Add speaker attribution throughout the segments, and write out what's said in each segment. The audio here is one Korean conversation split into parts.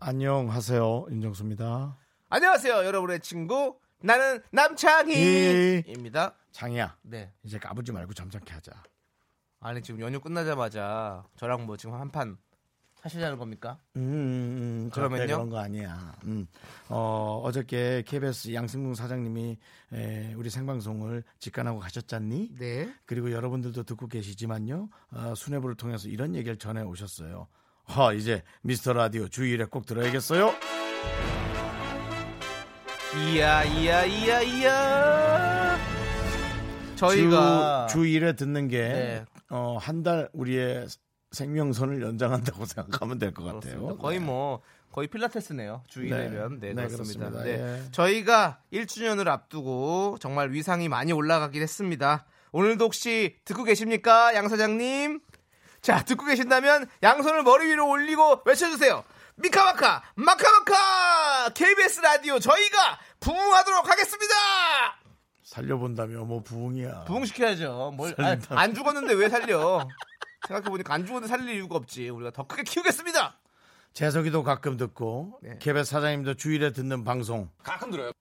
Speaker 1: 안녕하세요. 윤정수입니다.
Speaker 2: 안녕하세요, 여러분의 친구. 나는 남창희입니다.
Speaker 1: 장이야.
Speaker 2: 네.
Speaker 1: 이제 까부지 말고 점잖게 하자.
Speaker 2: 아니, 지금 연휴 끝나자마자 저랑 뭐 지금 한판 하시자는 겁니까?
Speaker 1: 음,
Speaker 2: 그러면요?
Speaker 1: 절대 그런 거 아니야. 음. 어, 어저께 KBS 양승문 사장님이 에, 우리 생방송을 직관하고 가셨잖니?
Speaker 2: 네.
Speaker 1: 그리고 여러분들도 듣고 계시지만요. 어, 수뇌부를 통해서 이런 얘기를 전해 오셨어요. 허, 이제 미스터 라디오 주일에 꼭 들어야겠어요.
Speaker 2: 이야, 이야, 이야, 이야. 저희가
Speaker 1: 주, 주일에 듣는 게
Speaker 2: 네.
Speaker 1: 어, 한 달 우리의 생명선을 연장한다고 생각하면 될 것 같아요.
Speaker 2: 그렇습니다. 거의
Speaker 1: 네.
Speaker 2: 뭐 거의 필라테스네요. 주일이면 네,
Speaker 1: 네. 네,
Speaker 2: 그렇습니다.
Speaker 1: 그렇습니다.
Speaker 2: 네.
Speaker 1: 예.
Speaker 2: 저희가 1주년을 앞두고 정말 위상이 많이 올라가긴 했습니다. 오늘도 혹시 듣고 계십니까, 양 사장님? 자, 듣고 계신다면 양손을 머리 위로 올리고 외쳐주세요. 미카마카, 마카마카, KBS 라디오 저희가 부흥하도록 하겠습니다.
Speaker 1: 살려본다며 뭐 부흥이야.
Speaker 2: 부흥시켜야죠. 뭘, 아,
Speaker 1: 살린다.
Speaker 2: 안 죽었는데 왜 살려? 생각해보니까 안 죽었는데 살릴 이유가 없지. 우리가 더 크게 키우겠습니다.
Speaker 1: 재석이도 가끔 듣고
Speaker 2: 네.
Speaker 1: 개별 사장님도 주일에 듣는 방송 가끔 들어요.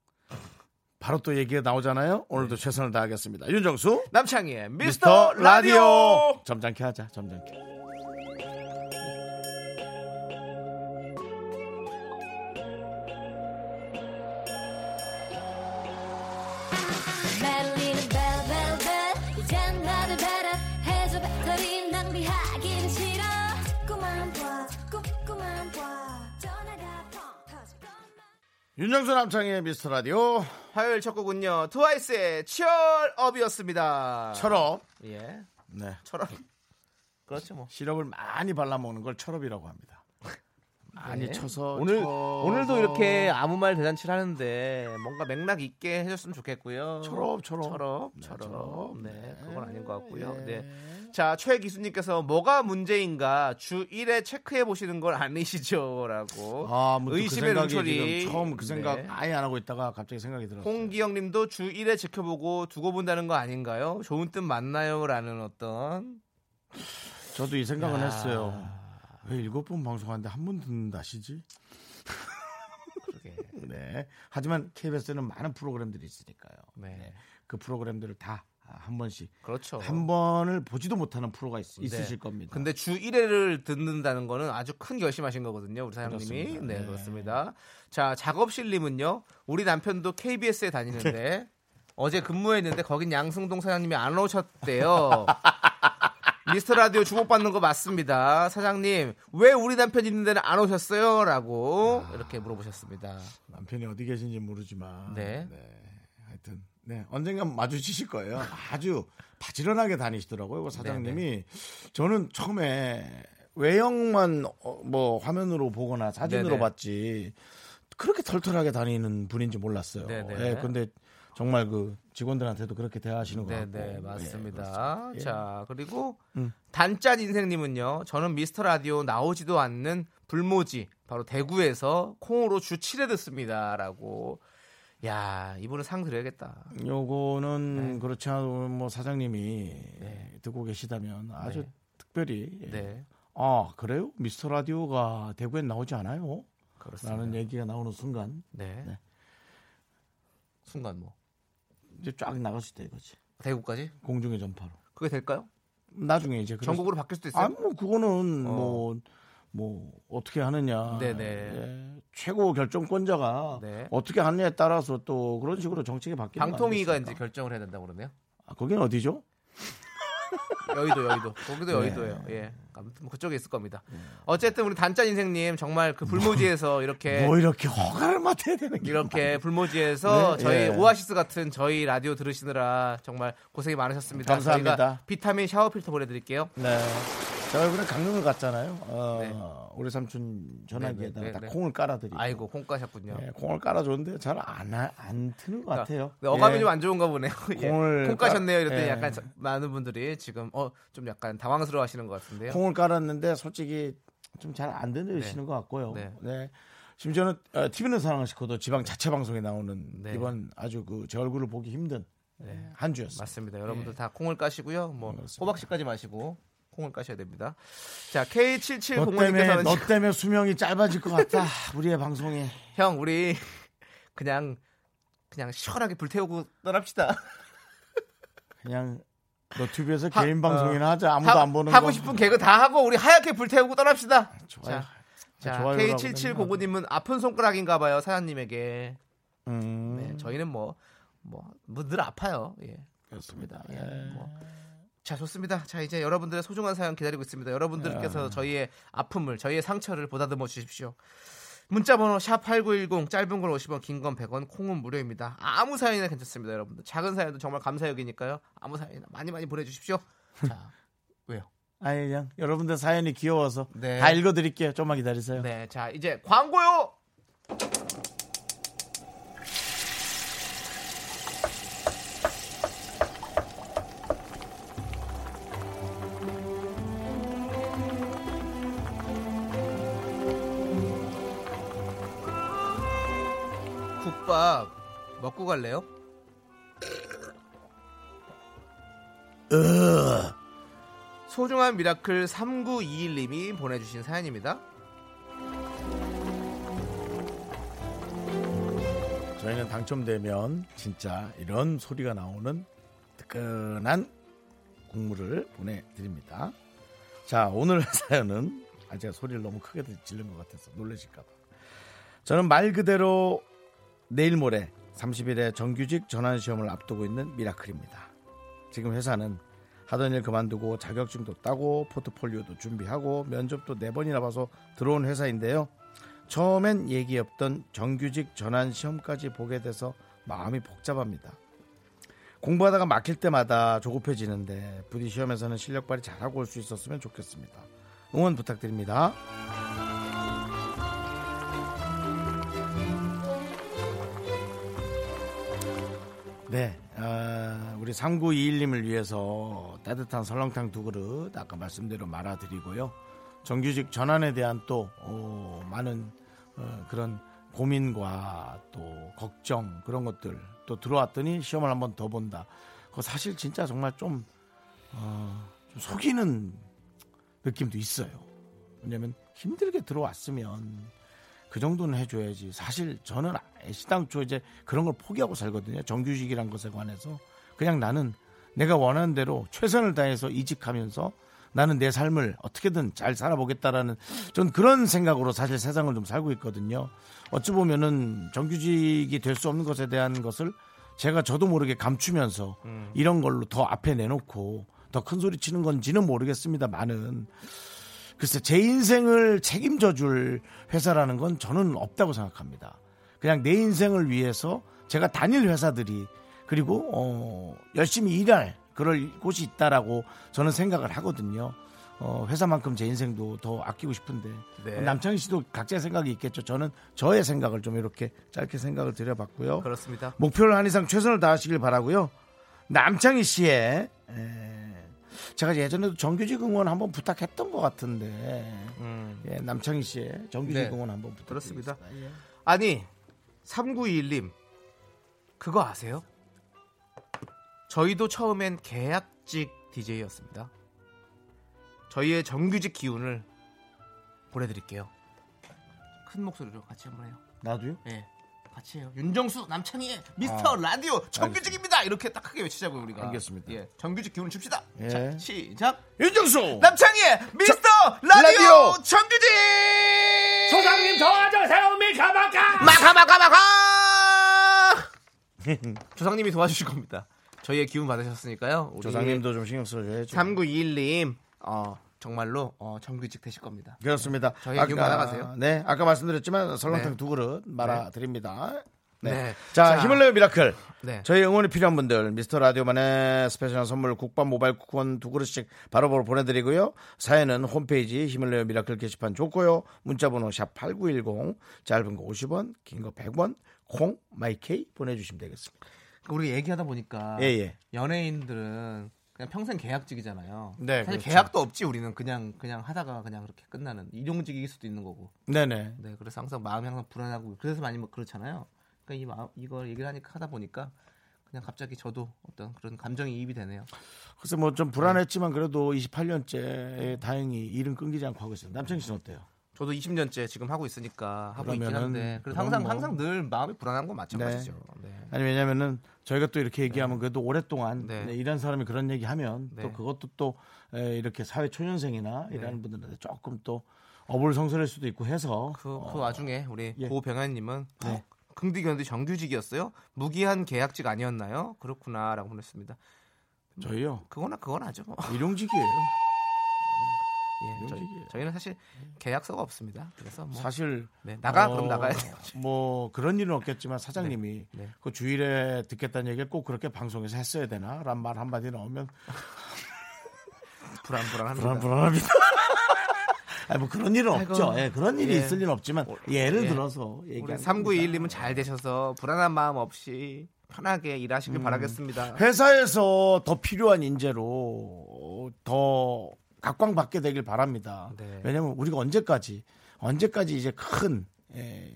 Speaker 1: 바로 또 얘기가 나오잖아요. 오늘도
Speaker 2: 네.
Speaker 1: 최선을 다하겠습니다. 윤정수
Speaker 2: 남창희의
Speaker 1: 미스터
Speaker 2: 미스터 라디오.
Speaker 1: 점잖게 하자. 점잖게.
Speaker 3: 매달리는 벨벨벨 이젠 나를 베라 해줘 배터리 낭비하긴 싫어 자꾸만 봐 자꾸만 봐 전화가 펑 터져
Speaker 1: 윤정수 남창의 미스터 라디오
Speaker 2: 화요일 첫 곡은요 트와이스의 치얼업이었습니다.
Speaker 1: 철업.
Speaker 2: 예,
Speaker 1: 네.
Speaker 2: 철업. 그렇죠 뭐.
Speaker 1: 시럽을 많이 발라 먹는 걸 철업이라고 합니다. 많이
Speaker 2: 네.
Speaker 1: 쳐서
Speaker 2: 오늘
Speaker 1: 쳐서
Speaker 2: 오늘도 이렇게 아무 말 대잔치를 하는데 뭔가 맥락 있게 해줬으면 좋겠고요.
Speaker 1: 철업, 철업.
Speaker 2: 철업,
Speaker 1: 네,
Speaker 2: 철업.
Speaker 1: 철업.
Speaker 2: 네,
Speaker 1: 네.
Speaker 2: 그건 아닌 것 같고요.
Speaker 1: 예.
Speaker 2: 네. 자 최기수님께서 뭐가 문제인가 주 1회 체크해 보시는 걸 아니시죠라고
Speaker 1: 아, 아무튼 그
Speaker 2: 의심의
Speaker 1: 생각이
Speaker 2: 눈초리.
Speaker 1: 지금 처음 그 생각
Speaker 2: 네.
Speaker 1: 아예 안 하고 있다가 갑자기 생각이 들었어요.
Speaker 2: 홍기영 님도 주 1회 지켜보고 두고 본다는 거 아닌가요? 좋은 뜻 맞나요? 라는 어떤
Speaker 1: 저도 이 생각은 했어요. 왜 일곱 번 방송하는데 한 번 듣는다시지?
Speaker 2: 그러게.
Speaker 1: 네. 하지만 KBS는 많은 프로그램들이 있으니까요.
Speaker 2: 네.
Speaker 1: 그 프로그램들을 다 한 번씩
Speaker 2: 그렇죠.
Speaker 1: 한 번을 보지도 못하는 프로가 있, 으실
Speaker 2: 네.
Speaker 1: 겁니다.
Speaker 2: 근데 주 1회를 듣는다는 거는 아주 큰 결심하신 거거든요, 우리 사장님이.
Speaker 1: 그렇습니다.
Speaker 2: 네,
Speaker 1: 네.
Speaker 2: 그렇습니다. 자, 작업실님은요, 우리 남편도 KBS에 다니는데
Speaker 1: 네.
Speaker 2: 어제 근무했는데 거긴 양승동 사장님이 안 오셨대요. 미스터 라디오 주목받는 거 맞습니다. 사장님, 왜 우리 남편 있는 데는 안 오셨어요? 라고
Speaker 1: 아.
Speaker 2: 이렇게 물어보셨습니다.
Speaker 1: 남편이 어디 계신지 모르지만
Speaker 2: 네.
Speaker 1: 하여튼 네 언젠간 마주치실 거예요. 아주 바지런하게 다니시더라고요. 그 사장님이
Speaker 2: 네,
Speaker 1: 저는 처음에 외형만 어, 뭐 화면으로 보거나 사진으로
Speaker 2: 네네.
Speaker 1: 봤지 그렇게 털털하게 다니는 분인지 몰랐어요. 예,
Speaker 2: 네네.
Speaker 1: 근데 정말 그 직원들한테도 그렇게 대하시는 거
Speaker 2: 네,
Speaker 1: 같고.
Speaker 2: 네,
Speaker 1: 예,
Speaker 2: 맞습니다.
Speaker 1: 그렇습니다. 예. 음.
Speaker 2: 자, 그리고 단짠 인생님은요. 저는 미스터 라디오 나오지도 않는 불모지 바로 대구에서 콩으로 주 7회 듣습니다라고. 야, 이분은 상 드려야겠다. 네.
Speaker 1: 요거는 그렇지 않으면 뭐 사장님이 듣고 계시다면 아주
Speaker 2: 네.
Speaker 1: 특별히 예.
Speaker 2: 네.
Speaker 1: 아 그래요? 미스터 라디오가 대구엔 나오지 않아요?
Speaker 2: 그렇습니다.
Speaker 1: 라는 얘기가 나오는 순간
Speaker 2: 네.
Speaker 1: 네.
Speaker 2: 순간 뭐
Speaker 1: 이제 쫙 나갈 수 있다 이거지
Speaker 2: 대구까지?
Speaker 1: 공중의 전파로
Speaker 2: 그게 될까요?
Speaker 1: 나중에 이제 그럴
Speaker 2: 전국으로 바뀔 수도
Speaker 1: 수- 아,
Speaker 2: 있어요.
Speaker 1: 뭐 그거는
Speaker 2: 어.
Speaker 1: 뭐, 뭐 어떻게 하느냐
Speaker 2: 네네.
Speaker 1: 예, 최고 결정권자가
Speaker 2: 네.
Speaker 1: 어떻게 하느냐에 따라서 또 그런 식으로 정책이 바뀌는 거
Speaker 2: 방통위가 이제
Speaker 1: 아니겠습니까?
Speaker 2: 결정을 해야 된다고 그러네요.
Speaker 1: 아, 거긴 어디죠?
Speaker 2: 여의도 여의도 거기도
Speaker 1: 네.
Speaker 2: 여의도예요. 예, 아무튼 뭐 그쪽에 있을 겁니다. 어쨌든 우리 단짠 인생님 정말 그 불모지에서 이렇게
Speaker 1: 뭐 이렇게 허가를 맡아야 되는 게
Speaker 2: 네. 이렇게 불모지에서
Speaker 1: 네,
Speaker 2: 저희
Speaker 1: 예.
Speaker 2: 오아시스 같은 저희 라디오 들으시느라 정말 고생이 많으셨습니다.
Speaker 1: 감사합니다.
Speaker 2: 저희가 비타민 샤워 필터 보내드릴게요.
Speaker 1: 네. 제가 이번에 강릉을 갔잖아요. 어, 우리 삼촌 전화기에다가
Speaker 2: 네, 네,
Speaker 1: 다
Speaker 2: 네, 네.
Speaker 1: 콩을 깔아드리고.
Speaker 2: 아이고 콩까셨군요.
Speaker 1: 예, 콩을 깔아줬는데 잘 안 안 트는 것 같아요.
Speaker 2: 네, 어감이
Speaker 1: 예.
Speaker 2: 좀 안 좋은가 보네요. 예.
Speaker 1: 콩을
Speaker 2: 콩까셨네요.
Speaker 1: 까-
Speaker 2: 이랬더니
Speaker 1: 예.
Speaker 2: 약간 자- 많은 분들이 지금 어 좀 약간 당황스러워하시는 것 같은데요.
Speaker 1: 콩을 깔았는데 솔직히 좀 잘 안 들으시는 것 같고요.
Speaker 2: 네.
Speaker 1: 네. 심지어는 어, TV는 사랑을 시켜도 지방 자체 방송에 나오는
Speaker 2: 네.
Speaker 1: 이번 아주 그 제 얼굴을 보기 힘든 예, 한 주였어요.
Speaker 2: 맞습니다.
Speaker 1: 예.
Speaker 2: 여러분들 다 콩을 까시고요. 뭐
Speaker 1: 네,
Speaker 2: 호박씨까지 마시고 콩을 까셔야 됩니다. 자 K77
Speaker 1: 너 때문에
Speaker 2: 공원님께서는
Speaker 1: 너 때문에 수명이 짧아질 것 같다. 우리의 방송이.
Speaker 2: 형 우리 그냥 그냥 시원하게 불태우고 떠납시다.
Speaker 1: 그냥 너튜브에서
Speaker 2: 하-
Speaker 1: 개인 방송이나
Speaker 2: 어.
Speaker 1: 하자. 아무도
Speaker 2: 하-
Speaker 1: 안 보는
Speaker 2: 하고
Speaker 1: 거.
Speaker 2: 싶은 개그 다 하고 우리 하얗게 불태우고 떠납시다.
Speaker 1: 좋아요.
Speaker 2: 자, 자,
Speaker 1: 좋아요라고
Speaker 2: K7709님은 아픈 손가락인가 봐요 사장님에게.
Speaker 1: 음,
Speaker 2: 네, 저희는 뭐뭐늘 아파요. 예.
Speaker 1: 그렇습니다. 네.
Speaker 2: 예, 뭐. 자 좋습니다. 자 이제 여러분들의 소중한 사연 기다리고 있습니다. 여러분들께서 저희의 아픔을 저희의 상처를 보다듬어 주십시오. 문자번호 샵 #8910 짧은 건 50원, 긴 건 100원, 콩은 무료입니다. 아무 사연이나 괜찮습니다, 여러분들. 작은 사연도 정말 감사역이니까요. 아무 사연이나 많이 많이 보내주십시오. 자 왜요?
Speaker 1: 아니 그냥 여러분들 사연이 귀여워서
Speaker 2: 네.
Speaker 1: 다 읽어드릴게요. 조금만 기다리세요.
Speaker 2: 네, 자 이제 광고요. 국밥 먹고 갈래요? 소중한 미라클 3921님이 보내주신 사연입니다.
Speaker 1: 저희는 당첨되면 진짜 이런 소리가 나오는 뜨끈한 국물을 보내드립니다. 자, 오늘 사연은 아, 제가 소리를 너무 크게 질른 것 같아서 놀라실까봐. 저는 말 그대로 내일 모레 30일에 정규직 전환 시험을 앞두고 있는 미라클입니다. 지금 회사는 하던 일 그만두고 자격증도 따고 포트폴리오도 준비하고 면접도 네 번이나 봐서 들어온 회사인데요. 처음엔 얘기 없던 정규직 전환 시험까지 보게 돼서 마음이 복잡합니다. 공부하다가 막힐 때마다 조급해지는데 부디 시험에서는 실력 발휘 잘하고 올 수 있었으면 좋겠습니다. 응원 부탁드립니다. 네, 아, 우리 3921님을 위해서 따뜻한 설렁탕 두 그릇 아까 말씀대로 말아드리고요. 정규직 전환에 대한 또 어, 많은 어, 그런 고민과 또 걱정 그런 것들 또 들어왔더니 시험을 한 번 더 본다. 그거 사실 진짜 정말 좀, 어, 좀 속이는 느낌도 있어요. 왜냐면 힘들게 들어왔으면 그 정도는 해줘야지. 사실 저는 애시당초 이제 그런 걸 포기하고 살거든요. 정규직이란 것에 관해서 그냥 나는 내가 원하는 대로 최선을 다해서 이직하면서 나는 내 삶을 어떻게든 잘 살아보겠다라는 전 그런 생각으로 사실 세상을 좀 살고 있거든요. 어찌 보면은 정규직이 될 수 없는 것에 대한 것을 제가 저도 모르게 감추면서 이런 걸로 더 앞에 내놓고 더 큰 소리 치는 건지는 모르겠습니다만은 글쎄 제 인생을 책임져 줄 회사라는 건 저는 없다고 생각합니다. 그냥 내 인생을 위해서 제가 다닐 회사들이 그리고 어, 열심히 일할 그럴 곳이 있다라고 저는 생각을 하거든요. 어, 회사만큼 제 인생도 더 아끼고 싶은데
Speaker 2: 네.
Speaker 1: 남창희 씨도 각자의 생각이 있겠죠. 저는 저의 생각을 좀 이렇게 짧게 생각을 드려봤고요.
Speaker 2: 그렇습니다.
Speaker 1: 목표를 한 이상 최선을 다하시길 바라고요. 남창희 씨의 에, 제가 예전에도 정규직 응원 한번 부탁했던 것 같은데 예, 남창희 씨의 정규직
Speaker 2: 음. 네.
Speaker 1: 응원 한번 부탁드립니다. 예.
Speaker 2: 그렇습니다. 아니 3921님 그거 아세요? 저희도 처음엔 계약직 DJ였습니다. 저희의 정규직 기운을 보내드릴게요. 큰 목소리로 같이 한번 해요.
Speaker 1: 나도요?
Speaker 2: 예, 같이 해요. 윤정수 남창희의 미스터 라디오 정규직입니다. 이렇게 딱 크게 외치자고요 우리가.
Speaker 1: 아, 알겠습니다.
Speaker 2: 예, 정규직 기운을 줍시다.
Speaker 1: 예.
Speaker 2: 자, 시작.
Speaker 1: 윤정수!
Speaker 2: 남창희의 미스터 라디오,
Speaker 1: 라디오!
Speaker 2: 정규직.
Speaker 4: 소장님 도와줘 세움이 가마가
Speaker 2: 마카 마카 마카 조상님이 도와주실 겁니다 저희의 기운 받으셨으니까요 우리
Speaker 1: 조상님도 좀 신경 써줘야죠.
Speaker 2: 3921님 어, 정말로 어, 정규직 되실 겁니다
Speaker 1: 그렇습니다.
Speaker 2: 저희 기운 받아가세요.
Speaker 1: 네, 아까 말씀드렸지만 설렁탕
Speaker 2: 네.
Speaker 1: 두 그릇 말아 드립니다. 네.
Speaker 2: 네.
Speaker 1: 자,
Speaker 2: 자.
Speaker 1: 힘을 내요 미라클.
Speaker 2: 네.
Speaker 1: 저희 응원이 필요한 분들 미스터 라디오만의 스페셜한 선물 국밥 모바일 쿠폰 두 그릇씩 바로바로 보내드리고요. 사연은 홈페이지 힘을 내요 미라클 게시판 좋고요. 문자번호 샵 #8910 짧은 거 50원, 긴 거 100원 콩 마이케이 보내주시면 되겠습니다.
Speaker 2: 그러니까 우리 얘기하다 보니까
Speaker 1: 예, 예.
Speaker 2: 연예인들은 그냥 평생 계약직이잖아요.
Speaker 1: 네,
Speaker 2: 사실
Speaker 1: 그렇죠.
Speaker 2: 계약도 없지 우리는 그냥 그냥 하다가 그냥 그렇게 끝나는 일용직일 수도 있는 거고.
Speaker 1: 네네.
Speaker 2: 네, 그래서 항상 마음이 항상 불안하고 그래서 많이 뭐 그렇잖아요. 그러니까 이 마음 이걸 얘기를 하니까 하다 보니까 그냥 갑자기 저도 어떤 그런 감정이 입이 되네요.
Speaker 1: 그래서 뭐 좀 불안했지만 그래도 28년째 다행히 일은 끊기지 않고 하고 있어요. 남창희 씨는 어때요?
Speaker 2: 저도 20년째 지금 하고 있으니까 하고 있긴
Speaker 1: 그러면은
Speaker 2: 한데 그래서
Speaker 1: 그건
Speaker 2: 항상
Speaker 1: 뭐-
Speaker 2: 항상 늘 마음이 불안한 건 마찬가지죠. 네.
Speaker 1: 아니 왜냐면은 저희가 또 이렇게 얘기하면 그래도 오랫동안
Speaker 2: 네.
Speaker 1: 네, 일한 사람이 그런 얘기하면
Speaker 2: 네.
Speaker 1: 또 그것도 또 에, 이렇게 사회 초년생이나 일하는 분들한테 조금 또 어불성설일 수도 있고 해서
Speaker 2: 그,
Speaker 1: 어,
Speaker 2: 그 와중에 우리
Speaker 1: 예.
Speaker 2: 고병현님은
Speaker 1: 네.
Speaker 2: 긍디 견디 정규직이었어요? 무기한 계약직 아니었나요? 그렇구나라고 보냈습니다.
Speaker 1: 저희요
Speaker 2: 그거나 그건 아죠. 뭐.
Speaker 1: 일용직이에요.
Speaker 2: 예,
Speaker 1: 정규직이에요.
Speaker 2: 저희, 는 사실 계약서가 없습니다. 그래서 뭐
Speaker 1: 사실 어,
Speaker 2: 네, 나가 그럼 나가야 돼요.
Speaker 1: 뭐 그런 일은 없겠지만 사장님이
Speaker 2: 네, 네.
Speaker 1: 그 주일에 듣겠다는 얘기를 꼭 그렇게 방송에서 했어야 되나란 말 한마디 나오면
Speaker 2: 불안 불안합니다.
Speaker 1: 불안 불안합니다. 아니 뭐 그런 일은
Speaker 2: 아이고.
Speaker 1: 없죠. 예, 그런 일이
Speaker 2: 예.
Speaker 1: 있을 일은 없지만 예를
Speaker 2: 예.
Speaker 1: 들어서
Speaker 2: 우리
Speaker 1: 얘기하는
Speaker 2: 3921님은 잘 되셔서 불안한 마음 없이 편하게 일하시길
Speaker 1: 음.
Speaker 2: 바라겠습니다.
Speaker 1: 회사에서 더 필요한 인재로 더 각광받게 되길 바랍니다.
Speaker 2: 네.
Speaker 1: 왜냐하면 우리가 언제까지 언제까지 이제 큰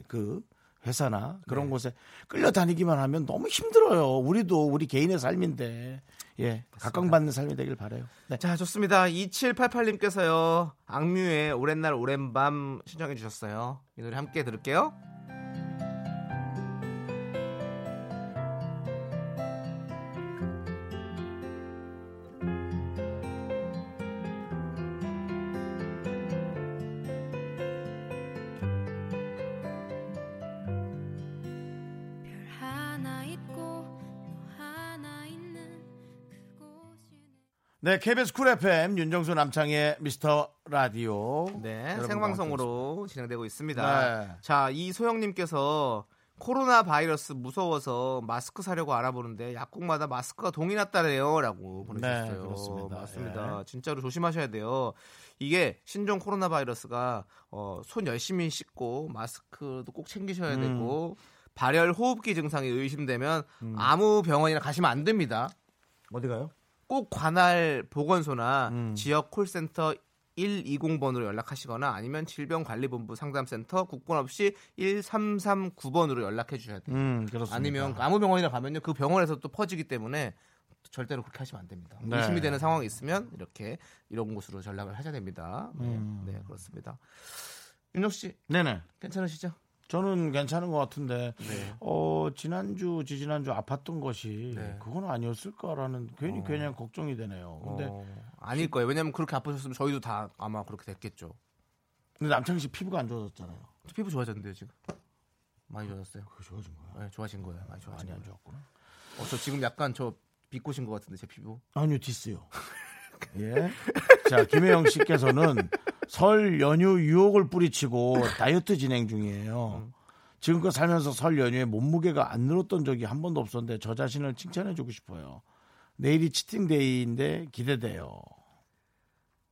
Speaker 1: 그 회사나 그런 곳에 끌려다니기만 하면 너무 힘들어요. 우리도 우리 개인의 삶인데 예 각광받는 삶이 되길 바래요. 네.
Speaker 2: 자, 좋습니다. 2788님께서요. 악뮤의 오랜 날 오랜 밤 신청해 주셨어요. 이 노래 함께 들을게요.
Speaker 3: 별 하나 있고 너 하나 있는 그곳이
Speaker 1: 네 KBS 쿨 FM 윤정수 남창의 미스터 라디오
Speaker 2: 네,
Speaker 1: 여러분과
Speaker 2: 생방송으로 진행되고 있습니다.
Speaker 1: 네.
Speaker 2: 자, 이소영님께서 코로나 바이러스 무서워서 마스크 사려고 알아보는데 약국마다 마스크가 동이 났다래요라고 보내주셨어요.
Speaker 1: 네, 그렇습니다. 예.
Speaker 2: 맞습니다. 진짜로 조심하셔야 돼요. 이게 신종 코로나 바이러스가 어, 손 열심히 씻고 마스크도 꼭
Speaker 1: 음.
Speaker 2: 챙기셔야 되고 발열 호흡기 증상이 의심되면 아무 병원이나 가시면 안 됩니다.
Speaker 1: 음. 어디 가요? 음.
Speaker 2: 꼭 관할 보건소나 지역 콜센터 120번으로 연락하시거나 아니면 질병관리본부 상담센터 국번 없이 1339번으로 연락해 주셔야 돼요.
Speaker 1: 음 그렇습니다.
Speaker 2: 아니면 아무 병원이나 가면요 그 병원에서 또 퍼지기 때문에 절대로 그렇게 하시면 안 됩니다.
Speaker 1: 네.
Speaker 2: 의심이 되는 상황이 있으면 이렇게 이런 곳으로 전락을 하셔야 됩니다. 네,
Speaker 1: 음.
Speaker 2: 네, 그렇습니다. 윤혁 씨
Speaker 1: 네네.
Speaker 2: 괜찮으시죠?
Speaker 1: 저는 괜찮은 것 같은데 어 지난주 지지난주 아팠던 것이
Speaker 2: 네.
Speaker 1: 그건 아니었을까라는 괜히 그냥 걱정이 되네요. 근데,
Speaker 2: 어, 아닐 거예요. 왜냐하면 그렇게 아프셨으면 저희도 다 아마 그렇게 됐겠죠.
Speaker 1: 근데 남창희 씨 피부가 안 좋아졌잖아요.
Speaker 2: 저 피부 좋아졌는데요 지금 많이 좋아졌어요.
Speaker 1: 그게 좋아진 거야.
Speaker 2: 네, 좋아진 거예요. 많이 좋아진
Speaker 1: 많이 안
Speaker 2: 거예요.
Speaker 1: 좋았구나.
Speaker 2: 어, 저 지금 약간 저 비꼬신 것 같은데 제 피부.
Speaker 1: 아니요 디스요. 예. 자 김혜영 씨께서는 설 연휴 유혹을 뿌리치고 다이어트 진행 중이에요. 지금껏 살면서 설 연휴에 몸무게가 안 늘었던 적이 한 번도 없었는데 저 자신을 칭찬해주고 싶어요. 내일이 치팅데이인데 기대돼요.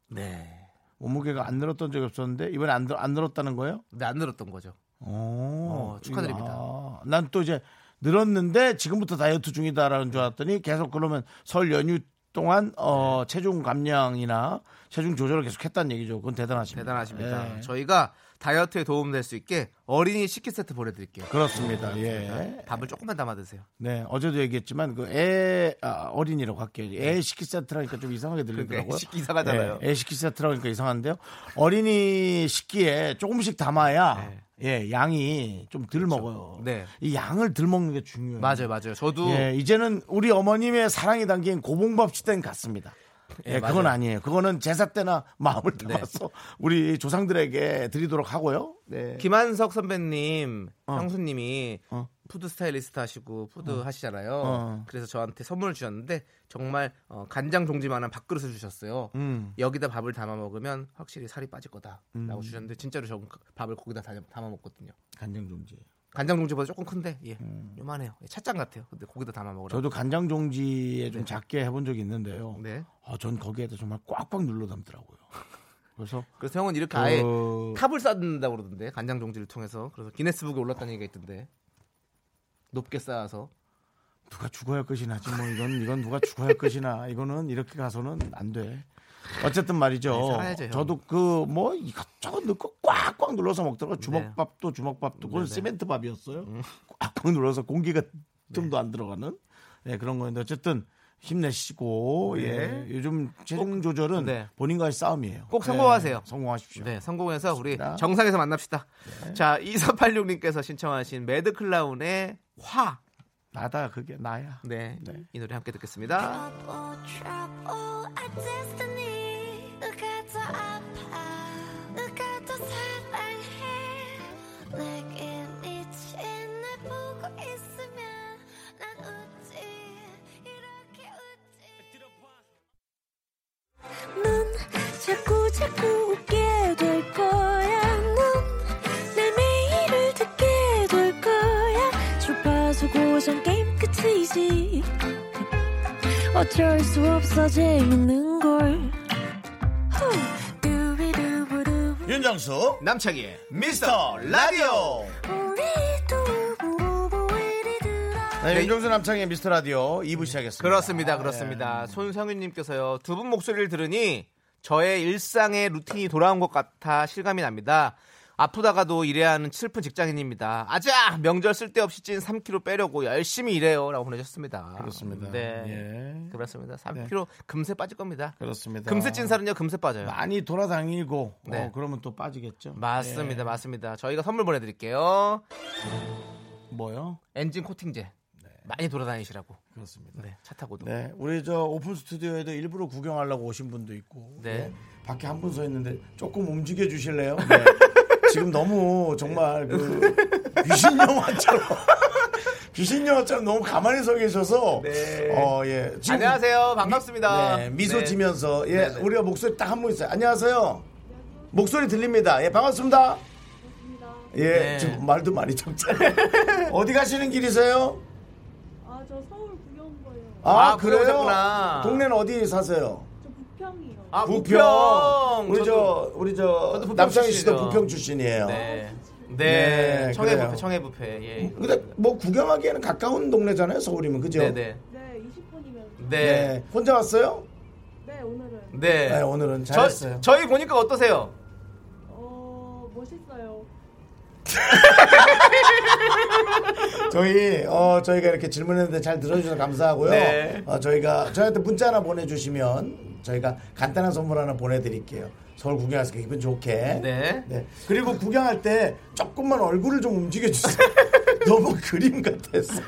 Speaker 2: 네.
Speaker 1: 몸무게가 안 늘었던 적이 없었는데 이번에 안, 늘- 안 늘었다는 거예요?
Speaker 2: 근데 안 늘었던 거죠.
Speaker 1: 오, 아,
Speaker 2: 어, 축하드립니다.
Speaker 1: 난 또 이제 늘었는데 지금부터 다이어트 중이다라는 줄 알았더니 계속 그러면 설 연휴 동안 어, 체중 감량이나 체중 조절을 계속 했다는 얘기죠. 그건 대단하십니다.
Speaker 2: 대단하십니다.
Speaker 1: 예.
Speaker 2: 저희가 다이어트에 도움될 수 있게 어린이 식기 세트 보내드릴게요.
Speaker 1: 그렇습니다. 예.
Speaker 2: 밥을 조금만 담아 드세요.
Speaker 1: 네, 어제도 얘기했지만 그 애 어린이라고 할게요. 애 식기 세트라니까 좀 이상하게 들리더라고요.
Speaker 2: 네. 그러니까 식기 이상하잖아요.
Speaker 1: 예, 애 식기 세트라니까 이상한데요. 어린이 식기에 조금씩 담아야 예, 양이 좀 덜 먹어요.
Speaker 2: 네.
Speaker 1: 이 양을 덜 먹는 게 중요해요.
Speaker 2: 맞아요, 맞아요. 저도
Speaker 1: 예, 이제는 우리 어머님의 사랑이 담긴 고봉밥 시대는 같습니다. 예,
Speaker 2: 예,
Speaker 1: 그건
Speaker 2: 맞아요. 네.
Speaker 1: 아니에요. 그거는 제사 때나 마음을 담아서 우리 조상들에게 드리도록 하고요. 네.
Speaker 2: 김한석 선배님, 형수님이
Speaker 1: 어.
Speaker 2: 푸드 스타일리스트 하시고 푸드 하시잖아요.
Speaker 1: 어.
Speaker 2: 그래서 저한테 선물을 주셨는데 정말 어, 간장 종지만한 밥그릇을 주셨어요.
Speaker 1: 음.
Speaker 2: 여기다 밥을 담아 먹으면 그 확실히 살이 빠질 거다라고 주셨는데 진짜로 저 밥을 거기다 담아 먹거든요.
Speaker 1: 간장 종지.
Speaker 2: 간장 종지보다 조금 큰데 예 요만해요 예, 찻잔 같아요 근데 고기도 담아 먹으라고
Speaker 1: 음. 저도 간장 종지에 좀 작게 해본 적이 있는데요.
Speaker 2: 네
Speaker 1: 아, 전 거기에다 정말 꽉꽉 눌러 담더라고요. 그래서
Speaker 2: 그래서 형은 이렇게 아예
Speaker 1: 그-
Speaker 2: 탑을 쌓는다고 그러던데 간장 종지를 통해서 그래서 기네스북에 올랐다는 얘기가 있던데 높게 쌓아서
Speaker 1: 누가 죽어야 할 것이나 지뭐 이건 이건 누가 죽어야 할 것이나 이거는 이렇게 가서는 안 돼. 어쨌든
Speaker 2: 네,
Speaker 1: 말이죠.
Speaker 2: 살아야죠, 형.
Speaker 1: 저도 그 뭐 이것저것 넣고 꽉꽉 눌러서
Speaker 2: 네.
Speaker 1: 먹더라고 주먹밥도 주먹밥도 그건 시멘트 밥이었어요.
Speaker 2: 음.
Speaker 1: 꽉꽉 눌러서 공기가
Speaker 2: 네.
Speaker 1: 좀도 안 들어가는 네, 그런 거였는데 어쨌든 힘내시고
Speaker 2: 네.
Speaker 1: 예 요즘 체중 조절은
Speaker 2: 네.
Speaker 1: 본인과의 싸움이에요.
Speaker 2: 꼭 성공하세요.
Speaker 1: 예, 성공하십시오.
Speaker 2: 네, 성공해서 우리
Speaker 1: 좋습니다. 네.
Speaker 2: 정상에서 만납시다. 자, 2486님께서 신청하신 매드클라운의 화.
Speaker 1: 나다 그게 나야.
Speaker 2: 네,
Speaker 1: 네.
Speaker 2: 이 노래 함께 듣겠습니다.
Speaker 3: trouble, trouble, a destiny. 누가 더 아파, 누가 더 사랑해. 내게 미친 날 보고 있으면 난 웃지, 이렇게 웃지. 넌 자꾸 자꾸 웃게 될 거야. 넌내 매일을 듣게 될 거야. 주파수 고정 게임 끝이지. 어쩔 수 없어 재밌는 걸. 후. 두비두부두.
Speaker 1: 윤정수
Speaker 2: 남창희의
Speaker 1: 미스터 라디오.
Speaker 3: 우리 두부부부 우리 두라.
Speaker 1: 네,
Speaker 2: 네.
Speaker 1: 윤정수 남창의 미스터 라디오 2부 시작했습니다. 아,
Speaker 2: 그렇습니다,
Speaker 1: 예.
Speaker 2: 그렇습니다. 손성윤님께서요, 두 분 목소리를 들으니 저의 일상의 루틴이 돌아온 것 같아 실감이 납니다. 아프다가도 일해야 하는 슬픈 직장인입니다. 아자! 명절 쓸데없이 찐 3kg 빼려고 열심히 일해요. 라고 보내셨습니다.
Speaker 1: 그렇습니다.
Speaker 2: 네.
Speaker 1: 예.
Speaker 2: 그렇습니다. 3kg 금세 빠질 겁니다.
Speaker 1: 그렇습니다.
Speaker 2: 금세 찐 살은요, 금세 빠져요.
Speaker 1: 많이 돌아다니고
Speaker 2: 네.
Speaker 1: 어, 그러면 또 빠지겠죠.
Speaker 2: 맞습니다,
Speaker 1: 예.
Speaker 2: 맞습니다. 저희가 선물 보내드릴게요.
Speaker 1: 예, 뭐요?
Speaker 2: 엔진 코팅제 많이 돌아다니시라고.
Speaker 1: 그렇습니다.
Speaker 2: 네, 차 타고도.
Speaker 1: 네, 우리 저 오픈 스튜디오에도 일부러 구경하려고 오신 분도 있고,
Speaker 2: 네.
Speaker 1: 네, 밖에 한 분 서 있는데 조금 움직여 주실래요? 네. 지금 너무 정말 그 귀신 영화처럼 귀신 영화처럼 너무 가만히 서 계셔서,
Speaker 2: 네.
Speaker 1: 어, 예, 지금
Speaker 2: 안녕하세요, 반갑습니다.
Speaker 1: 네, 미소
Speaker 2: 네.
Speaker 1: 지면서 예, 우리가 목소리 딱 한 분 있어요. 안녕하세요. 목소리 들립니다. 예, 반갑습니다. 예,
Speaker 2: 네.
Speaker 1: 지금 말도 많이 적잖아요. 어디 가시는 길이세요?
Speaker 5: 아 저 서울 구경 거예요.
Speaker 1: 아,
Speaker 2: 아,
Speaker 1: 그래요?
Speaker 2: 그러셨구나.
Speaker 1: 동네는 어디 사세요?
Speaker 5: 저 부평이요.
Speaker 2: 아, 부평.
Speaker 1: 부평. 우리
Speaker 2: 저도-
Speaker 1: 저 우리
Speaker 2: 저도
Speaker 1: 저
Speaker 2: 부평
Speaker 1: 남창희 씨도
Speaker 2: 출신이죠.
Speaker 1: 부평 출신이에요.
Speaker 2: 네. 네.
Speaker 1: 네,
Speaker 2: 청해
Speaker 1: 그래요.
Speaker 2: 부패, 청해 부패. 예.
Speaker 1: 근데 뭐 구경하기에는 가까운 동네잖아요, 서울이면 그죠?
Speaker 2: 네, 네.
Speaker 5: 네 20분이면.
Speaker 2: 네.
Speaker 1: 네. 혼자 왔어요?
Speaker 5: 네 오늘은
Speaker 2: 네.
Speaker 1: 네, 오늘은
Speaker 2: 저,
Speaker 1: 잘했어요.
Speaker 2: 저희 보니까 어떠세요?
Speaker 5: 어 멋있어요.
Speaker 1: 저희 어 저희가 이렇게 질문했는데 잘 들어주셔서 감사하고요.
Speaker 2: 네.
Speaker 1: 어, 저희가 저희한테 문자 하나 보내주시면 저희가 간단한 선물 하나 보내드릴게요. 서울 구경해서 기분 좋게.
Speaker 2: 네.
Speaker 1: 그리고 구경할 때 조금만 얼굴을 좀 움직여주세요. 너무 그림 같았어.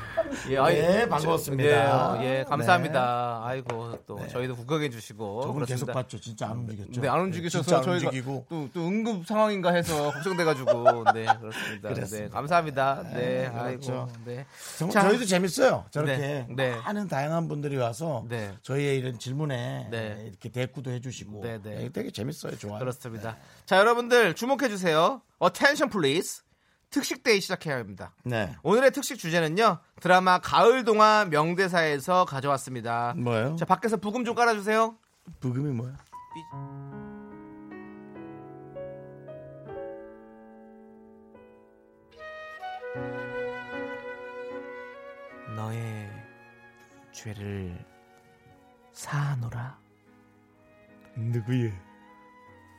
Speaker 2: 예, 아이,
Speaker 1: 네,
Speaker 2: 저-
Speaker 1: 반갑습니다. 네.
Speaker 2: 예, 예, 감사합니다. 아이고, 또 저희도 구경해 주시고.
Speaker 1: 저분 계속
Speaker 2: 어, 그렇습니다.
Speaker 1: 봤죠. 진짜 안 움직였죠.
Speaker 2: 네, 안
Speaker 1: 진짜
Speaker 2: 움직이셔서
Speaker 1: 안
Speaker 2: 저희가
Speaker 1: 움직이고.
Speaker 2: 또, 또 응급 상황인가 해서 걱정돼가지고 네 그렇습니다. 네
Speaker 1: 그렇습니다.
Speaker 2: 감사합니다. 네,
Speaker 1: 그렇죠.
Speaker 2: 아이고 네.
Speaker 1: 정말
Speaker 2: 자,
Speaker 1: 저희도 재밌어요. 저렇게
Speaker 2: 네, 네.
Speaker 1: 많은 다양한 분들이 와서
Speaker 2: 네.
Speaker 1: 저희의 이런 질문에
Speaker 2: 네.
Speaker 1: 이렇게 대꾸도 해주시고
Speaker 2: 네, 네.
Speaker 1: 예, 되게 재밌어요. 좋아요.
Speaker 2: 그렇습니다. 네. 자 여러분들 주목해 주세요. Attention please. 특식 데이 시작해야 합니다.
Speaker 1: 네.
Speaker 2: 오늘의 특식 주제는요 드라마 가을 동화 명대사에서 가져왔습니다.
Speaker 1: 뭐예요?
Speaker 2: 자 밖에서 부금 좀 깔아주세요.
Speaker 1: 부금이 뭐야?
Speaker 2: 너의 죄를 사노라.
Speaker 1: 누구예?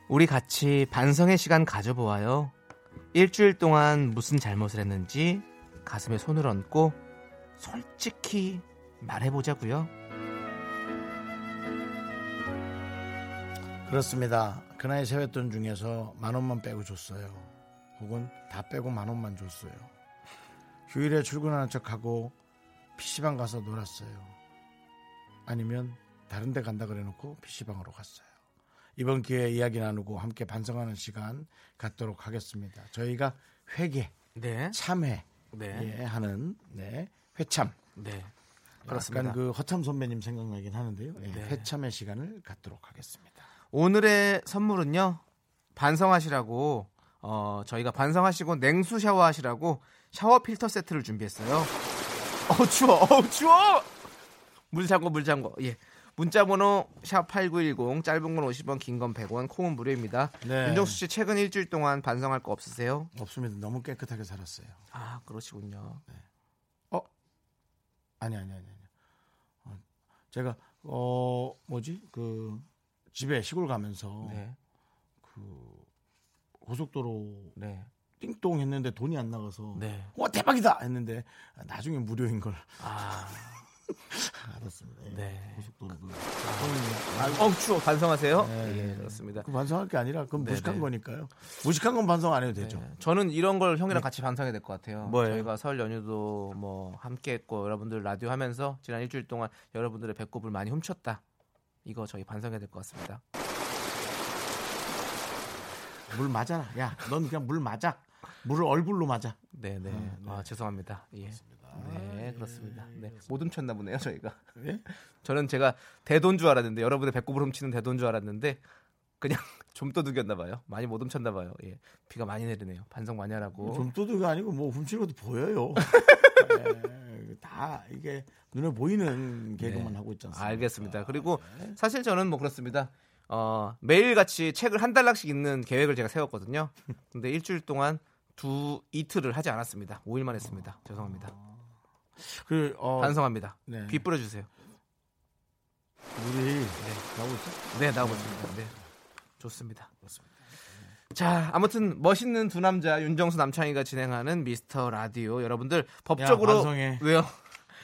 Speaker 2: 우리 같이 반성의 시간 가져보아요. 일주일 동안 무슨 잘못을 했는지 가슴에 손을 얹고 솔직히 말해보자고요.
Speaker 1: 그렇습니다. 그날 세뱃돈 중에서 만 원만 빼고 줬어요. 혹은 다 빼고 만 원만 줬어요. 휴일에 출근하는 척하고 PC방 가서 놀았어요. 아니면 다른 데 간다 그래놓고 PC방으로 갔어요. 이번 기회에 이야기 나누고 함께 반성하는 시간 갖도록 하겠습니다. 저희가 회계,
Speaker 2: 네.
Speaker 1: 참회
Speaker 2: 네.
Speaker 1: 예, 하는 네, 회참
Speaker 2: 네.
Speaker 1: 약간 그 허참 선배님 생각나긴 하는데요. 예,
Speaker 2: 네.
Speaker 1: 회참의 시간을 갖도록 하겠습니다.
Speaker 2: 오늘의 선물은요. 반성하시라고 어, 저희가 반성하시고 냉수 샤워하시라고 샤워 필터 세트를 준비했어요. 어 추워, 어 추워. 물장고 물장고. 예. 문자번호 샵8910 짧은 건 50원 긴 건 100원 콩은 무료입니다.
Speaker 1: 네.
Speaker 2: 윤정수 씨 최근 일주일 동안 반성할 거 없으세요?
Speaker 1: 없으면 너무 깨끗하게 살았어요.
Speaker 2: 아 그러시군요.
Speaker 1: 아니 아니 아니 아니. 어, 제가 어 뭐지 그 집에 시골 가면서
Speaker 2: 네.
Speaker 1: 그 고속도로
Speaker 2: 네.
Speaker 1: 띵동 했는데 돈이 안 나가서
Speaker 2: 네.
Speaker 1: 와 대박이다 했는데 나중에 무료인 걸
Speaker 2: 아
Speaker 1: 알았습니다. 예.
Speaker 2: 네.
Speaker 1: 고속도로 그,
Speaker 2: 어 추워 반성하세요? 예, 그렇습니다.
Speaker 1: 그 반성할 게 아니라 그건 무식한
Speaker 2: 네.
Speaker 1: 거니까요. 무식한 건 반성 안 해도 되죠.
Speaker 2: 네. 저는 이런 걸 형이랑 같이 반성해야 될 것 같아요.
Speaker 1: 뭐예요?
Speaker 2: 저희가 설 연휴도 뭐 함께 했고 여러분들 라디오 하면서 지난 일주일 동안 여러분들의 배꼽을 많이 훔쳤다. 이거 저희 반성해야 될 것 같습니다.
Speaker 1: 물 맞아라. 야, 넌 그냥 물 맞아. 물을 얼굴로 맞아.
Speaker 2: 네, 네. 아, 죄송합니다. 예. 네, 그렇습니다. 네. 못 훔쳤나 보네요, 저희가.
Speaker 1: 예?
Speaker 2: 저는 제가 대돈 줄 알았는데 여러분의 배꼽을 훔치는 대돈 줄 알았는데 그냥 좀 도둑이었나 봐요. 많이 못 훔쳤나 봐요. 예. 비가 많이 내리네요. 반성 많이 하라고.
Speaker 1: 좀 도둑이 아니고 뭐 훔치는 것도 보여요. 예, 다 이게 눈에 보이는 개그만 하고 있지 않습니까?
Speaker 2: 네. 알겠습니다. 그리고
Speaker 1: 네.
Speaker 2: 사실 저는 뭐 그렇습니다. 어, 매일같이 책을 한 달락씩 읽는 계획을 제가 세웠거든요. 근데 일주일 동안 두 이틀을 하지 않았습니다. 5일만 했습니다. 죄송합니다.
Speaker 1: 그, 어,
Speaker 2: 반성합니다.
Speaker 1: 네.
Speaker 2: 귀 뿌려주세요.
Speaker 1: 우리 나오고 있죠?
Speaker 2: 네, 나오고 있습니다. 네. 좋습니다. 자, 아무튼 멋있는 두 남자 윤정수 남창희가 진행하는 미스터 라디오 여러분들 법적으로
Speaker 1: 반성해.
Speaker 2: 왜요?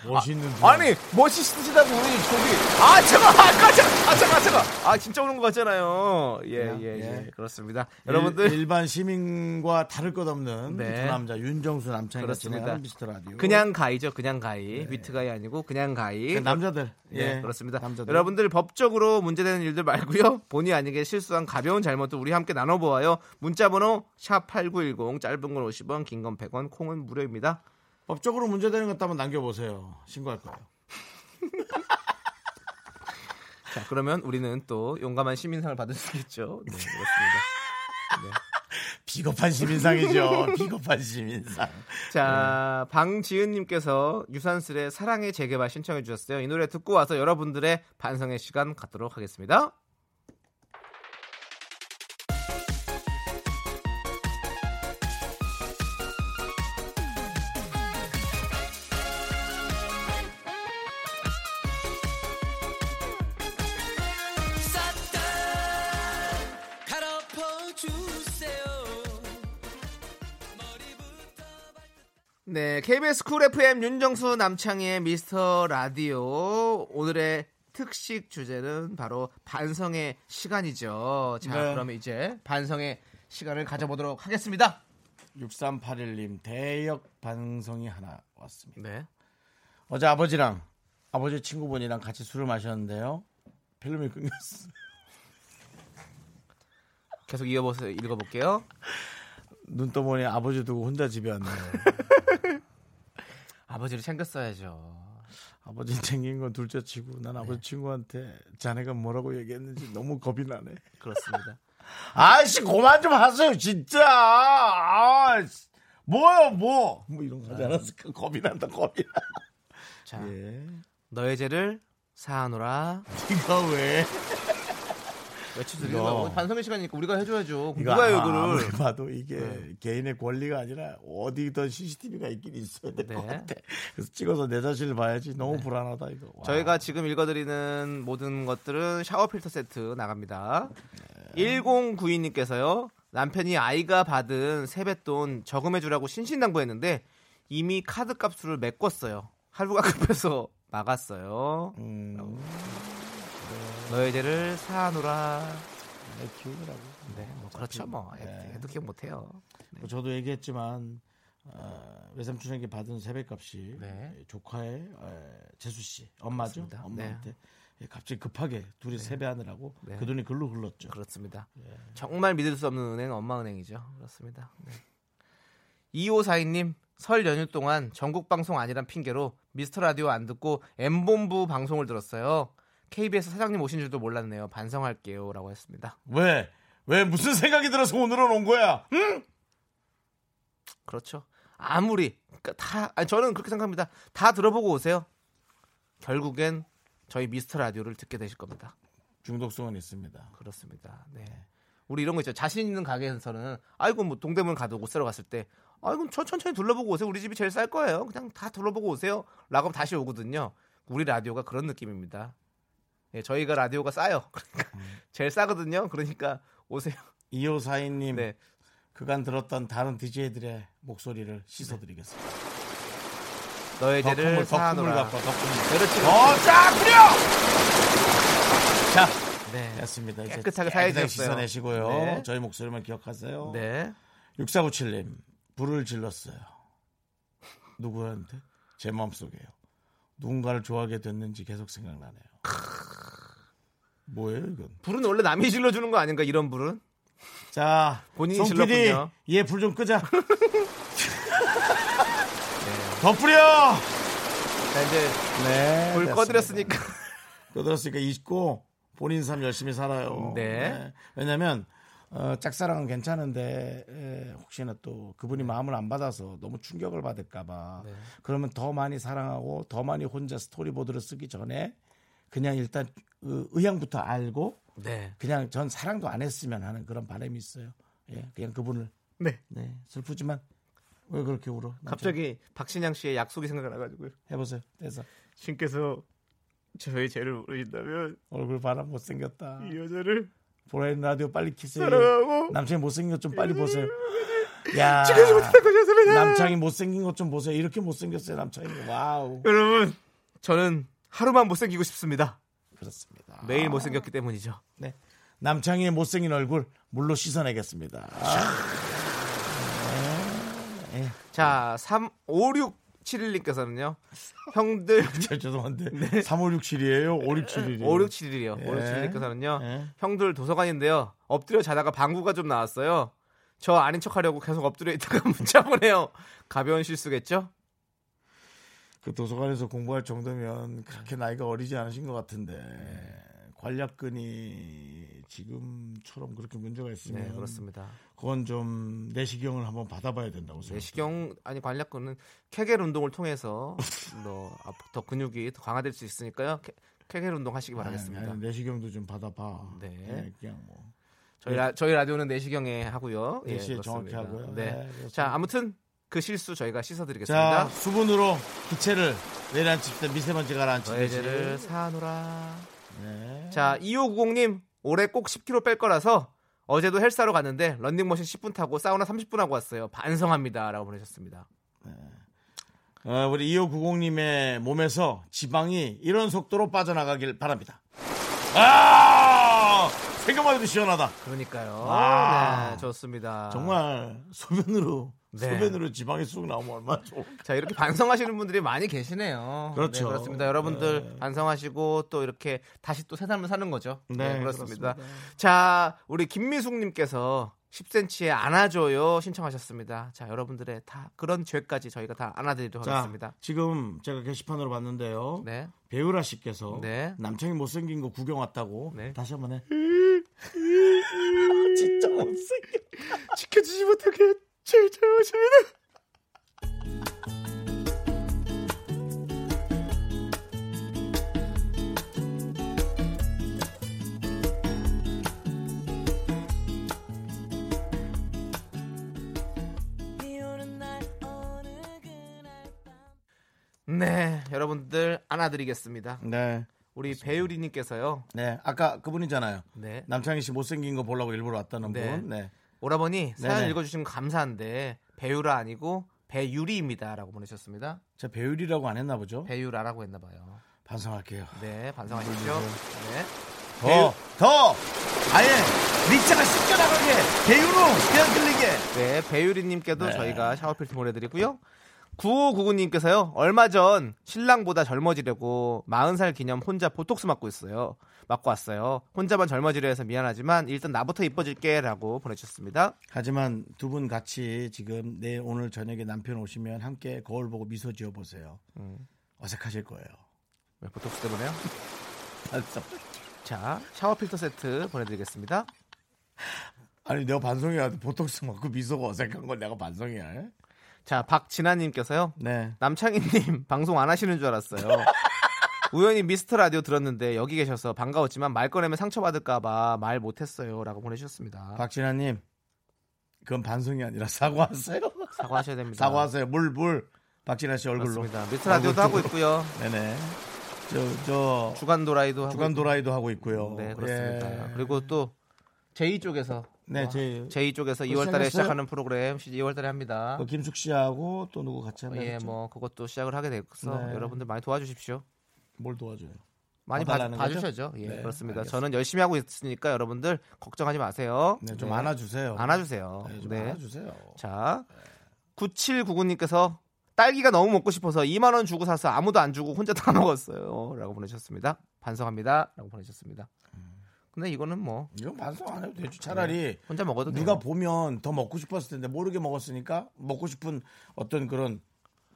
Speaker 1: 멋있는 두
Speaker 2: 아, 아니 멋있으시다고 우리 저기 아 잠깐 아까 잠깐 아 잠깐 잠깐 아 진짜 오는 거 같잖아요 예예예
Speaker 1: 예.
Speaker 2: 그렇습니다
Speaker 1: 일-
Speaker 2: 여러분들
Speaker 1: 일반 시민과 다를 것 없는
Speaker 2: 네.
Speaker 1: 두 남자 윤정수 남창희가
Speaker 2: 그렇습니다.
Speaker 1: 진행하는 미스터 라디오.
Speaker 2: 그냥 가이죠 그냥 가이 위트가이 아니고 그냥 가이
Speaker 1: 네. 그 남자들.
Speaker 2: 네,
Speaker 1: 예.
Speaker 2: 그렇습니다.
Speaker 1: 남자들.
Speaker 2: 여러분들 법적으로 문제되는 일들 말고요. 본의 아니게 실수한 가벼운 잘못도 우리 함께 나눠보아요. 문자번호 샵 #8910 짧은 건 50원, 긴 건 100원, 콩은 무료입니다.
Speaker 1: 법적으로 문제되는 것도 한번 남겨보세요. 신고할 거예요.
Speaker 2: 자, 그러면 우리는 또 용감한 시민상을 받을 수 있겠죠. 네, 그렇습니다.
Speaker 1: 비겁한 시민상이죠. 비겁한 시민상.
Speaker 2: 자, 방지은님께서 유산슬의 사랑의 재개발 신청해 주셨어요. 이 노래 듣고 와서 여러분들의 반성의 시간 갖도록 하겠습니다. 네, KBS 쿨 FM 윤정수 남창희의 미스터 라디오 오늘의 특식 주제는 바로 반성의 시간이죠. 자,
Speaker 1: 네.
Speaker 2: 그러면 이제 반성의 시간을 가져보도록 하겠습니다.
Speaker 1: 6381님 대역 방송이 하나 왔습니다.
Speaker 2: 네.
Speaker 1: 어제 아버지랑 아버지 친구분이랑 같이 술을 마셨는데요. 필름이 끊겼어.
Speaker 2: 계속 이어보세요. 읽어볼게요.
Speaker 1: 눈 떠보니 아버지 두고 혼자 집에 왔네요.
Speaker 2: 아버지를 챙겼어야죠.
Speaker 1: 아버지 챙긴 건 둘째 치고 난
Speaker 2: 네.
Speaker 1: 아버지 친구한테 자네가 뭐라고 얘기했는지 너무 겁이 나네.
Speaker 2: 그렇습니다.
Speaker 1: 아이씨 그만 좀 하세요 진짜. 아, 씨. 뭐요 뭐. 뭐 이런 거 하지 않았을까 겁이 난다 겁이 나.
Speaker 2: 아. 자,
Speaker 1: 예.
Speaker 2: 너의 죄를 사하노라.
Speaker 1: 이거 왜.
Speaker 2: 외치드리고 반성의 시간이니까 우리가 해줘야죠.
Speaker 1: 이거
Speaker 2: 누가
Speaker 1: 아무리
Speaker 2: 요구를 네.
Speaker 1: 봐도 이게 개인의 권리가 아니라 어디든 CCTV가 있긴 있어야 될 것
Speaker 2: 네.
Speaker 1: 같아. 그래서 찍어서 내 자신을 봐야지 너무 불안하다 이거. 와.
Speaker 2: 저희가 지금 읽어드리는 모든 것들은 샤워 필터 세트 나갑니다.
Speaker 1: 네.
Speaker 2: 1092님께서요. 남편이 아이가 받은 세뱃돈 저금해주라고 신신당부했는데 이미 카드 값을 메꿨어요. 할부가 급해서 막았어요. 네.
Speaker 1: 음,
Speaker 2: 너의 죄를 사하노라.
Speaker 1: 내 키우느라고.
Speaker 2: 네, 뭐 그렇죠 뭐.
Speaker 1: 네.
Speaker 2: 애, 도 기억 못해요.
Speaker 1: 뭐 저도 얘기했지만 어, 외삼촌에게 받은 세뱃값이
Speaker 2: 네.
Speaker 1: 조카의 어, 재수 씨 엄마죠.
Speaker 2: 그렇습니다.
Speaker 1: 엄마한테 예, 갑자기 급하게 둘이 세배하느라고
Speaker 2: 네.
Speaker 1: 그 돈이 글로 흘렀죠.
Speaker 2: 그렇습니다. 정말 믿을 수 없는 은행 엄마은행이죠. 그렇습니다. 네. 2542님 설 연휴 동안 전국 방송 아니란 핑계로 미스터 라디오 안 듣고 M본부 방송을 들었어요. KBS 사장님 오신 줄도 몰랐네요. 반성할게요라고 했습니다.
Speaker 1: 음? 왜? 왜 무슨 생각이 들어서 오늘은 온 거야? 응?
Speaker 2: 그렇죠. 아무리 그러니까 다 아니, 저는 그렇게 생각합니다. 다 들어보고 오세요. 결국엔 저희 미스터 라디오를 듣게 되실 겁니다.
Speaker 1: 중독성은 있습니다.
Speaker 2: 그렇습니다. 네. 우리 이런 거 있죠. 자신 있는 가게에서는 아이고 뭐 동대문 가도 옷 사러 갔을 때 아이고 천- 천천히 둘러보고 오세요. 우리 집이 제일 쌀 거예요. 그냥 다 둘러보고 오세요. 라고 하면 다시 오거든요. 우리 라디오가 그런 느낌입니다. 예, 저희가 라디오가 싸요. 그러니까
Speaker 1: 음.
Speaker 2: 제일 싸거든요. 그러니까 오세요.
Speaker 1: 이호사인님
Speaker 2: 네.
Speaker 1: 그간 들었던 다른 DJ들의 목소리를 씻어드리겠습니다.
Speaker 2: 너의
Speaker 1: 덕hum을 덕hum을
Speaker 2: 죄를 사하노라.
Speaker 1: 갖고 덕hum을.
Speaker 2: 그렇지.
Speaker 1: 어짜 그려. 자
Speaker 2: 네.
Speaker 1: 됐습니다. 이제 깨끗하게
Speaker 2: 깨끗하게 사해졌어요.
Speaker 1: 씻어내시고요.
Speaker 2: 네.
Speaker 1: 저희 목소리만 기억하세요.
Speaker 2: 네.
Speaker 1: 6497님 불을 질렀어요. 누구한테? 제 마음속에요. 누군가를 좋아하게 됐는지 계속 생각나네요. 뭐예요 이건?
Speaker 2: 불은 원래 남이 질러주는 거 아닌가 이런 불은?
Speaker 1: 자,
Speaker 2: 본인이
Speaker 1: 송 PD, 예,
Speaker 2: 질렀군요. 네.
Speaker 1: 얘불 좀 끄자. 더 뿌려.
Speaker 2: 자 이제
Speaker 1: 네,
Speaker 2: 불
Speaker 1: 됐습니다.
Speaker 2: 꺼드렸으니까
Speaker 1: 꺼드렸으니까 잊고 본인 삶 열심히 살아요.
Speaker 2: 네.
Speaker 1: 왜냐하면 어, 짝사랑은 괜찮은데 에, 혹시나 또
Speaker 2: 네.
Speaker 1: 그분이 마음을 안 받아서 너무 충격을 받을까봐 그러면 더 많이 사랑하고 더 많이 혼자 스토리보드를 쓰기 전에 그냥 일단 그 의향부터 알고
Speaker 2: 네.
Speaker 1: 그냥 전 사랑도 안 했으면 하는 그런 바람이 있어요. 예, 그냥 그분을
Speaker 2: 네.
Speaker 1: 네, 슬프지만 왜 그렇게 울어? 남자?
Speaker 2: 갑자기 박신양 씨의 약속이 생각나가지고요.
Speaker 1: 해보세요. 그래서
Speaker 2: 신께서 저의 죄를 모르신다면
Speaker 1: 얼굴 바람 못 생겼다.
Speaker 2: 이 여자를
Speaker 1: 보라인 라디오 빨리 키스해.
Speaker 2: 사랑하고
Speaker 1: 남창이 못생긴 것 좀 빨리 보세요. 야.
Speaker 2: 하셨습니다.
Speaker 1: 남창이 못생긴 것 좀 보세요. 이렇게 못생겼어요, 남창이. 와우.
Speaker 2: 여러분 저는 하루만 못생기고 싶습니다.
Speaker 1: 그렇습니다.
Speaker 2: 매일 못생겼기 때문이죠.
Speaker 1: 네. 남창이의 못생긴 얼굴 물로 씻어내겠습니다. 아,
Speaker 2: 자, 3567님께서는요. 형들
Speaker 1: 저- 죄송한데.
Speaker 2: 네.
Speaker 1: 3567이에요? 5671이에요?
Speaker 2: 5671이요.
Speaker 1: 예.
Speaker 2: 5671님께서는요.
Speaker 1: 예.
Speaker 2: 형들 도서관인데요. 엎드려 자다가 방구가 좀 나왔어요. 저 아닌 척 하려고 계속 엎드려 있다가 문자 보내요. 가벼운 실수겠죠?
Speaker 1: 그 도서관에서 공부할 정도면 그렇게 나이가 어리지 않으신 것 같은데. 관략근이 지금처럼 그렇게 문제가 있으면
Speaker 2: 네, 그렇습니다.
Speaker 1: 그건 좀 내 시경을 한번 받아봐야 된다고 생각합니다.
Speaker 2: 네, 내시경 음. 아니 관략근은 케겔 운동을 통해서 더, 앞- 더 근육이 더 강화될 수 있으니까요. 케, 케겔 운동 하시기
Speaker 1: 아니,
Speaker 2: 바라겠습니다.
Speaker 1: 아니, 내시경도 좀 받아봐.
Speaker 2: 네.
Speaker 1: 예, 그냥 뭐
Speaker 2: 저희, 라, 저희 라디오는 내시경에 하고요. 예,
Speaker 1: 네, 내시에 정확히
Speaker 2: 그렇습니다.
Speaker 1: 하고요. 네,
Speaker 2: 네.
Speaker 1: 그렇습니다.
Speaker 2: 자, 아무튼 그 실수 저희가
Speaker 1: 자,
Speaker 2: 씻어드리겠습니다.
Speaker 1: 수분으로 기체를 내려앉힙시다. 미세먼지
Speaker 2: 저의 죄를
Speaker 1: 가라앉히듯이.
Speaker 2: 사노라.
Speaker 1: 네.
Speaker 2: 자, 2590님, 올해 꼭 10kg 뺄 거라서 어제도 헬스하러 갔는데 런닝머신 10분 타고 사우나 30분 하고 왔어요. 반성합니다. 라고 보내셨습니다.
Speaker 1: 어, 우리 2590님의 몸에서 지방이 이런 속도로 빠져나가길 바랍니다. 아! 생각만 해도 시원하다.
Speaker 2: 그러니까요.
Speaker 1: 아.
Speaker 2: 네, 좋습니다.
Speaker 1: 정말 소변으로
Speaker 2: 네.
Speaker 1: 소변으로 지방이 쑥 나오면 얼마나 좋을까.
Speaker 2: 자, 이렇게 반성하시는 분들이 많이 계시네요.
Speaker 1: 그렇죠.
Speaker 2: 네, 그렇습니다. 여러분들 반성하시고 또 이렇게 다시 또 새 삶을 사는 거죠.
Speaker 1: 네,
Speaker 2: 그렇습니다. 자, 우리 김미숙님께서 10cm에 안아줘요 신청하셨습니다. 자, 여러분들의 다 그런 죄까지 저희가 다 안아드리도록
Speaker 1: 자,
Speaker 2: 하겠습니다.
Speaker 1: 지금 제가 게시판으로 봤는데요.
Speaker 2: 네.
Speaker 1: 배우라 씨께서
Speaker 2: 네.
Speaker 1: 남창이 못생긴 거 구경 왔다고
Speaker 2: 네.
Speaker 1: 다시 한번 해. 진짜 못생겨.
Speaker 2: 지켜주지 못하게 제일 잘하십니다. 네, 여러분들 안아드리겠습니다.
Speaker 1: 네.
Speaker 2: 우리 배유리님께서요.
Speaker 1: 네. 아까 그분이잖아요.
Speaker 2: 네.
Speaker 1: 남창희 씨 못생긴 거 보려고 일부러 왔다는
Speaker 2: 네.
Speaker 1: 분. 네.
Speaker 2: 오라버니 사연
Speaker 1: 네네.
Speaker 2: 읽어주신 거 감사한데 배유라 아니고 배유리입니다라고 보내셨습니다.
Speaker 1: 제 배율이라고 안 했나 보죠.
Speaker 2: 배유라라고 했나 봐요.
Speaker 1: 반성할게요.
Speaker 2: 네 반성하십시오. 네.
Speaker 1: 더, 더, 아예 밑자가 씻겨나가게 배율로 그냥 들리게.
Speaker 2: 네, 배유리님께도 저희가 샤워 필터 보내드리고요. 9599님께서요, 얼마 전 신랑보다 젊어지려고 40살 기념 혼자 보톡스 맞고 있어요. 맞고 왔어요. 혼자만 젊어지려 해서 미안하지만 일단 나부터 이뻐질게 라고 보내주셨습니다.
Speaker 1: 하지만 두 분 같이 지금 내일 오늘 저녁에 남편 오시면 함께 거울 보고 미소 지어 보세요.
Speaker 2: 음.
Speaker 1: 어색하실 거예요. 아,
Speaker 2: 네, 보톡스 때문에요.
Speaker 1: 반성.
Speaker 2: 자, 샤워 필터 세트 보내드리겠습니다.
Speaker 1: 아니 내가 반성해야 돼. 보톡스 맞고 미소가 어색한 건 내가 반성해야 해.
Speaker 2: 자, 박진아님께서요.
Speaker 1: 네.
Speaker 2: 남창희님 방송 안 하시는 줄 알았어요. 우연히 미스터 라디오 들었는데 여기 계셔서 반가웠지만 말 꺼내면 상처받을까봐 말 못했어요라고 보내주셨습니다.
Speaker 1: 박진아님, 그건 반성이 아니라 사과하세요.
Speaker 2: 사과하셔야 됩니다.
Speaker 1: 사과하세요. 물, 물. 박진아 씨 얼굴로.
Speaker 2: 그렇습니다. 미스터 라디오도 하고 있고요.
Speaker 1: 네네. 저, 저,
Speaker 2: 주간 도라이도 하고
Speaker 1: 주간
Speaker 2: 있고.
Speaker 1: 도라이도 하고 있고요.
Speaker 2: 네 그렇습니다.
Speaker 1: 예.
Speaker 2: 그리고 또 제이 쪽에서
Speaker 1: 네,
Speaker 2: 와,
Speaker 1: 제이.
Speaker 2: 제이 쪽에서
Speaker 1: 그거
Speaker 2: 2월달에
Speaker 1: 생겼어요?
Speaker 2: 시작하는 프로그램 2월달에 합니다.
Speaker 1: 그 김숙 씨하고 또 누구 같이 하면
Speaker 2: 예,
Speaker 1: 했죠?
Speaker 2: 뭐 그것도 시작을 하게 돼서
Speaker 1: 네.
Speaker 2: 여러분들 많이 도와주십시오.
Speaker 1: 뭘 도와줘요?
Speaker 2: 많이 봐,
Speaker 1: 봐달라는 거죠?
Speaker 2: 봐주셔야죠. 예,
Speaker 1: 네,
Speaker 2: 그렇습니다.
Speaker 1: 알겠습니다.
Speaker 2: 저는 열심히 하고 있으니까 여러분들 걱정하지 마세요.
Speaker 1: 네, 좀
Speaker 2: 네.
Speaker 1: 안아주세요.
Speaker 2: 안아주세요.
Speaker 1: 네,
Speaker 2: 네,
Speaker 1: 좀 안아주세요.
Speaker 2: 자, 9799님께서 딸기가 너무 먹고 싶어서 2만 원 주고 사서 아무도 안 주고 혼자 다 먹었어요라고 보내셨습니다. 반성합니다라고 보내셨습니다.
Speaker 1: 음.
Speaker 2: 근데 이거는 뭐
Speaker 1: 이건 반성 안 해도
Speaker 2: 네.
Speaker 1: 되죠. 차라리
Speaker 2: 혼자 먹어도
Speaker 1: 누가
Speaker 2: 돼요.
Speaker 1: 보면 더 먹고 싶었을 텐데 모르게 먹었으니까 먹고 싶은 어떤 그런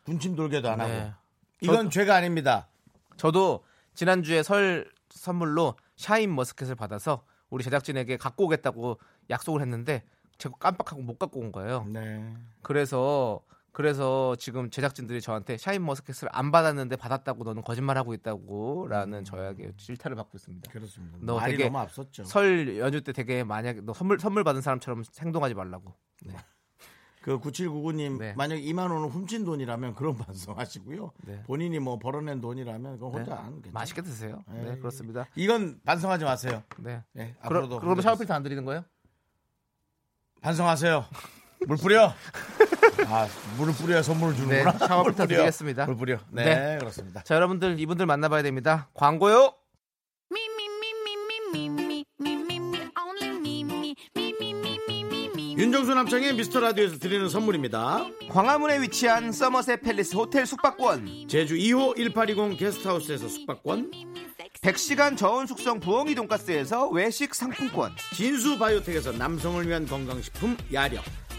Speaker 1: 군침 돌게도 안
Speaker 2: 네.
Speaker 1: 하고 이건 죄가 아닙니다.
Speaker 2: 저도 지난주에 설 선물로 샤인 머스켓을 받아서 우리 제작진에게 갖고 오겠다고 약속을 했는데 제가 깜빡하고 못 갖고 온 거예요.
Speaker 1: 네.
Speaker 2: 그래서 그래서 지금 제작진들이 저한테 샤인 머스켓을 안 받았는데 받았다고 너는 거짓말하고 있다고라는 저에게 질타를 받고
Speaker 1: 음.
Speaker 2: 있습니다.
Speaker 1: 그렇습니다.
Speaker 2: 너
Speaker 1: 말이
Speaker 2: 되게
Speaker 1: 너무 앞섰죠.
Speaker 2: 설 연휴 때 되게 만약에 너 선물 선물 받은 사람처럼 행동하지 말라고. 네.
Speaker 1: 그 9799님
Speaker 2: 네.
Speaker 1: 만약 2만 원은 훔친 돈이라면 그런 반성하시고요.
Speaker 2: 네.
Speaker 1: 본인이 뭐 벌어낸 돈이라면 그건 혼자
Speaker 2: 네.
Speaker 1: 안 괜찮아요.
Speaker 2: 맛있게 드세요. 네,
Speaker 1: 에이.
Speaker 2: 그렇습니다.
Speaker 1: 이건 반성하지 마세요.
Speaker 2: 네.
Speaker 1: 네,
Speaker 2: 그러,
Speaker 1: 앞으로도
Speaker 2: 그럼 샤워 필터 안 드리는 거예요?
Speaker 1: 반성하세요. 물 뿌려. 아, 물을 뿌려야 선물을 주는구나.
Speaker 2: 네, 샤워
Speaker 1: 물
Speaker 2: 필터
Speaker 1: 뿌려.
Speaker 2: 드리겠습니다.
Speaker 1: 물 뿌려. 네,
Speaker 2: 네.
Speaker 1: 그렇습니다.
Speaker 2: 자, 여러분들 이분들 만나봐야 됩니다. 광고요.
Speaker 3: Me, me, me, me, me, me, me, me, me, me, only me, me, me, me, me, me, me, me.
Speaker 1: 윤정수 남창의 미스터 라디오에서 드리는 선물입니다.
Speaker 2: 광화문에 위치한 서머셋 팰리스 호텔 숙박권,
Speaker 1: 제주 2호 1820 게스트하우스에서 숙박권,
Speaker 2: 100시간 저온 숙성 부엉이 돈가스에서 외식 상품권,
Speaker 1: 진수 바이오텍에서 남성을 위한 건강식품 야력,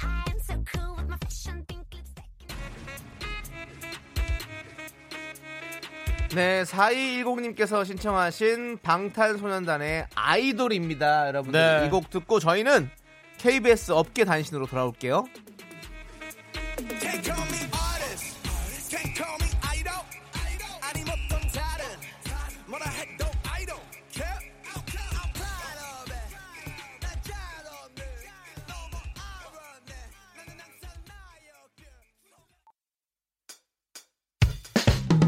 Speaker 3: I'm so cool with my fashion, pink lipstick.
Speaker 2: 네, 4210님께서 신청하신 방탄소년단의 아이돌입니다. 여러분들
Speaker 1: 네.
Speaker 2: 이 곡 듣고 저희는 KBS 업계 단신으로 돌아올게요.
Speaker 6: Can't call me artist. Can't call me idol. 아님 어떤 다른. 뭐라 해도 idol. Yeah. I'm proud of it. 난잘 없네. 너무 알았네. 나는 항상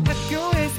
Speaker 6: 나였게.
Speaker 7: 학교에서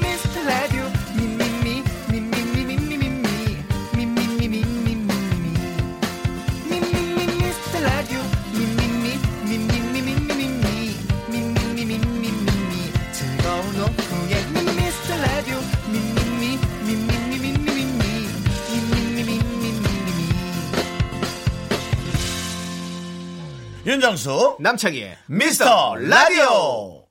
Speaker 7: 미스터 라디오 미미미 미미미 미미미 미미미 미미미
Speaker 1: 윤정수
Speaker 2: 남창희의
Speaker 1: 미스터 라디오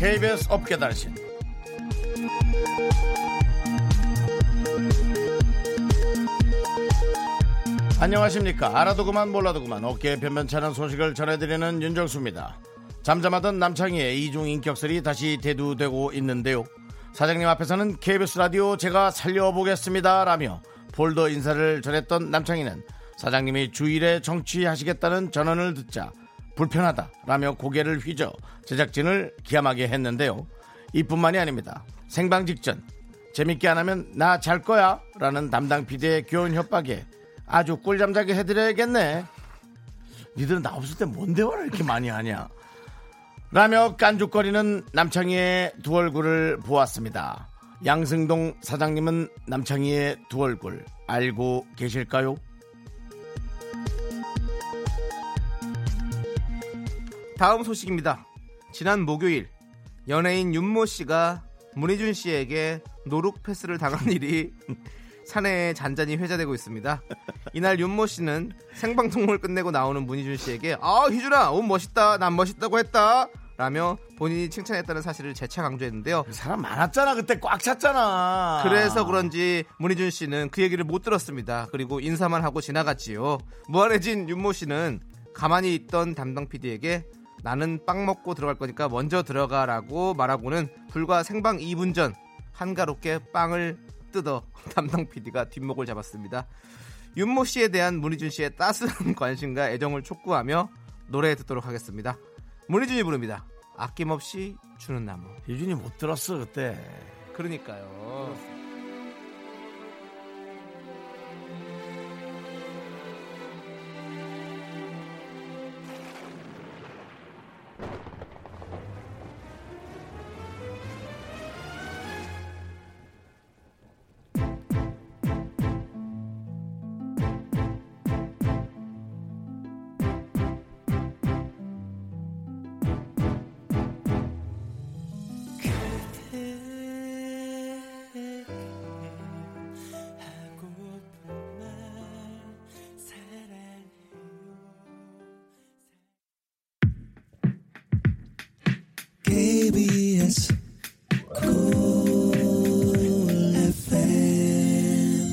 Speaker 1: KBS 업계 단신 안녕하십니까 알아도 그만 몰라도 그만 업계의 변변찮은 소식을 전해드리는 윤정수입니다 잠잠하던 남창희의 이중 인격설이 다시 대두되고 있는데요 사장님 앞에서는 KBS 라디오 제가 살려보겠습니다 라며 폴더 인사를 전했던 남창희는 사장님이 주일에 정치하시겠다는 전언을 듣자 불편하다 라며 고개를 휘저 제작진을 기함하게 했는데요 이뿐만이 아닙니다 생방 직전 재밌게 안 하면 나 잘 거야 라는 담당 PD의 귀여운 협박에 아주 꿀잠 자게 해드려야겠네 니들은 나 없을 때 뭔 대화를 이렇게 많이 하냐 라며 깐죽거리는 남창희의 두 얼굴을 보았습니다 양승동 사장님은 남창희의 두 얼굴 알고 계실까요?
Speaker 2: 다음 소식입니다. 지난 목요일 연예인 윤모 씨가 문희준 씨에게 노룩 패스를 당한 일이 사내에 잔잔히 회자되고 있습니다. 이날 윤모 씨는 생방송을 끝내고 나오는 문희준 씨에게 아 희준아 옷 멋있다 난 멋있다고 했다 라며 본인이 칭찬했다는 사실을 재차 강조했는데요.
Speaker 1: 사람 많았잖아 그때 꽉 찼잖아.
Speaker 2: 그래서 그런지 문희준 씨는 그 얘기를 못 들었습니다. 그리고 인사만 하고 지나갔지요. 무한해진 윤모 씨는 가만히 있던 담당 PD에게 나는 빵 먹고 들어갈 거니까 먼저 들어가라고 말하고는 불과 생방 2분 전 한가롭게 빵을 뜯어 담당 PD가 뒷목을 잡았습니다. 윤모 씨에 대한 문희준 씨의 따스한 관심과 애정을 촉구하며 노래 듣도록 하겠습니다. 문희준이 부릅니다. 아낌없이 주는 나무.
Speaker 1: 유진이 못 들었어 그때.
Speaker 2: 그러니까요.
Speaker 8: KBS Cool FM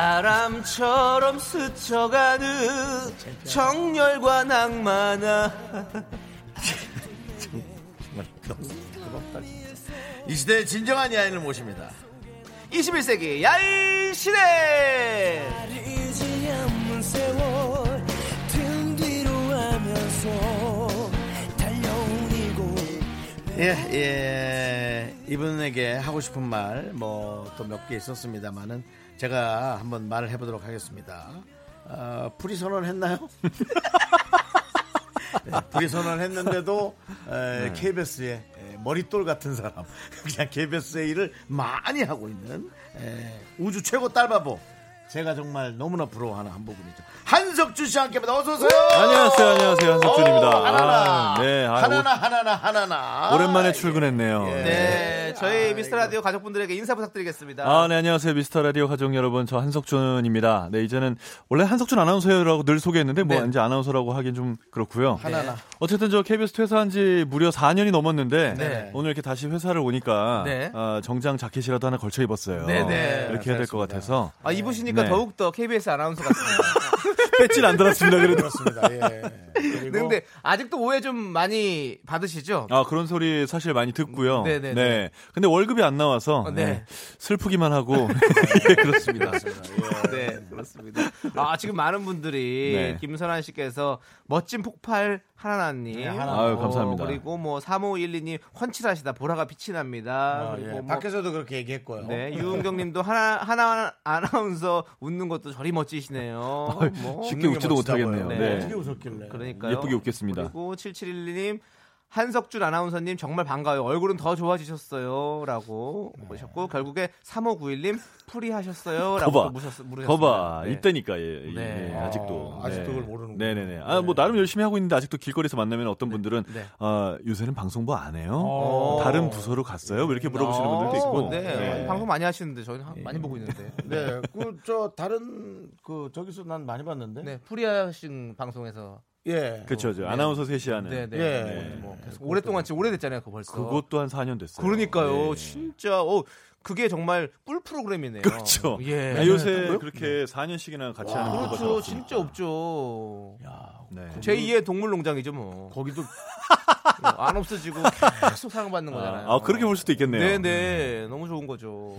Speaker 2: 바람처럼 스쳐가는 정열과 낭만아
Speaker 1: 이 시대의 진정한 야인을 모십니다.
Speaker 2: 21세기 야인 시대
Speaker 8: 이지 않는 세월 등 뒤로 하면서 달려온 이곳
Speaker 1: 예, 예. 이분에게 하고 싶은 말, 뭐 또 몇 개 있었습니다만은 제가 한번 말을 해보도록 하겠습니다. 어, 불이 선언했나요? 네, 불이 선언했는데도
Speaker 9: 네.
Speaker 1: 에, KBS의 머릿돌 같은 사람, 그냥 KBS의 일을 많이 하고 있는 에, 우주 최고 딸바보. 제가 정말 너무나 부러워하는 한 부분이죠. 한석준 씨와 함께합니다. 어서 오세요.
Speaker 9: 안녕하세요, 안녕하세요. 한석준입니다.
Speaker 1: 오, 어, 하나나,
Speaker 9: 아, 네, 아,
Speaker 1: 하나나, 하나나, 하나나.
Speaker 9: 오랜만에
Speaker 1: 아,
Speaker 9: 출근했네요.
Speaker 1: 예.
Speaker 2: 네 저희 미스터 라디오 가족분들에게 인사 부탁드리겠습니다
Speaker 9: 아, 네, 안녕하세요. 미스터 라디오 가족 여러분. 저 한석준입니다. 네, 이제는 원래 한석준 아나운서라고 늘 소개했는데 뭐
Speaker 2: 네.
Speaker 9: 이제 아나운서라고 하긴 좀 그렇고요.
Speaker 1: 하나나.
Speaker 9: 어쨌든 저 KBS 퇴사한 지 무려 4년이 넘었는데
Speaker 1: 네.
Speaker 9: 오늘 이렇게 다시 회사를 오니까
Speaker 2: 네.
Speaker 9: 아, 정장 자켓이라도 하나 걸쳐 입었어요.
Speaker 2: 네, 네.
Speaker 9: 이렇게 해야 될 것 같아서
Speaker 2: 아, 입으시니까
Speaker 9: 네.
Speaker 2: 더욱더 KBS 아나운서 같습니다
Speaker 9: 뺏진 안 들었습니다. 그래도
Speaker 1: 그렇습니다. 예. 그리고
Speaker 2: 근데 아직도 오해 좀 많이 받으시죠?
Speaker 9: 아 그런 소리 사실 많이 듣고요.
Speaker 2: 네, 네,
Speaker 9: 네. 근데 월급이 안 나와서
Speaker 2: 어, 네.
Speaker 9: 네, 슬프기만 하고 예, 그렇습니다.
Speaker 2: 네, 그렇습니다. 아, 지금 많은 분들이
Speaker 9: 아, 네.
Speaker 2: 김선환 씨께서 멋진 폭발 하나나님.
Speaker 1: 하나나.
Speaker 9: 네, 아유, 감사합니다.
Speaker 2: 어, 그리고 뭐 3512님 헌칠하시다 보라가 빛이 납니다.
Speaker 9: 아,
Speaker 1: 어, 예.
Speaker 2: 그리고 뭐
Speaker 1: 밖에서도 그렇게
Speaker 9: 어?
Speaker 1: 얘기했고요. 음.
Speaker 2: 네, 유은경 님도 하나, 하나 아나운서 웃는 것도 저리 멋지시네요. 뭐.
Speaker 9: 아, 쉽게 웃지도 못하겠네요.
Speaker 2: 네.
Speaker 9: 네.
Speaker 1: 어떻게 웃었길래?
Speaker 2: 그러니까요.
Speaker 9: 예쁘게 웃겠습니다.
Speaker 2: 그리고 7712님 한석준 아나운서님 정말 반가워요. 얼굴은 더 좋아지셨어요. 라고
Speaker 9: 네.
Speaker 2: 오셨고 결국에 3591님 풀이하셨어요. 라고
Speaker 9: 거봐,
Speaker 2: 또 무셨, 물으셨습니다.
Speaker 9: 거봐,
Speaker 2: 네.
Speaker 9: 이때니까 예, 예,
Speaker 2: 네.
Speaker 9: 예, 아직도
Speaker 1: 아, 아직도 그걸 모르는구나.
Speaker 9: 네네네. 아 뭐 나름 열심히 하고 있는데 아직도 길거리에서 만나면 어떤 분들은
Speaker 2: 네.
Speaker 9: 아, 요새는 방송부 안 해요.
Speaker 1: 어.
Speaker 9: 다른 부서로 갔어요. 왜 이렇게 물어보시는 분들도 있고.
Speaker 2: 네.
Speaker 9: 네. 예.
Speaker 2: 방송 많이 하시는데 저희는 하- 많이 보고 있는데. 네.
Speaker 1: 네, 그 저 다른 그 저기서 난 많이 봤는데.
Speaker 2: 네, 프리하신 방송에서
Speaker 1: 예.
Speaker 9: 그렇죠, 저 아나운서 셋이 하는.
Speaker 2: 네, 네.
Speaker 1: 예.
Speaker 2: 뭐 계속 오랫동안 지금 오래됐잖아요, 그거 벌써.
Speaker 9: 네. 그것도 한 4년 됐어요.
Speaker 2: 그러니까요.
Speaker 9: 네.
Speaker 2: 진짜 어 그게 정말 꿀 프로그램이네요.
Speaker 9: 그렇죠.
Speaker 2: 예.
Speaker 9: 아, 요새 그렇게 4년씩이나 같이 하는 경우가 잘
Speaker 2: 네. 그렇죠.
Speaker 9: 없으니까.
Speaker 2: 진짜 없죠.
Speaker 9: 네.
Speaker 2: 제2의 동물농장이죠, 뭐.
Speaker 1: 거기도
Speaker 2: 어, 안 없어지고 계속 사랑받는 거잖아요.
Speaker 9: 아, 그렇게 음. 예. 볼 수도 있겠네요.
Speaker 2: 네네. 너무 좋은 거죠.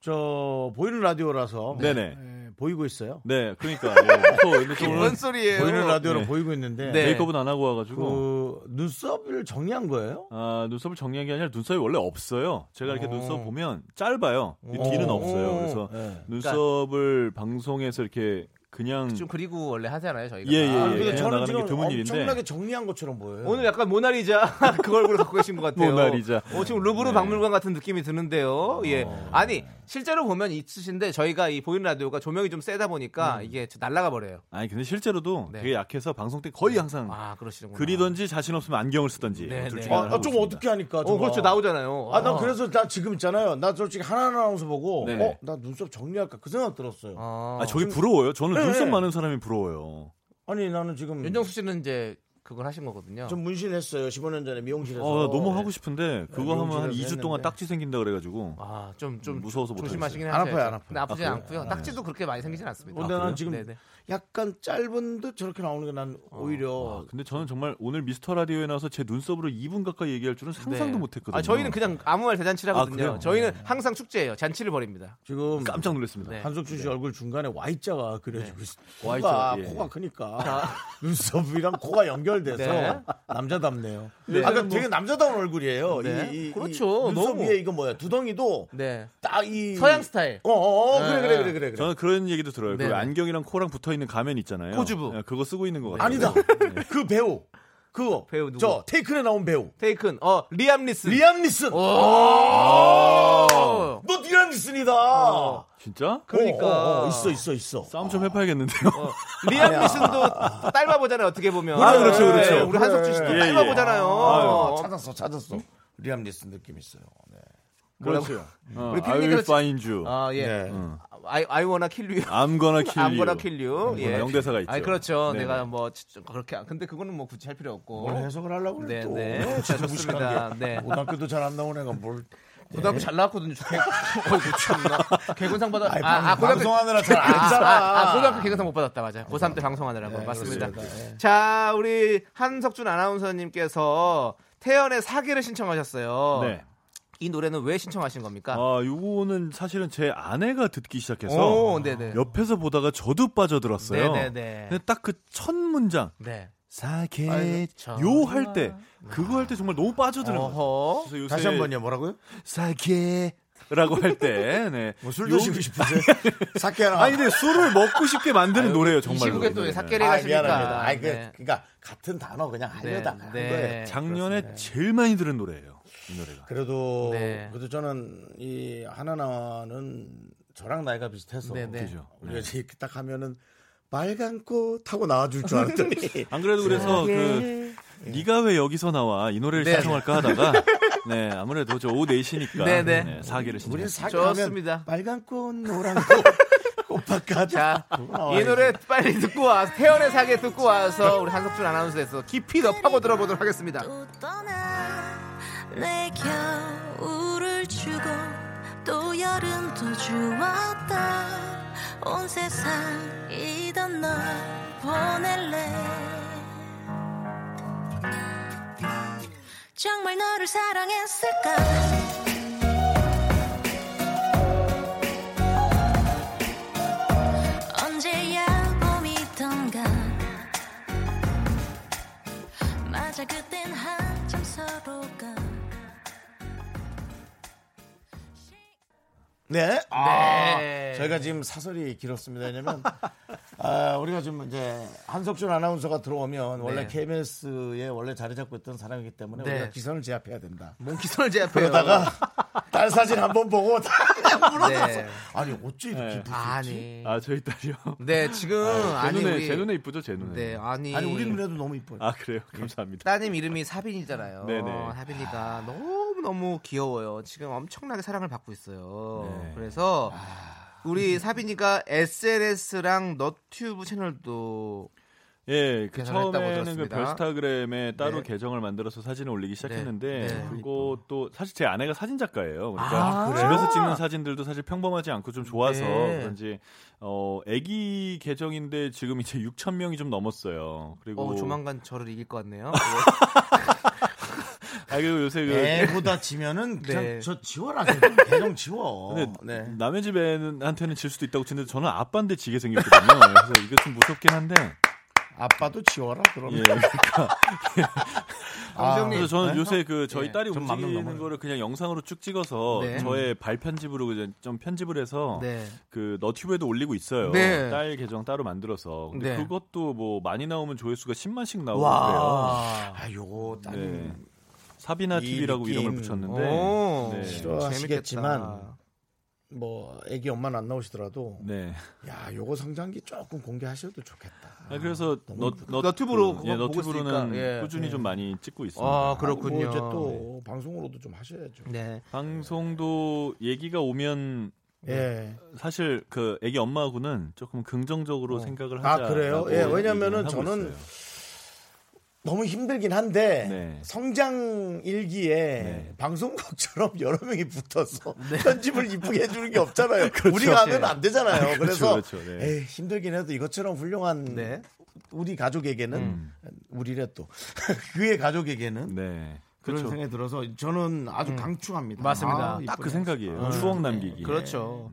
Speaker 1: 저 보이는 라디오라서
Speaker 9: 네네.
Speaker 1: 예, 보이고 있어요.
Speaker 9: 네, 그러니까. 예. 또 근데 또 오늘
Speaker 2: 뭔 소리예요?
Speaker 1: 보이는 라디오로
Speaker 9: 네.
Speaker 1: 보이고 있는데
Speaker 2: 네.
Speaker 9: 메이크업은 안 하고 와가지고.
Speaker 1: 그 눈썹을 정리한 거예요?
Speaker 9: 아, 눈썹을 정리한 게 아니라 눈썹이 원래 없어요. 제가 이렇게
Speaker 2: 어.
Speaker 9: 눈썹 보면 짧아요. 이 뒤는
Speaker 1: 어.
Speaker 9: 없어요. 그래서
Speaker 1: 네.
Speaker 9: 눈썹을 방송에서 이렇게 그냥
Speaker 2: 좀 그리고 원래 하잖아요 저희가.
Speaker 9: 음. 예, 예, 예.
Speaker 2: 아,
Speaker 1: 근데
Speaker 9: 그냥
Speaker 1: 저는
Speaker 9: 나가는
Speaker 1: 지금
Speaker 9: 게 드문 일인데.
Speaker 1: 엄청나게 정리한 것처럼 보여요.
Speaker 2: 오늘 약간 모나리자 그 얼굴을 갖고 계신 것 같아요.
Speaker 9: 모나리자. 네. 어.
Speaker 2: 어, 지금 루브르 박물관 같은 느낌이 드는데요. 예. 아니 실제로 보면 있으신데 저희가 이 보이는 라디오가 조명이 좀 세다
Speaker 9: 음.
Speaker 2: 보니까 이게 날라가 버려요.
Speaker 9: 아니 근데 실제로도
Speaker 2: 네.
Speaker 9: 되게 약해서 방송 때 거의 항상
Speaker 2: 아
Speaker 9: 음.
Speaker 2: 그러시는구나.
Speaker 9: 그리던지 자신 없으면 안경을 쓰던지
Speaker 2: 네,
Speaker 9: 둘
Speaker 2: 네.
Speaker 9: 중에 하나를
Speaker 1: 아,
Speaker 9: 하고
Speaker 1: 좀
Speaker 9: 있습니다.
Speaker 1: 어떻게 하니까.
Speaker 2: 어 그렇죠
Speaker 1: 나
Speaker 2: 나오잖아요.
Speaker 1: 아, 나 그래서 나 지금 있잖아요. 나 솔직히 하나하나 나오면서 보고,
Speaker 9: 네.
Speaker 1: 어, 나 눈썹 정리할까 그 생각 들었어요. 아.
Speaker 2: 아,
Speaker 9: 아 저게 부러워요. 저는
Speaker 1: 네,
Speaker 9: 눈썹
Speaker 1: 네.
Speaker 9: 많은 사람이 부러워요.
Speaker 1: 니 나는 지금
Speaker 2: 윤정수 씨는 이제 그걸 하신 거거든요.
Speaker 1: 좀 문신했어요. 15년 전에 미용실에서.
Speaker 9: 아, 나 너무 하고 싶은데 그거 하면 한
Speaker 1: 명절에서
Speaker 9: 2주 동안
Speaker 1: 했는데.
Speaker 9: 딱지 생긴다 그래가지고
Speaker 2: 아, 좀, 좀
Speaker 9: 무서워서 못
Speaker 2: 조심하시긴
Speaker 1: 하겠어요. 안
Speaker 2: 하셔야죠.
Speaker 1: 아파요, 안 아파요.
Speaker 2: 근데 아프진
Speaker 9: 아,
Speaker 2: 않고요. 딱지도 그렇게 많이 생기진 않습니다.
Speaker 1: 근데
Speaker 9: 아,
Speaker 1: 난
Speaker 9: 그래요?
Speaker 1: 지금
Speaker 2: 네네.
Speaker 1: 약간 짧은 듯 저렇게 나오는 게 난 오히려
Speaker 9: 아, 근데 저는 정말 오늘 미스터 라디오에 나와서 제 눈썹으로 2분 가까이 얘기할 줄은 상상도
Speaker 2: 네.
Speaker 9: 못했거든요.
Speaker 2: 아, 저희는 그냥 아무 말
Speaker 9: 아,
Speaker 2: 대잔치라거든요.
Speaker 9: 그래요?
Speaker 2: 저희는 항상 축제예요. 잔치를 벌입니다.
Speaker 1: 지금
Speaker 9: 깜짝 놀랐습니다.
Speaker 2: 네.
Speaker 1: 한석준 씨 얼굴 중간에 Y자가 그려지고 있어.
Speaker 9: Y자,
Speaker 1: 코가,
Speaker 9: 예.
Speaker 1: 코가 크니까 눈썹이랑 코가 연결돼서
Speaker 2: 네.
Speaker 1: 남자답네요. 아까 되게 남자다운 얼굴이에요.
Speaker 2: 네.
Speaker 1: 이, 이- 이
Speaker 2: 그렇죠.
Speaker 1: 눈썹
Speaker 2: 너무.
Speaker 1: 위에 이거 뭐야? 두덩이도
Speaker 2: 네.
Speaker 1: 딱 이
Speaker 2: 서양 스타일.
Speaker 1: 어, 어, 어, 그래,
Speaker 2: 네,
Speaker 1: 그래,
Speaker 2: 네.
Speaker 1: 그래, 그래, 그래.
Speaker 9: 저는 그런 얘기도 들어요.
Speaker 2: 네네.
Speaker 9: 그 안경이랑 코랑 붙어 있는 가면 있잖아요.
Speaker 2: 코주부.
Speaker 9: 예, 그거 쓰고 있는 것 같아요.
Speaker 1: 아니다. 그 배우. 그거.
Speaker 2: 네. 배우 누구?
Speaker 1: 저 테이큰에 나온 배우.
Speaker 2: 테이큰, 어, 리암 리슨. 어.
Speaker 1: 리암 니슨. 아.
Speaker 2: 오!
Speaker 9: 아,
Speaker 1: 너 리암 니슨이다.
Speaker 9: 진짜?
Speaker 2: 어. 그러니까. 어,
Speaker 1: 어, 어, 어, 있어, 있어, 있어.
Speaker 9: 싸움 좀 해봐야겠는데요.
Speaker 2: 리암 리슨도 딸바보잖아요, 어떻게 보면.
Speaker 9: 아, 그렇죠,
Speaker 2: 네,
Speaker 9: 그렇죠.
Speaker 2: 우리 한석준 씨도
Speaker 9: 예, 예.
Speaker 2: 딸바보잖아요.
Speaker 1: 아, 찾았어, 찾았어. 리암 니슨 느낌 있어요. 네.
Speaker 9: 그렇죠. 음. 어,
Speaker 2: 우리
Speaker 9: I
Speaker 2: 핑계를
Speaker 9: will
Speaker 2: 치-
Speaker 9: find you.
Speaker 2: 아, 예.
Speaker 1: 네.
Speaker 2: I, I wanna kill you.
Speaker 9: I'm gonna kill you.
Speaker 2: I'm gonna kill you. 예.
Speaker 9: 명대사가 있죠.
Speaker 2: 아, 그렇죠.
Speaker 9: 네네.
Speaker 2: 내가 뭐, 진짜 그렇게. 안- 근데 그거는 뭐 굳이 할 필요 없고.
Speaker 1: 뭘 해석을 하려고 그래
Speaker 2: 네,
Speaker 1: 또.
Speaker 2: 네.
Speaker 1: 어, 진짜
Speaker 2: 좋습니다.
Speaker 1: 무식한 게.
Speaker 2: 네.
Speaker 1: 고등학교도 잘 안 나온 애가 뭘.
Speaker 2: 고등학교 잘 나왔거든요. 저 개, 어이구, 참나. 개군상 받아.
Speaker 1: 아이,
Speaker 2: 아, 아, 고등학교.
Speaker 1: 방송하느라 잘 안
Speaker 2: 아,
Speaker 1: 했잖아.
Speaker 2: 아, 아, 고등학교 개그상 못 받았다 맞아요. 고3 때 방송하느라고 맞습니다. 자, 우리 한석준 아나운서님께서 태연의 사기를 신청하셨어요.
Speaker 9: 네.
Speaker 2: 이 노래는 왜 신청하신 겁니까?
Speaker 9: 아, 요거는 사실은 제 아내가 듣기 시작해서
Speaker 2: 오, 네네.
Speaker 9: 옆에서 보다가 저도 빠져들었어요.
Speaker 2: 네네네.
Speaker 9: 근데 딱 그 첫 문장
Speaker 2: 네.
Speaker 9: 사계
Speaker 2: 참.
Speaker 9: 요할 때 그거 할 때 정말 너무 빠져드는 거예요.
Speaker 2: 어허.
Speaker 9: 그래서 요새
Speaker 1: 다시 한 번요, 뭐라고요?
Speaker 9: 사계라고 할 때 네.
Speaker 1: 뭐술
Speaker 9: 요-
Speaker 1: 드시고 싶으세요? 사케 하나.
Speaker 9: 아니 근데 술을 먹고 싶게 만드는 노래예요,
Speaker 2: 아, 이
Speaker 9: 정말로.
Speaker 2: 시국에 또
Speaker 9: 네.
Speaker 2: 사케를 가시니까.
Speaker 1: 아, 미안합니다. 아니, 그,
Speaker 2: 네.
Speaker 1: 그니까, 같은 단어 그냥 하려다 한
Speaker 2: 네.
Speaker 1: 거예요.
Speaker 9: 작년에 제일 많이 들은 노래예요. 이 노래가.
Speaker 1: 그래도,
Speaker 2: 네.
Speaker 1: 그래도 저는 이 하나나는 저랑 나이가 비슷해서.
Speaker 2: 네, 네.
Speaker 9: 그죠.
Speaker 1: 우리가 이렇게 딱 하면은 빨간 꽃 하고 나와줄 줄 알았더니.
Speaker 2: 네.
Speaker 9: 안 그래도 그래서 그 네가 왜 여기서 나와 이 노래를
Speaker 2: 네.
Speaker 9: 신청할까 하다가 네 아무래도 저 오후 4시니까
Speaker 2: 네, 네.
Speaker 9: 사기를 신청.
Speaker 1: 우리
Speaker 9: 했
Speaker 1: 사귀면
Speaker 2: 좋습니다.
Speaker 1: 빨간 꽃, 노란 꽃, 꽃바깥.
Speaker 2: 자,
Speaker 1: 나와야지.
Speaker 2: 이 노래 빨리 듣고 와서 태연의 사계 듣고 와서 우리 한석준 아나운서에서 깊이 더 파고 들어보도록 하겠습니다.
Speaker 3: 또 떠나 내 겨울을 주고 또 여름도 주었다 온 세상이던 널 보낼래 정말 너를 사랑했을까 언제야 봄이던가 맞아 그땐 한참 서로가
Speaker 1: 네. 아,
Speaker 2: 네.
Speaker 1: 저희가 지금 사설이 길었습니다. 왜냐면, 아, 우리가 지금 이제 한석준 아나운서가 들어오면 원래 KBS에 원래 자리 잡고 있던 사람이기 때문에
Speaker 2: 네.
Speaker 1: 우리가 기선을 제압해야 된다.
Speaker 2: 몽키손을 제압해요.
Speaker 1: 그러다가 딸 사진 한 번 보고 다 물어봤어.
Speaker 2: 네.
Speaker 1: 아니, 어찌 이렇게 부풀지?
Speaker 2: 아니.
Speaker 9: 아 저희 딸이요.
Speaker 2: 네, 지금
Speaker 9: 제
Speaker 2: 아니
Speaker 9: 눈에
Speaker 2: 우리
Speaker 9: 제 눈에 이쁘죠 제 눈에.
Speaker 2: 네, 아니.
Speaker 1: 아니, 우리 눈에도 너무 이뻐요.
Speaker 9: 예. 아 그래요. 감사합니다.
Speaker 2: 따님 이름이 사빈이잖아요.
Speaker 9: 네네.
Speaker 2: 사빈이가 너무 너무 귀여워요. 지금 엄청나게 사랑을 받고 있어요.
Speaker 9: 네.
Speaker 2: 그래서
Speaker 9: 아.
Speaker 2: 우리 사빈이가 SNS랑 너튜브 채널도
Speaker 9: 예, 그
Speaker 2: 계산했다고
Speaker 9: 처음에는 그
Speaker 2: 들었습니다.
Speaker 9: 별스타그램에 따로
Speaker 2: 네.
Speaker 9: 계정을 만들어서 사진을 올리기 시작했는데
Speaker 2: 네. 네.
Speaker 9: 그것도 사실 제 아내가 사진 작가예요. 그러니까
Speaker 2: 아, 그래요?
Speaker 9: 집에서 찍는 사진들도 사실 평범하지 않고 좀 좋아서
Speaker 2: 네.
Speaker 9: 그런지 어 아기 계정인데 지금 이제 6천 명이 좀 넘었어요. 그리고
Speaker 2: 어, 조만간 저를 이길 것 같네요.
Speaker 9: 아, 아 그리고 요새 그
Speaker 1: 애보다 지면은 그냥
Speaker 2: 네.
Speaker 1: 저 지워라 그냥 계정 지워.
Speaker 2: 어,
Speaker 9: 근데
Speaker 1: 네.
Speaker 9: 남의 집에는 한테는 질 수도 있다고 치는데 저는 아빠인데 지게 생겼거든요. 그래서 이게 좀 무섭긴 한데.
Speaker 1: 아빠도 지워라 그러면.
Speaker 9: 예. 그러니까
Speaker 2: 감독님.
Speaker 9: 아, 그래서 저는
Speaker 1: 네?
Speaker 9: 요새 그 저희
Speaker 2: 예,
Speaker 9: 딸이
Speaker 1: 좀 맘만
Speaker 9: 움직이는
Speaker 1: 넘어요.
Speaker 9: 거를 그냥 영상으로 쭉 찍어서
Speaker 2: 네.
Speaker 9: 저의 발편집으로 그냥 좀 편집을 해서
Speaker 2: 네.
Speaker 9: 그 너튜브에도 올리고 있어요.
Speaker 2: 네.
Speaker 9: 딸 계정 따로 만들어서. 근데
Speaker 2: 네.
Speaker 9: 그것도 뭐 많이 나오면 조회수가 10만씩 나오고 그래요.
Speaker 2: 와.
Speaker 1: 아 요거
Speaker 9: 네.
Speaker 1: 따님
Speaker 9: 사비나
Speaker 1: 이
Speaker 9: TV라고 이름을
Speaker 1: 느낌.
Speaker 9: 붙였는데
Speaker 2: 오.
Speaker 9: 네.
Speaker 1: 싫어하시겠지만
Speaker 2: 재밌겠다.
Speaker 1: 뭐 애기 엄마는 안 나오시더라도
Speaker 9: 네.
Speaker 1: 야 요거 성장기 조금 공개하셔도 좋겠다.
Speaker 9: 아, 그래서 너, 너,
Speaker 2: 너튜브로
Speaker 9: 예,
Speaker 2: 그거 보고
Speaker 9: 너튜브로는
Speaker 2: 있으니까, 예.
Speaker 9: 꾸준히 좀 많이 찍고 있습니다.
Speaker 2: 아
Speaker 1: 뭐
Speaker 2: 그렇군요.
Speaker 1: 이제 또
Speaker 9: 네.
Speaker 1: 방송으로도 좀 하셔야죠.
Speaker 2: 네.
Speaker 9: 방송도 얘기가 오면
Speaker 1: 예.
Speaker 9: 사실 그 애기 엄마하고는 조금 긍정적으로 생각을
Speaker 1: 아,
Speaker 9: 하자.
Speaker 1: 그래요? 예, 왜냐면은 저는 너무 힘들긴 한데
Speaker 9: 네.
Speaker 1: 성장 일기에
Speaker 9: 네.
Speaker 1: 방송국처럼 여러 명이 붙어서 편집을 이쁘게 해주는 게 없잖아요. 우리가 하면 안 되잖아요. 그래서
Speaker 9: 네. 그렇죠, 그렇죠. 네.
Speaker 1: 에이, 힘들긴 해도 이것처럼 훌륭한
Speaker 2: 네.
Speaker 1: 우리 가족에게는
Speaker 2: 음.
Speaker 1: 우리래 또 그의 가족에게는
Speaker 9: 네.
Speaker 1: 그런
Speaker 9: 그렇죠.
Speaker 1: 생각이 들어서 저는 아주 강추합니다.
Speaker 2: 음.
Speaker 1: 아,
Speaker 2: 맞습니다. 딱
Speaker 9: 딱
Speaker 1: 이쁘네.
Speaker 9: 그 생각이에요. 추억 남기기.
Speaker 2: 그렇죠.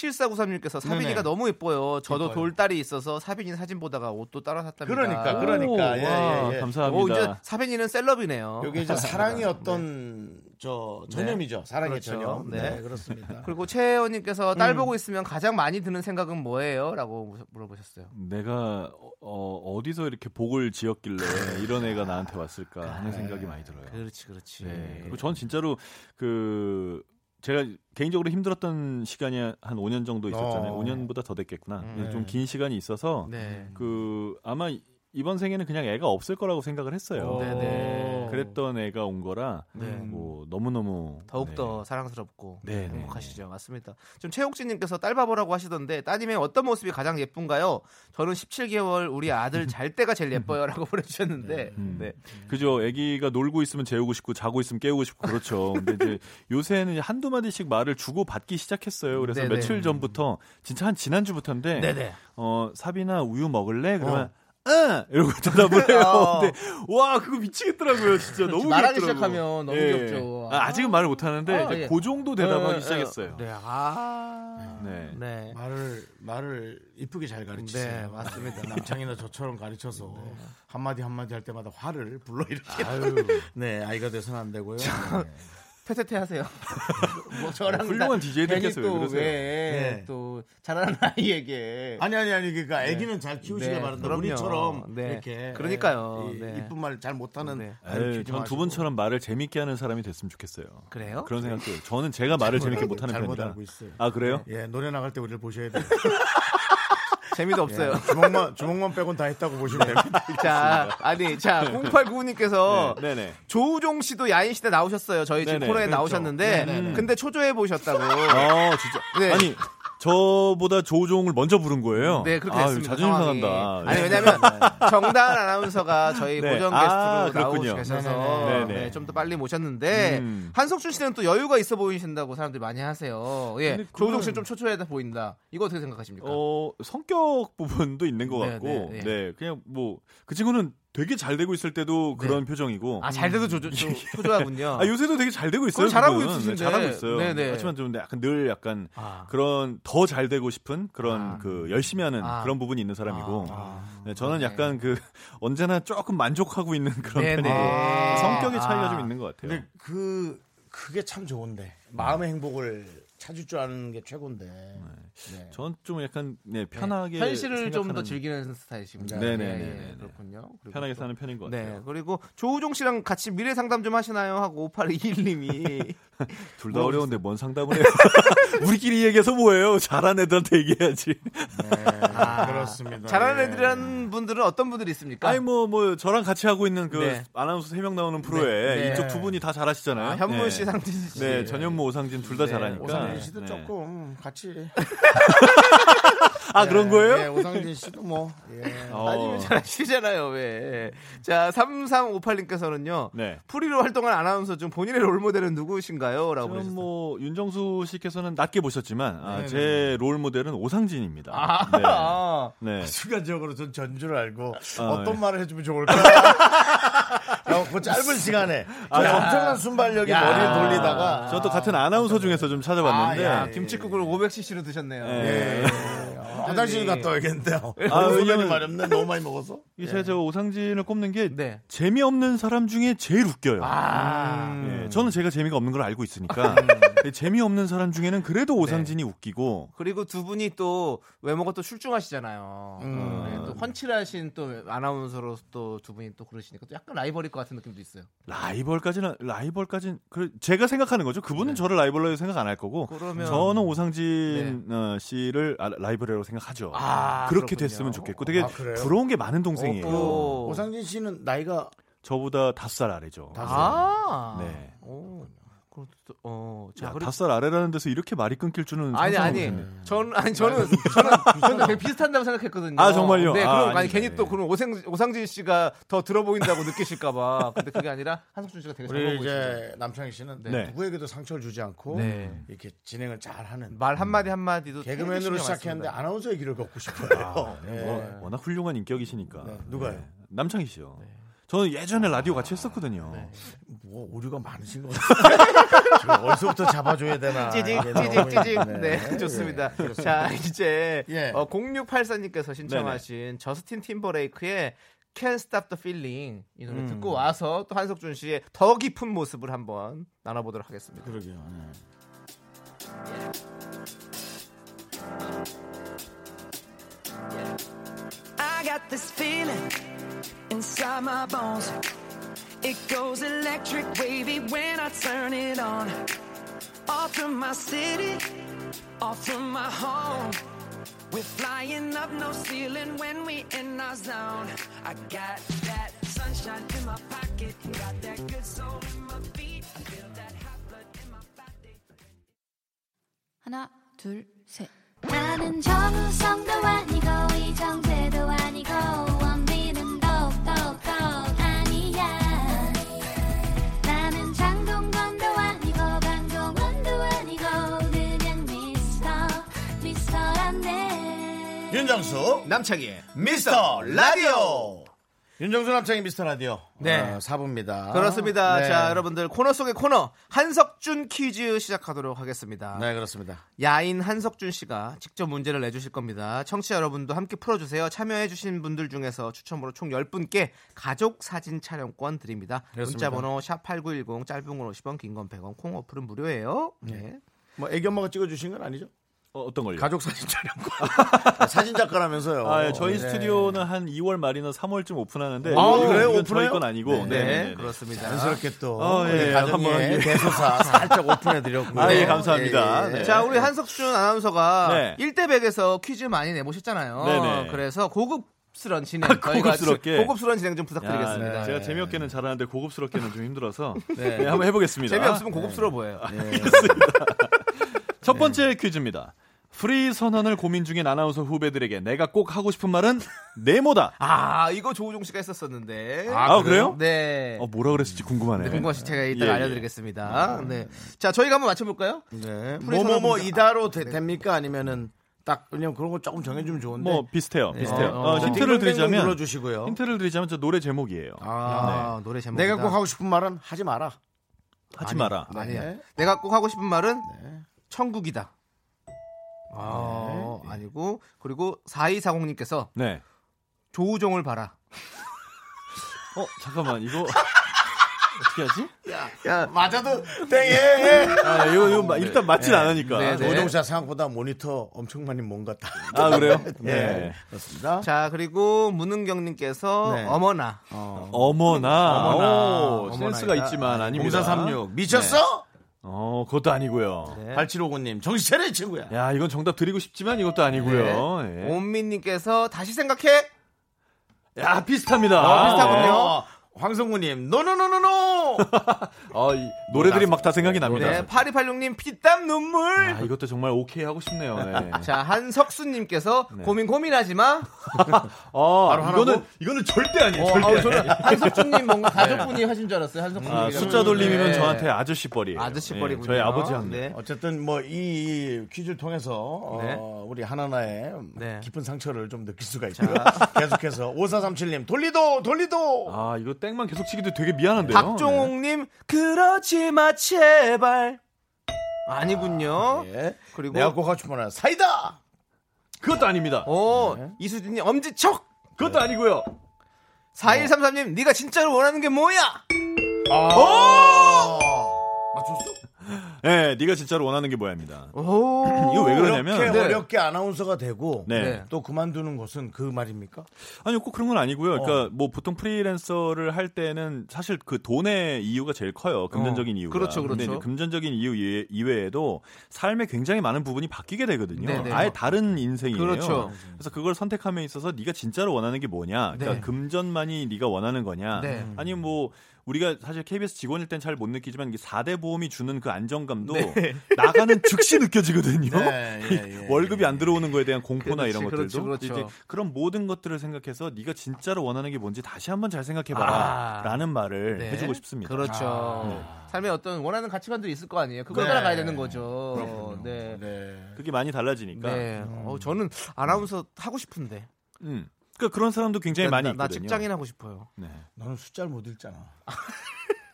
Speaker 2: K7493님께서 사빈이가
Speaker 1: 네네.
Speaker 2: 너무 예뻐요. 저도
Speaker 1: 예뻐요.
Speaker 2: 돌딸이 있어서 사빈이 사진 보다가 옷도 따라 샀답니다.
Speaker 1: 그러니까 그러니까
Speaker 9: 아, 오,
Speaker 1: 예,
Speaker 9: 와,
Speaker 1: 예, 예.
Speaker 9: 감사합니다.
Speaker 2: 오, 이제 사빈이는 셀럽이네요.
Speaker 1: 요게 이제 사랑의 어떤 저 전염이죠. 사랑의
Speaker 2: 그렇죠.
Speaker 1: 전염. 네,
Speaker 2: 네.
Speaker 1: 그렇습니다.
Speaker 2: 그리고 최혜원님께서 딸 보고 있으면 가장 많이 드는 생각은 뭐예요? 라고 물어보셨어요.
Speaker 9: 내가 어, 디서 이렇게 복을 지었길래 이런 애가 나한테 왔을까 하는 생각이 많이 들어요.
Speaker 2: 그렇지, 그렇지.
Speaker 9: 네. 그리고 전 진짜로 그 제가 개인적으로 힘들었던 시간이 한 5년 정도 있었잖아요.
Speaker 1: 어.
Speaker 9: 5년보다 더 됐겠구나. 좀 긴 시간이 있어서
Speaker 2: 네.
Speaker 9: 그 아마 이번 생에는 그냥 애가 없을 거라고 생각을 했어요.
Speaker 2: 네, 네.
Speaker 9: 그랬던 애가 온 거라
Speaker 2: 네.
Speaker 9: 뭐 너무 너무
Speaker 2: 더욱더 사랑스럽고
Speaker 9: 네, 네,
Speaker 2: 행복하시죠. 맞습니다. 지금 최옥진님께서 딸 바보라고 하시던데 따님의 어떤 모습이 가장 예쁜가요? 저는 17개월 우리 아들 잘 때가 제일 예뻐요. 라고 보내주셨는데
Speaker 9: 음.
Speaker 2: 네.
Speaker 9: 그죠. 아기가 놀고 있으면 재우고 싶고 자고 있으면 깨우고 싶고 그렇죠. 근데 이제 요새는 이제 한두 마디씩 말을 주고 받기 시작했어요. 그래서
Speaker 2: 네네. 음.
Speaker 9: 며칠 전부터 진짜 한 지난주부터인데
Speaker 2: 네네.
Speaker 9: 어, 사비나 우유 먹을래? 그러면 응! 이러고 대답을 해요.
Speaker 2: 어.
Speaker 9: 근데 와, 그거 미치겠더라고요. 진짜 너무
Speaker 2: 말하기
Speaker 9: 귀엽더라고요.
Speaker 2: 시작하면
Speaker 9: 음.
Speaker 2: 너무
Speaker 9: 예.
Speaker 2: 귀엽죠.
Speaker 9: 아, 직은 말을 못 하는데
Speaker 2: 아,
Speaker 9: 이제
Speaker 2: 예.
Speaker 9: 그 정도 대답하기 시작했어요.
Speaker 2: 네. 아.
Speaker 9: 네.
Speaker 2: 네.
Speaker 1: 말을 말을 이쁘게 잘 가르치세요.
Speaker 2: 네, 맞습니다.
Speaker 1: 남창이나 저처럼 가르쳐서 한마디 한마디 할 때마다 화를 불러일으키는 네, 아이가 돼서는 안 되고요.
Speaker 2: 퇴퇴퇴 하세요. 뭐 저랑
Speaker 9: 어, 훌륭한 DJ
Speaker 2: 괜히
Speaker 9: 들께서 왜
Speaker 2: 또
Speaker 9: 그러세요?
Speaker 2: 왜
Speaker 1: 네.
Speaker 2: 또 잘하는 아이에게
Speaker 1: 아니 아니 아니 그러니까 아기는 잘 키우시길
Speaker 2: 네,
Speaker 1: 바란다.
Speaker 2: 그럼요.
Speaker 1: 우리처럼
Speaker 2: 네.
Speaker 1: 이렇게
Speaker 2: 그러니까요.
Speaker 1: 이,
Speaker 2: 네.
Speaker 1: 이쁜 말을 잘 못하는
Speaker 2: 네.
Speaker 1: 아이를 키우지
Speaker 9: 전 두
Speaker 1: 마시고.
Speaker 9: 분처럼 말을 재밌게 하는 사람이 됐으면 좋겠어요.
Speaker 2: 그래요?
Speaker 9: 그런 생각도 해요. 저는 제가 말을 재밌게
Speaker 1: 알고-
Speaker 9: 못하는
Speaker 1: 잘못
Speaker 9: 편이라.
Speaker 1: 알고 있어요.
Speaker 9: 아
Speaker 2: 네.
Speaker 9: 그래요?
Speaker 1: 예 노래 나갈 때 우리를 보셔야 돼요.
Speaker 9: 예.
Speaker 2: 재미도 없어요. 네.
Speaker 1: 주먹만 주먹만 빼곤 다 했다고 보시면 됩니다.
Speaker 2: 자, 아니, 자, 0895님께서
Speaker 9: 네, 네네.
Speaker 2: 조우종 씨도 야인 시대 나오셨어요. 저희 지금
Speaker 9: 네네,
Speaker 2: 코너에
Speaker 9: 그렇죠.
Speaker 2: 나오셨는데, 근데 초조해 보이셨다고.
Speaker 9: 아 진짜.
Speaker 2: 네.
Speaker 9: 아니 저보다 조종을 먼저 부른 거예요.
Speaker 2: 네, 그렇게
Speaker 9: 아유,
Speaker 2: 됐습니다.
Speaker 9: 자존심
Speaker 2: 상황이.
Speaker 9: 상한다.
Speaker 2: 아니, 왜냐면 정다은 아나운서가 저희
Speaker 9: 네.
Speaker 2: 고정
Speaker 9: 아,
Speaker 2: 게스트로
Speaker 9: 그렇군요.
Speaker 2: 나오고 계셔서
Speaker 9: 네네. 네네.
Speaker 2: 좀 더 빨리 모셨는데
Speaker 9: 음.
Speaker 2: 한석준 씨는 또 여유가 있어 보이신다고 사람들이 많이 하세요. 예,
Speaker 9: 근데
Speaker 2: 조우종
Speaker 9: 그건-
Speaker 2: 씨는 좀 초조해 보인다. 이거 어떻게 생각하십니까?
Speaker 9: 어 성격 부분도 있는 것
Speaker 2: 네,
Speaker 9: 같고, 네,
Speaker 2: 네, 네.
Speaker 9: 그냥 뭐 그 친구는 되게 잘 되고 있을 때도 그런 표정이고.
Speaker 2: 아, 잘 돼도 조조, 조, 초조하군요.
Speaker 9: 아, 요새도 되게 잘 되고 있어요.
Speaker 2: 그럼 잘하고
Speaker 9: 그분은.
Speaker 2: 있으신데.
Speaker 9: 잘하고 있어요.
Speaker 2: 네네.
Speaker 9: 하지만 좀 약간 늘 약간
Speaker 2: 아.
Speaker 9: 그런 더 잘 되고 싶은 그런 그 열심히 하는
Speaker 2: 아.
Speaker 9: 그런 부분이 있는 사람이고 네, 저는
Speaker 2: 네.
Speaker 9: 약간 그 언제나 조금 만족하고 있는 그런
Speaker 2: 네네.
Speaker 9: 편이고
Speaker 2: 아.
Speaker 9: 성격의 차이가
Speaker 2: 아.
Speaker 9: 좀 있는 것 같아요.
Speaker 1: 근데 그 그게 참 좋은데 마음의 행복을 찾을 줄 아는 게 최고인데. 네.
Speaker 9: 전 좀 약간 네, 편하게
Speaker 2: 현실을 좀 더
Speaker 9: 생각하는-
Speaker 2: 즐기는 스타일이십니다.
Speaker 9: 네네,
Speaker 2: 예,
Speaker 9: 네네,
Speaker 2: 예,
Speaker 9: 네네.
Speaker 2: 그렇군요. 그리고
Speaker 9: 편하게
Speaker 2: 또-
Speaker 9: 사는 편인 것 같아요.
Speaker 2: 네, 그리고 조우종 씨랑 같이 미래 상담 좀 하시나요? 하고 5821님이 네.
Speaker 9: 둘 다 어려운데 뭔 상담을 해요? 우리끼리 얘기해서 뭐예요? 잘한 애들한테 얘기해야지.
Speaker 1: 아, 그렇습니다.
Speaker 2: 잘하는
Speaker 1: 예.
Speaker 2: 애들이라는 분들은 어떤 분들이 있습니까?
Speaker 9: 아니 뭐 뭐 저랑 같이 하고 있는 그
Speaker 2: 네.
Speaker 9: 아나운서 세 명 나오는 프로에
Speaker 2: 네.
Speaker 9: 이쪽 두 분이 다 잘하시잖아요.
Speaker 2: 아, 현무 씨,
Speaker 9: 네.
Speaker 2: 상진 씨.
Speaker 9: 네, 전현무 오상진 둘 다
Speaker 2: 네,
Speaker 9: 잘하니까.
Speaker 1: 오상진 씨도
Speaker 9: 네.
Speaker 1: 조금 같이
Speaker 9: 아 그런 거예요?
Speaker 1: 예, 오상진 씨도 뭐 예.
Speaker 9: 어.
Speaker 2: 아니면 뭐 잘하시잖아요, 왜. 자, 3358님께서는요.
Speaker 9: 네.
Speaker 2: 프리로 활동한 아나운서 중 본인의 롤모델은 누구신가요? 라고
Speaker 9: 저는
Speaker 2: 그러셨어요.
Speaker 9: 뭐 윤정수 씨께서는 낮게 보셨지만 아, 제 롤 모델은 오상진입니다.
Speaker 2: 아,
Speaker 9: 네. 네.
Speaker 1: 순간적으로 전 전주를 알고
Speaker 9: 아,
Speaker 1: 어떤
Speaker 9: 예.
Speaker 1: 말을 해주면 좋을까 어, 그 짧은 시간에
Speaker 9: 아,
Speaker 1: 저의
Speaker 9: 야.
Speaker 1: 엄청난 순발력이
Speaker 9: 야. 아,
Speaker 1: 머리를 돌리다가
Speaker 9: 저도 같은 아나운서 중에서 좀 찾아봤는데
Speaker 1: 아,
Speaker 9: 아,
Speaker 1: 예.
Speaker 2: 김치국을 500cc로 드셨네요.
Speaker 9: 예.
Speaker 1: 어, 화장실 갔다 와야겠는데.
Speaker 9: 아,
Speaker 1: 아, 소변이
Speaker 9: 왜냐면-
Speaker 1: 마렵네. 너무 많이 먹어서.
Speaker 9: 이제 저 오상진을 꼽는 게
Speaker 2: 네.
Speaker 9: 재미없는 사람 중에 제일 웃겨요.
Speaker 2: 아.
Speaker 1: 음.
Speaker 9: 예, 저는 제가 재미가 없는 걸 알고 있으니까 재미없는 사람 중에는
Speaker 1: 네.
Speaker 9: 그래도 오상진이 웃기고
Speaker 2: 그리고 두 분이 또 외모가 또 출중하시잖아요.
Speaker 9: 음.
Speaker 2: 네, 또 헌칠하신 또 아나운서로 또 두 분이 또 그러시니까 또 약간 라이벌일 것 같은 느낌도 있어요.
Speaker 9: 라이벌까지는 라이벌까지는 그래, 제가 생각하는 거죠. 그분은
Speaker 1: 네.
Speaker 9: 저를 라이벌로 생각 안 할 거고
Speaker 2: 그러면-
Speaker 9: 어, 저는
Speaker 1: 음. 네.
Speaker 9: 오상진 어, 씨를 아, 라이벌이라고 생각하죠.
Speaker 2: 아,
Speaker 9: 그렇게
Speaker 2: 그렇군요.
Speaker 9: 됐으면 좋겠고 되게
Speaker 1: 아, 그래요? 어,
Speaker 9: 부러운 게 많은 동생이에요. 어.
Speaker 2: 오.
Speaker 1: 오상진 씨는 나이가
Speaker 9: 저보다 다섯 살 아래죠.
Speaker 2: 아.
Speaker 9: 네.
Speaker 2: 오. 그럼 또- 어. 자,
Speaker 9: 야,
Speaker 2: 그리고-
Speaker 9: 다섯 살 아래라는 데서 이렇게 말이 끊길 줄은
Speaker 2: 아니
Speaker 9: 상상
Speaker 2: 아니
Speaker 9: 못했네.
Speaker 2: 저는 아니 저는 저는 저는 되게 비슷한다고 생각했거든요.
Speaker 9: 아, 정말요?
Speaker 2: 네,
Speaker 9: 아,
Speaker 2: 그럼 아니
Speaker 9: 아니네.
Speaker 2: 괜히 또 그런 오생 오상진 씨가 더 들어 보인다고 느끼실까봐. 근데 그게 아니라 한석준 씨가 되게 젊어
Speaker 1: 우리
Speaker 2: 보이시죠.
Speaker 1: 이제 남창희 씨는
Speaker 9: 네.
Speaker 1: 누구에게도 상처를 주지 않고
Speaker 2: 네.
Speaker 1: 이렇게 진행을 잘 하는
Speaker 2: 말한 마디 한 마디도
Speaker 1: 개그맨으로 시작했는데 아나운서의 길을 걷고 싶어요. 예.
Speaker 9: 뭐, 워- 워낙 훌륭한 인격이시니까.
Speaker 1: 네, 누가요?
Speaker 9: 남창희 씨요.
Speaker 2: 네.
Speaker 9: 저는 예전에 라디오 같이 했었거든요.
Speaker 1: 뭐 오류가 많으신 것 같아요. 지금 어디서부터 잡아줘야 되나.
Speaker 2: 찌직
Speaker 1: 이게 너무
Speaker 2: 찌직 찌직
Speaker 1: 힘드네.
Speaker 2: 네 좋습니다 자 이제
Speaker 1: 예.
Speaker 2: 어, 0684님께서 신청하신 저스틴 팀버레이크의 Can't Stop the Feeling 이 노래 듣고 와서 또 한석준 씨의 더 깊은 모습을 한번 나눠보도록 하겠습니다
Speaker 1: 그러게요. 예.
Speaker 8: I got this feeling inside my bones. It goes electric wavy when I turn it on. Off from my city, off from my home. We're flying up no ceiling when we in our zone. I got that sunshine in my pocket, got that good soul in my feet. I feel that hot blood in my body.
Speaker 10: 하나, 둘, 셋.
Speaker 3: 나는 정우성도 아니고 이정재도 아니고 원빈은 더욱더 아니야 나는 장동건도 아니고 강동원도 아니고 그냥 미스터 미스터란데
Speaker 1: 윤정수
Speaker 2: 남창희의
Speaker 1: 미스터 라디오. 윤정수 남창희 미스터 라디오.
Speaker 2: 네.
Speaker 1: 아, 4부입니다.
Speaker 2: 그렇습니다
Speaker 1: 네.
Speaker 2: 자 여러분들 코너 속의 코너 한석준 퀴즈 시작하도록 하겠습니다
Speaker 1: 네, 그렇습니다.
Speaker 2: 야인 한석준 씨가 직접 문제를 내주실 겁니다. 청취자 여러분도 함께 풀어주세요. 참여해주신 분들 중에서 추첨으로 총 10분께 가족 사진 촬영권 드립니다.
Speaker 1: 그렇습니다.
Speaker 2: 문자번호 샵8910 짧은 건 50원, 긴 건 100원, 콩 어플은 무료예요. 네.
Speaker 1: 뭐 애기 엄마가 찍어주신 건 아니죠?
Speaker 9: 어, 떤 걸요?
Speaker 1: 가족 사진 촬영과 사진 작가라면서요.
Speaker 9: 아, 예, 저희
Speaker 1: 네.
Speaker 9: 스튜디오는 한 2월 말이나 3월쯤 오픈하는데
Speaker 1: 아,
Speaker 9: 이건-
Speaker 1: 그래요?
Speaker 9: 이건 저희
Speaker 1: 오픈해요?
Speaker 9: 건 아니고.
Speaker 1: 네.
Speaker 9: 네, 네, 네.
Speaker 2: 그렇습니다.
Speaker 1: 자연스럽게 또
Speaker 9: 어, 예,
Speaker 1: 우리 가정의
Speaker 9: 한번, 예.
Speaker 1: 대소사 살짝 오픈해드렸고요.
Speaker 9: 아, 예, 감사합니다. 네.
Speaker 2: 자, 우리 한석준 아나운서가
Speaker 9: 네.
Speaker 2: 1대 100에서 퀴즈 많이 내보셨잖아요.
Speaker 9: 네네. 아,
Speaker 2: 그래서 고급스런 진행, 저희가
Speaker 9: 고급스럽게.
Speaker 2: 좀 고급스러운 진행 좀
Speaker 9: 야,
Speaker 2: 부탁드리겠습니다. 예.
Speaker 9: 네. 제가 재미없게는 잘하는데 고급스럽게는 좀 힘들어서
Speaker 1: 네.
Speaker 9: 네, 한번 해보겠습니다. 아, 네.
Speaker 2: 재미없으면 고급스러워 보여요.
Speaker 9: 첫
Speaker 2: 네.
Speaker 9: 번째 퀴즈입니다. 프리 선언을 고민 중인 아나운서 후배들에게 내가 꼭 하고 싶은 말은 네모다.
Speaker 2: 아, 이거 조우종 씨가 했었었는데.
Speaker 9: 아, 그래요?
Speaker 2: 네.
Speaker 9: 어, 뭐라 그랬을지 궁금하네.
Speaker 2: 네, 궁금하신 제가 일단
Speaker 9: 예, 음. 예.
Speaker 2: 알려드리겠습니다. 네. 자, 저희가 한번 맞춰볼까요?
Speaker 1: 네. 뭐뭐뭐
Speaker 2: 프리선언 분들- 아, 네.
Speaker 1: 이다로 되- 됩니까? 아니면은 딱 그냥 그런 거 조금 정해주면 좋은데.
Speaker 9: 뭐 비슷해요. 비슷해요.
Speaker 2: 어, 어.
Speaker 9: 어, 힌트를 드리자면
Speaker 1: 눌러주시고요.
Speaker 9: 힌트를 드리자면 저 노래 제목이에요.
Speaker 1: 아,
Speaker 2: 네. 노래 제목.
Speaker 1: 내가 꼭 하고 싶은 말은 하지 마라.
Speaker 9: 하지 마라.
Speaker 2: 아니야.
Speaker 1: 네.
Speaker 2: 내가 꼭 하고 싶은 말은 천국이다. 아, 아니고 그리고 4240님께서
Speaker 9: 네.
Speaker 2: 조우종을 봐라.
Speaker 9: 어 잠깐만 이거 어떻게 하지?
Speaker 1: 맞아도 예, 땡해.
Speaker 9: 아 이거 이거 마- 일단 맞진 않으니까.
Speaker 2: 네, 네.
Speaker 1: 노동자 생각보다 모니터 엄청 많이 먼 것 같다.
Speaker 9: 아 그래요?
Speaker 1: 네.
Speaker 9: 네.
Speaker 1: 그렇습니다.
Speaker 2: 자, 그리고 문은경님께서
Speaker 1: 네.
Speaker 2: 어머나.
Speaker 9: 어머나.
Speaker 1: 어머나.
Speaker 9: 오,
Speaker 1: 어머나.
Speaker 9: 센스가 있지만 아닙니다.
Speaker 1: 0436 미쳤어?
Speaker 9: 어 그것도 아니고요.
Speaker 1: 네. 8759님 정신 차려 이 친구야.
Speaker 9: 야 이건 정답 드리고 싶지만 이것도 아니고요. 예.
Speaker 2: 네. 온민님께서 다시 생각해.
Speaker 9: 야 비슷합니다.
Speaker 2: 비슷하군요.
Speaker 9: 네.
Speaker 1: 어, 황성구님 노노노노노.
Speaker 9: 아, 이 노래들이 막 다 생각이 납니다.
Speaker 2: 네, 8286님 피땀 눈물.
Speaker 9: 아, 이것도 정말 오케이 하고 싶네요. 네.
Speaker 2: 아, 자, 한석수님께서 고민 고민하지 마.
Speaker 9: 어,
Speaker 1: 하라고?
Speaker 9: 이거는 이거는 절대 아니에요.
Speaker 2: 어,
Speaker 9: 절대.
Speaker 2: 아우, 저는 한석준님 뭔가 가족분이 하신 줄 알았어요. 한석준
Speaker 9: 아, 숫자 돌림이면 저한테 아저씨 뻘이에요.
Speaker 2: 네. 아저씨
Speaker 9: 예,
Speaker 2: 버리고
Speaker 9: 저희 아버지 합니다.
Speaker 1: 어쨌든 뭐 이 퀴즈를 통해서 어,
Speaker 2: 네.
Speaker 1: 우리 하나하나의
Speaker 2: 네.
Speaker 1: 깊은 상처를 좀 느낄 수가 있고요. 계속해서 5437님 돌리도 돌리도.
Speaker 9: 아 이거 땡만 계속 치기도 되게 미안한데요. 네.
Speaker 2: 네. 박종옥님 그러지 마 제발 아니군요.
Speaker 1: 예.
Speaker 2: 그리고
Speaker 1: 내가 꼭 하고 싶은 말 사이다.
Speaker 9: 네. 그것도 아닙니다.
Speaker 2: 오
Speaker 1: 네.
Speaker 2: 어, 이수진님 엄지척
Speaker 9: 그것도 아니고요.
Speaker 2: 4133님 네가 진짜로 원하는 게 뭐야?
Speaker 9: 아.
Speaker 1: 어! 맞췄어?
Speaker 9: 네, 네가 진짜로 원하는 게 뭐야입니다.
Speaker 2: 오
Speaker 9: 이거 왜 그러냐면
Speaker 1: 그렇게
Speaker 2: 네.
Speaker 1: 어렵게 아나운서가 되고
Speaker 9: 네.
Speaker 2: 네.
Speaker 1: 또 그만두는 것은 그 말입니까?
Speaker 9: 아니요, 꼭 그런 건
Speaker 2: 어.
Speaker 9: 아니고요. 그러니까 뭐 보통 프리랜서를 할 때는 사실 그 돈의 이유가 제일 커요. 금전적인
Speaker 2: 어,
Speaker 9: 이유가.
Speaker 2: 그렇죠,
Speaker 9: 근데
Speaker 2: 그렇죠.
Speaker 9: 이제 금전적인 이유 이외- 이외에도 삶의 굉장히 많은 부분이 바뀌게 되거든요.
Speaker 2: 네네.
Speaker 9: 아예 다른 인생이에요.
Speaker 2: 그렇죠.
Speaker 9: 그래서 그걸 선택함에 있어서 네가 진짜로 원하는 게 뭐냐? 그러니까
Speaker 2: 네.
Speaker 9: 금전만이 네가 원하는 거냐?
Speaker 2: 네.
Speaker 9: 아니면 뭐 우리가 사실 KBS 직원일 땐 잘 못 느끼지만 이게 4대 보험이 주는 그 안정감도
Speaker 2: 네.
Speaker 9: 나가는 즉시 느껴지거든요.
Speaker 1: 네, 예, 예,
Speaker 9: 그 월급이
Speaker 1: 예.
Speaker 9: 안 들어오는 거에 대한 공포나
Speaker 2: 그렇지,
Speaker 9: 이런 것들도
Speaker 2: 그렇죠, 그렇죠.
Speaker 9: 이제 그런 모든 것들을 생각해서 네가 진짜로 원하는 게 뭔지 다시 한번 잘 생각해봐라라는 말을
Speaker 2: 아. 네.
Speaker 9: 해주고 싶습니다.
Speaker 2: 그렇죠. 삶에 어떤 원하는 가치관들이 있을 거 아니에요. 그걸
Speaker 1: 네.
Speaker 2: 따라가야 되는 거죠. 네. 네.
Speaker 1: 네.
Speaker 9: 그게 많이 달라지니까.
Speaker 2: 어, 저는 아나운서 하고 싶은데.
Speaker 9: 음. 그러니까 그런 사람도 굉장히 많이
Speaker 2: 나,
Speaker 9: 있거든요.
Speaker 2: 나 직장인 하고 싶어요.
Speaker 9: 네.
Speaker 1: 너는 숫자를 못 읽잖아.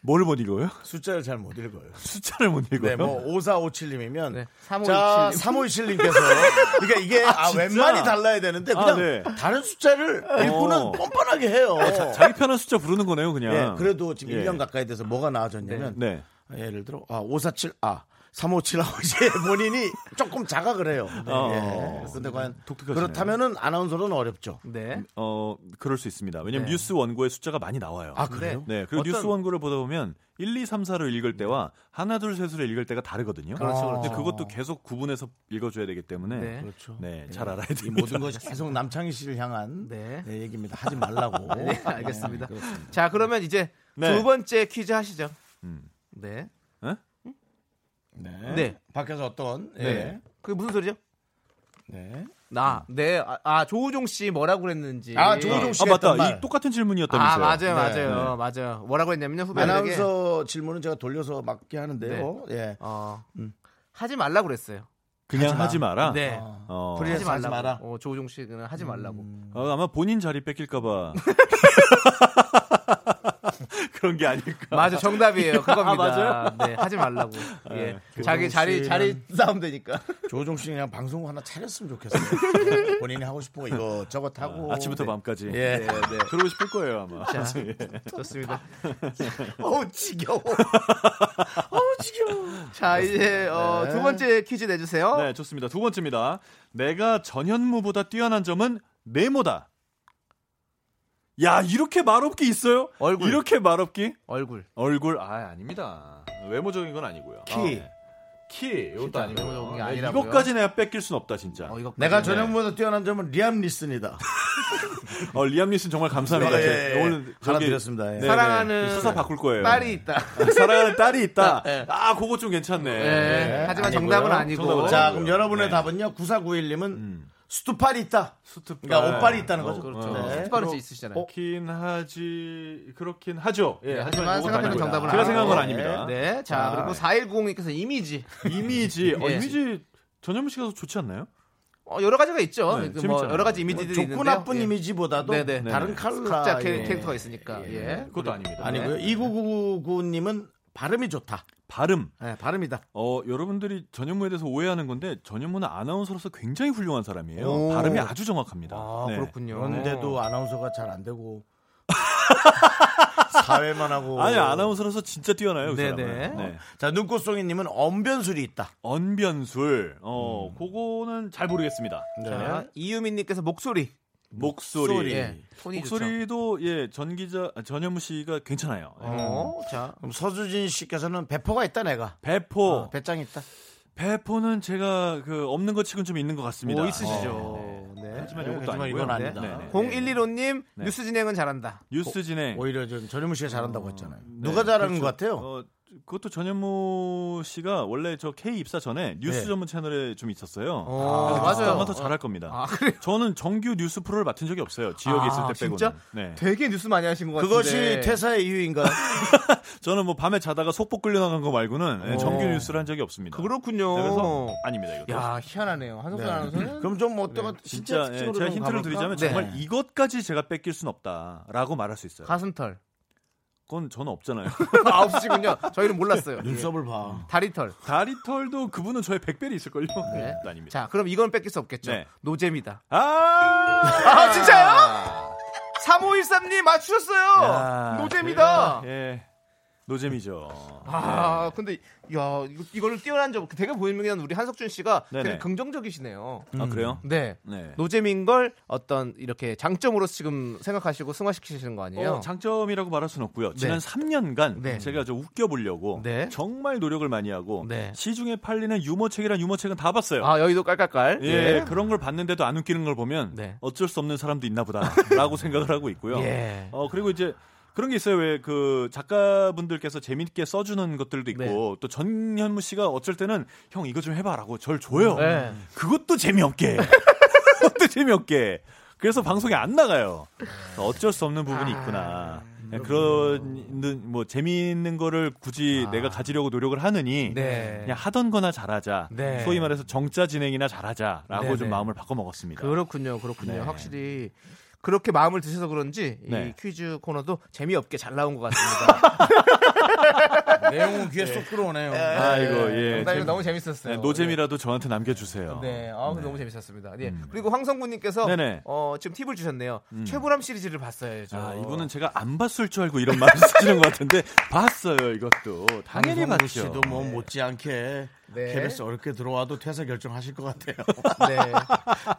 Speaker 9: 뭘 못 읽어요?
Speaker 1: 숫자를 잘 못 읽어요.
Speaker 9: 숫자를 못 읽어요.
Speaker 1: 네, 뭐 5457님이면
Speaker 2: 네. 3527
Speaker 1: 자,
Speaker 2: 님.
Speaker 1: 3527님께서 그러니까 이게 아,
Speaker 9: 진짜?
Speaker 1: 웬만히 달라야 되는데 그냥
Speaker 9: 아, 네. 어. 아,
Speaker 1: 다른 숫자를 읽고는 뻔뻔하게 해요.
Speaker 9: 자기 편한 숫자 부르는 거네요, 그냥.
Speaker 1: 예, 그래도 지금
Speaker 9: 예.
Speaker 1: 1년 가까이 돼서 뭐가 나아졌냐면
Speaker 9: 네.
Speaker 1: 예를 들어 아, 547 아, 357 아버지의 본인이 조금 자각을 해요.
Speaker 9: 어.
Speaker 1: 예. 근데 과연
Speaker 9: 독특하시네요.
Speaker 1: 그렇다면은 아나운서는 어렵죠.
Speaker 2: 네.
Speaker 9: 어, 그럴 수 있습니다. 왜냐면
Speaker 2: 네.
Speaker 9: 뉴스 원고의 숫자가 많이 나와요.
Speaker 1: 아, 그래요?
Speaker 9: 네, 그리고
Speaker 2: 어떤-
Speaker 9: 뉴스 원고를 보다 보면 1, 2, 3, 4로 읽을 때와 하나, 둘, 셋으로 읽을 때가 다르거든요.
Speaker 2: 그렇죠, 그렇죠.
Speaker 9: 근데 그것도 계속 구분해서 읽어줘야 되기 때문에 네,
Speaker 2: 네.
Speaker 1: 그렇죠.
Speaker 9: 잘 알아야
Speaker 1: 이
Speaker 9: 됩니다.
Speaker 1: 모든 것이 계속 남창희 씨를 향한
Speaker 2: 네.
Speaker 1: 예, 얘기입니다. 하지 말라고.
Speaker 2: 네, 알겠습니다.
Speaker 1: 예, 그렇습니다.
Speaker 2: 자, 그러면 이제
Speaker 9: 네.
Speaker 2: 두 번째 퀴즈 하시죠.
Speaker 9: 음.
Speaker 2: 네.
Speaker 1: 네.
Speaker 2: 네.
Speaker 1: 밖에서 어떤 예.
Speaker 2: 네. 그게 무슨 소리죠?
Speaker 1: 네.
Speaker 2: 나, 네. 아, 아, 조우종 씨 뭐라고 그랬는지.
Speaker 1: 아, 조우종 씨.
Speaker 9: 아, 맞다.
Speaker 1: 했던 말.
Speaker 9: 이 똑같은 질문이었다면서요.
Speaker 2: 아, 맞아요, 맞아요. 맞아요. 뭐라고 했냐면요, 후배에게.
Speaker 1: 아나운서 질문은 제가 돌려서 맞게 하는데요. 예.
Speaker 2: 어, 하지 말라고 그랬어요.
Speaker 9: 그냥
Speaker 1: 하지 마.
Speaker 9: 하지, 마라.
Speaker 2: 네.
Speaker 9: 어,
Speaker 1: 프리랜서 하지 마라.
Speaker 2: 어, 조우종 씨는 하지 말라고.
Speaker 9: 어, 아마 본인 자리 뺏길까봐 그런 게 아닐까.
Speaker 2: 맞아, 정답이에요. 그겁니다.
Speaker 9: 아, 맞아요?
Speaker 2: 네, 하지 말라고. 예.
Speaker 1: 조우종
Speaker 2: 자기 자리
Speaker 1: 씨는-
Speaker 2: 자리 싸움 되니까.
Speaker 1: 조종 씨 그냥 방송 하나 차렸으면 좋겠어요. 네. 본인이 하고 싶은 거 이거 저것 하고
Speaker 9: 아침부터 밤까지. 네,
Speaker 1: 예.
Speaker 9: 네. 그러고 싶을 거예요 아마.
Speaker 2: 자, 좋습니다.
Speaker 1: 어우 지겨워.
Speaker 2: 자, 이제 어, 두 번째 퀴즈 내주세요.
Speaker 9: 네, 좋습니다. 두 번째입니다. 내가 전현무보다 뛰어난 점은 네모다. 야, 이렇게 말없기 있어요?
Speaker 2: 얼굴.
Speaker 9: 이렇게 말없기?
Speaker 2: 얼굴.
Speaker 9: 얼굴? 아, 아닙니다. 외모적인 건 아니고요.
Speaker 1: 키.
Speaker 9: 아, 네. 키. 이것도
Speaker 2: 진짜
Speaker 9: 아니고요.
Speaker 2: 외모적인 게
Speaker 9: 네,
Speaker 2: 아니라고요?
Speaker 9: 이것까지 내가 뺏길 순 없다, 진짜.
Speaker 2: 어, 이거
Speaker 1: 내가
Speaker 2: 네.
Speaker 1: 전현무보다 뛰어난 점은 리암 리슨이다.
Speaker 9: 어, 리암 니슨 정말 감사합니다.
Speaker 2: 네,
Speaker 1: 예,
Speaker 9: 제-
Speaker 1: 예, 예.
Speaker 9: 오늘 저기-
Speaker 1: 알아드렸습니다. 예.
Speaker 9: 네,
Speaker 2: 사랑하는
Speaker 9: 네. 수사 바꿀 거예요.
Speaker 2: 뭐
Speaker 9: 아,
Speaker 2: 딸이 있다.
Speaker 9: 사랑하는 딸이 있다.
Speaker 2: 네.
Speaker 9: 아, 그거 좀 괜찮네.
Speaker 2: 예.
Speaker 9: 네.
Speaker 2: 하지만
Speaker 1: 아니고요.
Speaker 2: 정답은 아니고.
Speaker 9: 정답은
Speaker 1: 자,
Speaker 9: 아니고요.
Speaker 1: 그럼 여러분의
Speaker 9: 네.
Speaker 1: 답은요. 9491님은
Speaker 9: 음.
Speaker 1: 수투팔이 있다.
Speaker 9: 수트
Speaker 1: 그러니까 옷빨이 있다는 거죠.
Speaker 9: 그렇죠.
Speaker 1: 네.
Speaker 2: 스파르 씨 있으시잖아요.
Speaker 9: 그렇긴 하지 그렇긴 어, 하죠. 예,
Speaker 2: 네, 하지만
Speaker 9: 그건
Speaker 2: 생각하는
Speaker 9: 아니고요.
Speaker 2: 뭐, 정답은
Speaker 9: 제가
Speaker 2: 아니고.
Speaker 9: 생각한 건 아닙니다.
Speaker 2: 네. 자, 그리고 4190님께서 이미지.
Speaker 9: 이미지, 어,
Speaker 2: 예.
Speaker 9: 이미지 전현무 씨가 더 좋지 않나요?
Speaker 2: 어, 여러 가지가 있죠.
Speaker 9: 네,
Speaker 2: 그 뭐,
Speaker 9: 재밌잖아요.
Speaker 2: 여러 가지 이미지들이
Speaker 1: 뭐 좋고
Speaker 2: 있는데요.
Speaker 1: 나쁜
Speaker 2: 예.
Speaker 1: 이미지보다도
Speaker 2: 네, 네.
Speaker 1: 다른
Speaker 9: 네.
Speaker 1: 칼라
Speaker 2: 각자 캐,
Speaker 1: 예.
Speaker 2: 캐릭터가 있으니까. 예.
Speaker 9: 그것도 아닙니다. 네.
Speaker 1: 아니고요. 2999님은 발음이 좋다.
Speaker 9: 발음.
Speaker 1: 예, 발음이다.
Speaker 9: 어, 여러분들이 전현무에 대해서 오해하는 건데 전현무는 아나운서로서 굉장히 훌륭한 사람이에요.
Speaker 1: 오.
Speaker 9: 발음이 아주 정확합니다.
Speaker 2: 아,
Speaker 9: 네.
Speaker 2: 그렇군요.
Speaker 1: 그런데도 아나운서가 잘 안 되고 사회만 하고
Speaker 9: 아니 아나운서로서 진짜 뛰어나요. 그
Speaker 2: 네,
Speaker 9: 사람은.
Speaker 2: 네.
Speaker 9: 네.
Speaker 1: 자 눈꽃송이님은 언변술이 있다.
Speaker 9: 언변술. 어, 그거는 잘 모르겠습니다.
Speaker 2: 자, 이유민님께서 목소리.
Speaker 9: 목소리.
Speaker 1: 음. 네. 목소리.
Speaker 2: 예. 톤이
Speaker 9: 목소리도 예, 전 기자 아, 전현무 씨가 괜찮아요. 예.
Speaker 2: 좋죠. 어, 자.
Speaker 1: 그럼 서수진 씨께서는 배포가 있다 내가.
Speaker 9: 배포.
Speaker 1: 어, 배짱이 있다.
Speaker 9: 네. 배포는 제가 그 없는 것 치곤 좀 있는 것 같습니다.
Speaker 2: 오, 뭐 있으시죠.
Speaker 9: 어, 네, 네.
Speaker 2: 네.
Speaker 9: 하지만
Speaker 1: 네,
Speaker 9: 이것도
Speaker 1: 하지만
Speaker 9: 아니고요.
Speaker 1: 이건 아니다.
Speaker 9: 네, 네.
Speaker 2: 0115님,
Speaker 9: 네.
Speaker 2: 뉴스 진행은 잘한다.
Speaker 9: 뉴스 진행.
Speaker 1: 오히려 좀 전현무 씨가 잘한다고 했잖아요.
Speaker 9: 네,
Speaker 1: 누가 잘하는
Speaker 9: 그렇죠.
Speaker 1: 것 같아요?
Speaker 9: 어, 그것도 전현무 씨가 원래 저 K 입사 전에 뉴스
Speaker 1: 네.
Speaker 9: 전문 채널에 좀 있었어요.
Speaker 2: 어,
Speaker 9: 아마
Speaker 2: 맞아요.
Speaker 9: 더 잘할 겁니다.
Speaker 2: 아, 그래요?
Speaker 9: 저는 정규 뉴스 프로를 맡은 적이 없어요. 지역에
Speaker 2: 아,
Speaker 9: 있을 때 빼고는.
Speaker 2: 진짜?
Speaker 9: 네.
Speaker 2: 되게 뉴스 많이 하신 것 같은데.
Speaker 1: 그것이 퇴사의 이유인가요?
Speaker 9: 저는 뭐 밤에 자다가 속보 끌려나간 거 말고는 예, 정규 뉴스를 한 적이 없습니다.
Speaker 2: 그렇군요.
Speaker 9: 네, 그래서 아닙니다. 이것도.
Speaker 2: 야, 희한하네요. 한석준 아나운서는.
Speaker 1: 그럼 좀뭐 어때가
Speaker 9: 네. 진짜 예, 제가 힌트를 드리자면
Speaker 2: 네.
Speaker 9: 정말 이것까지 제가 뺏길 순 없다라고 말할 수 있어요.
Speaker 2: 가슴털.
Speaker 9: 그건 저는 없잖아요.
Speaker 2: 9시군요. 저희는 몰랐어요.
Speaker 1: 눈썹을 봐.
Speaker 2: 예. 다리털.
Speaker 9: 다리털도 그분은 저의 100배리 있을걸요.
Speaker 2: 네.
Speaker 9: 네, 아닙니다.
Speaker 2: 자, 그럼 이건 뺏길 수 없겠죠.
Speaker 9: 네.
Speaker 2: 노잼이다.
Speaker 9: 아!
Speaker 2: 아, 진짜요? 3513님 맞추셨어요.
Speaker 9: 야,
Speaker 2: 노잼이다.
Speaker 9: 제가, 예. 노잼이죠.
Speaker 2: 아, 근데 야, 이거, 이거를 뛰어난 적 되게 보이면 우리 한석준 씨가 되게
Speaker 9: 네네.
Speaker 2: 긍정적이시네요.
Speaker 9: 아, 그래요?
Speaker 2: 네.
Speaker 9: 네.
Speaker 2: 노잼인 걸 어떤 이렇게 장점으로 지금 생각하시고 승화시키시는 거 아니에요?
Speaker 9: 어, 장점이라고 말할 수는 없고요. 지난
Speaker 2: 네.
Speaker 9: 3년간
Speaker 2: 네.
Speaker 9: 제가 좀 웃겨보려고
Speaker 2: 네.
Speaker 9: 정말 노력을 많이 하고
Speaker 2: 네.
Speaker 9: 시중에 팔리는 유머책이란 유머책은 다 봤어요.
Speaker 2: 아, 여의도 깔깔깔.
Speaker 9: 예,
Speaker 2: 네.
Speaker 9: 그런 걸 봤는데도 안 웃기는 걸 보면
Speaker 2: 네.
Speaker 9: 어쩔 수 없는 사람도 있나 보다라고 생각을 하고 있고요.
Speaker 2: 예.
Speaker 9: 어, 그리고 이제 그런 게 있어요. 왜 그 작가분들께서 재밌게 써주는 것들도 있고
Speaker 2: 네.
Speaker 9: 또 전현무 씨가 어쩔 때는 형 이거 좀 해봐라고 절 줘요.
Speaker 2: 네.
Speaker 9: 그것도 재미없게. 그것도 재미없게. 그래서 방송에 안 나가요. 어쩔 수 없는
Speaker 2: 아.
Speaker 9: 부분이 있구나. 네, 그런 뭐 재미있는 거를 굳이 내가 가지려고 노력을 하느니
Speaker 2: 아. 네.
Speaker 9: 그냥 하던 거나 잘하자.
Speaker 2: 네.
Speaker 9: 소위 말해서 정자 진행이나 잘하자라고
Speaker 2: 네네.
Speaker 9: 좀 마음을 바꿔먹었습니다.
Speaker 1: 그렇죠.
Speaker 2: 그렇군요, 그렇군요.
Speaker 9: 네.
Speaker 2: 확실히 그렇게 마음을 드셔서 그런지 이
Speaker 9: 네.
Speaker 2: 퀴즈 코너도 재미없게 잘 나온 것 같습니다.
Speaker 1: 내용은 귀에 쏙 들어오네요.
Speaker 9: 아이고, 예.
Speaker 2: 정답이
Speaker 9: 재미-
Speaker 2: 너무 재밌었어요.
Speaker 9: 네, 노잼이라도 저한테 남겨주세요.
Speaker 2: 네, 아, 근데 너무 재밌었습니다. 예. 그리고 황성구님께서
Speaker 9: 네네.
Speaker 2: 어, 지금 팁을 주셨네요. 최불암 시리즈를 봤어요. 저.
Speaker 9: 아, 이분은 제가 안 봤을 줄 알고 이런 말을 쓰시는 것 같은데 봤어요, 이것도. 당연히
Speaker 1: 황성구
Speaker 9: 봤죠. 네.
Speaker 1: 씨도 뭐 못지않게
Speaker 2: 네.
Speaker 1: KBS 어렵게 들어와도 퇴사 결정하실 것 같아요.
Speaker 2: 네.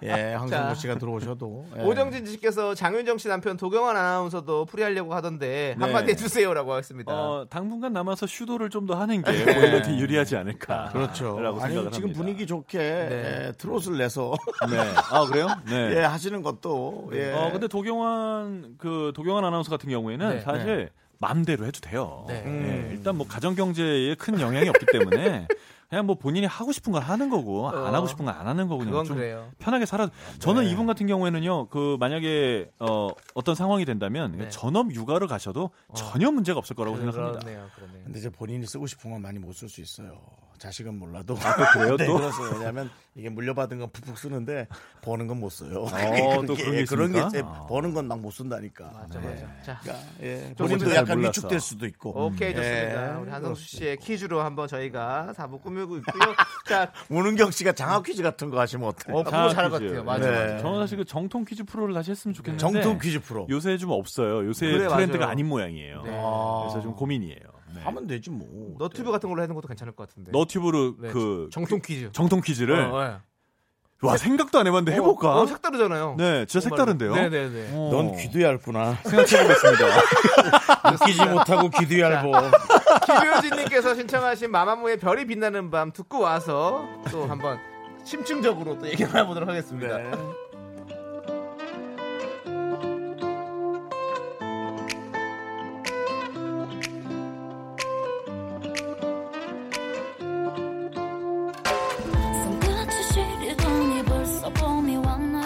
Speaker 1: 예,
Speaker 2: 자.
Speaker 1: 황성구 씨가 들어오셔도 예.
Speaker 2: 오정진 씨께서 장윤정 씨 남편 도경환 아나운서도 풀이하려고 하던데
Speaker 9: 네.
Speaker 2: 한마디 해주세요라고 했습니다.
Speaker 9: 어, 당분간 남아서 슈도를 좀 더 하는 게 오히려 더 유리하지 않을까.
Speaker 1: 네. 그렇죠.
Speaker 9: 라고
Speaker 1: 아니
Speaker 9: 생각을
Speaker 1: 지금
Speaker 9: 합니다.
Speaker 1: 분위기 좋게
Speaker 2: 네.
Speaker 1: 예, 트롯을 내서
Speaker 9: 네. 아, 그래요? 네.
Speaker 1: 예, 하시는 것도 예.
Speaker 9: 어, 근데 도경환 그 도경환 아나운서 같은 경우에는
Speaker 2: 네,
Speaker 9: 사실 마음대로 해도 돼요.
Speaker 2: 네.
Speaker 9: 네.
Speaker 1: 음.
Speaker 9: 일단 뭐 가정 경제에 큰 영향이 없기 때문에 그냥 뭐 본인이 하고 싶은 걸 하는 거고 안 하고 싶은 건 안 하는 거고 그냥
Speaker 2: 어. 그건
Speaker 9: 좀
Speaker 2: 그래요. 네.
Speaker 9: 편하게 살아. 저는 이분 같은 경우에는요. 그 만약에 어, 어떤 상황이 된다면
Speaker 2: 네. 어.
Speaker 9: 전업 육아로 가셔도 전혀 문제가 없을 거라고 생각합니다.
Speaker 2: 그러네요, 그러네요.
Speaker 1: 근데 이제 본인이 쓰고 싶은 건 많이 못 쓸 수 있어요. 자식은 몰라도
Speaker 9: 그래요,
Speaker 1: 네,
Speaker 9: 아, 또?
Speaker 1: 그래서 왜냐하면 이게 물려받은 건 푹푹 쓰는데 버는 건 못 써요.
Speaker 9: 어,
Speaker 1: 그러니까 예,
Speaker 9: 또 그런 게
Speaker 1: 그런 게
Speaker 9: 있습니까?
Speaker 1: 이제
Speaker 9: 아.
Speaker 1: 버는 건 막 못 쓴다니까.
Speaker 2: 맞아, 맞아. 자,
Speaker 1: 그러니까 예,
Speaker 9: 본인도
Speaker 1: 본인도
Speaker 9: 잘
Speaker 1: 약간
Speaker 9: 몰라서. 어?
Speaker 1: 위축될 수도 있고.
Speaker 9: 음,
Speaker 2: 오케이 좋습니다.
Speaker 1: 예,
Speaker 2: 우리 한성수 씨의 퀴즈로 한번 저희가 사부 꾸미고 있고요. 자,
Speaker 1: 문은경 씨가 장학 퀴즈 같은 거 하시면 어때요?
Speaker 2: 어, 그거 잘할 것 같아요. 맞아,
Speaker 1: 네.
Speaker 2: 맞아.
Speaker 9: 저는 사실 그 정통 퀴즈 프로를 다시 했으면 좋겠는데
Speaker 1: 정통 퀴즈 프로.
Speaker 9: 네. 요새 좀 없어요. 요새
Speaker 2: 그래,
Speaker 9: 트렌드가
Speaker 2: 맞아요.
Speaker 9: 아닌 모양이에요.
Speaker 2: 네.
Speaker 1: 아.
Speaker 9: 그래서 좀 고민이에요. 네.
Speaker 1: 하면 되지 뭐.
Speaker 2: 너튜브 같은 걸로 해놓은 것도 괜찮을 것 같은데.
Speaker 9: 너튜브로
Speaker 2: 네,
Speaker 9: 그
Speaker 2: 정통 퀴즈.
Speaker 9: 정통 퀴즈를
Speaker 2: 어, 네.
Speaker 9: 와 생각도 안 네, 해봤는데 해볼까?
Speaker 2: 어, 어, 색다르잖아요.
Speaker 9: 네, 진짜 색다른데요.
Speaker 2: 네네네.
Speaker 9: 어. 네,
Speaker 1: 넌 귀도 얇구나.
Speaker 9: 생각해보겠습니다.
Speaker 1: 웃기지 못하고 귀도 얇어.
Speaker 2: 김효진님께서 신청하신 마마무의 별이 빛나는 밤 듣고 와서 또 한번 심층적으로 또 얘기를 해보도록 하겠습니다.
Speaker 9: 네.
Speaker 3: 손끝이 시리더니 벌써 봄이 왔네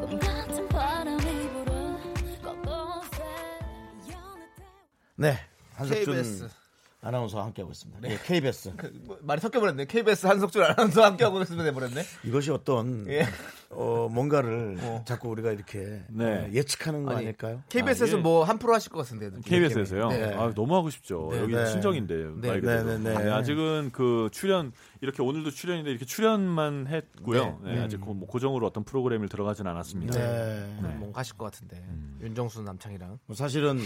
Speaker 3: 꿈같은 바람이 불어 곳곳에 여느 때
Speaker 1: 네. 한석준
Speaker 2: KBS.
Speaker 1: 아나운서와 함께하고 있습니다.
Speaker 9: 네.
Speaker 1: 예, KBS.
Speaker 2: 뭐, 말이 섞여버렸네. KBS 한석준 아나운서 함께하고 있으면 돼버렸네.
Speaker 1: 이것이 어떤
Speaker 2: 예.
Speaker 1: 어, 뭔가를 자꾸 우리가 이렇게
Speaker 9: 네.
Speaker 1: 어, 예측하는 거
Speaker 2: 아니,
Speaker 1: 아닐까요?
Speaker 2: KBS에서
Speaker 9: 예.
Speaker 2: 뭐 한 프로 하실 것 같은데.
Speaker 9: KBS에서요.
Speaker 1: 네.
Speaker 9: 아, 너무 하고 싶죠. 여기
Speaker 1: 네.
Speaker 9: 친정인데 말 그대로.
Speaker 1: 네, 네, 네.
Speaker 9: 네, 아직은 그 출연 이렇게 오늘도 출연인데 이렇게 출연만 했고요. 네, 아직 고- 뭐 고정으로 어떤 프로그램을 들어가진 않았습니다.
Speaker 1: 네.
Speaker 2: 뭐 뭔가 하실 것 같은데.
Speaker 9: 음.
Speaker 2: 윤정수 남창이랑.
Speaker 1: 뭐 사실은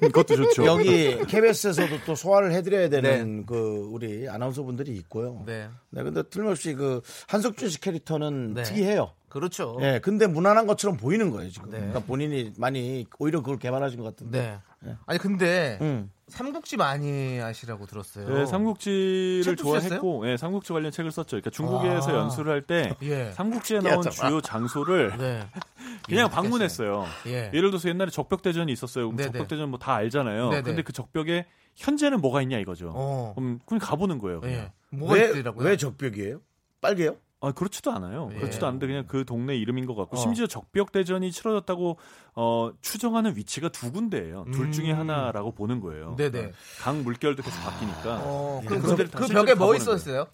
Speaker 9: 그것도 좋죠.
Speaker 1: 여기 KBS에서도 또 소화를 해드려야 되는 그 우리 아나운서분들이
Speaker 9: 어.
Speaker 1: 있고요.
Speaker 2: 네.
Speaker 1: 네, 근데 틀림없이 그 한석준 씨 캐릭터는
Speaker 2: 네.
Speaker 1: 특이해요.
Speaker 2: 그렇죠.
Speaker 1: 예, 근데 무난한 것처럼 보이는 거예요 지금. 그러니까 본인이 많이 오히려 그걸 개발하신 것 같은데.
Speaker 2: 네. 아니 근데
Speaker 1: 음.
Speaker 2: 삼국지 많이 하시라고 들었어요.
Speaker 9: 네, 삼국지를
Speaker 2: 책도 쓰셨어요? 아.
Speaker 9: 좋아했고, 네, 삼국지 관련 책을 썼죠. 그러니까 중국에서 연수를 할 때
Speaker 2: 예. 아.
Speaker 9: 삼국지에 나온
Speaker 1: 깨어져봐.
Speaker 9: 주요 장소를
Speaker 2: 네.
Speaker 9: 그냥 방문했어요.
Speaker 2: 예.
Speaker 9: 예를 들어서 옛날에 적벽대전이 있었어요. 그럼
Speaker 2: 네네.
Speaker 9: 적벽대전 뭐 다 알잖아요.
Speaker 2: 네네.
Speaker 9: 근데 그 적벽에 현재는 뭐가 있냐 이거죠.
Speaker 2: 어.
Speaker 9: 그럼 그냥 가보는 거예요. 그냥.
Speaker 2: 예. 뭐가
Speaker 1: 왜,
Speaker 2: 있더라고요.
Speaker 1: 왜 적벽이에요? 빨개요?
Speaker 9: 아 그렇지도 않아요.
Speaker 2: 예.
Speaker 9: 그렇지도 않은데 그냥 그 동네 이름인 것 같고
Speaker 2: 어.
Speaker 9: 심지어 적벽 대전이 치러졌다고 어, 추정하는 위치가 두 군데예요.
Speaker 2: 음.
Speaker 9: 둘 중에 하나라고 보는 거예요. 그러니까
Speaker 2: 네네.
Speaker 9: 강 물결도 계속 바뀌니까
Speaker 2: 어,
Speaker 9: 예.
Speaker 2: 그,
Speaker 9: 그런
Speaker 2: 그,
Speaker 9: 데를
Speaker 2: 그
Speaker 9: 다 실제로
Speaker 2: 벽에 뭐
Speaker 9: 가보는
Speaker 2: 있었어요?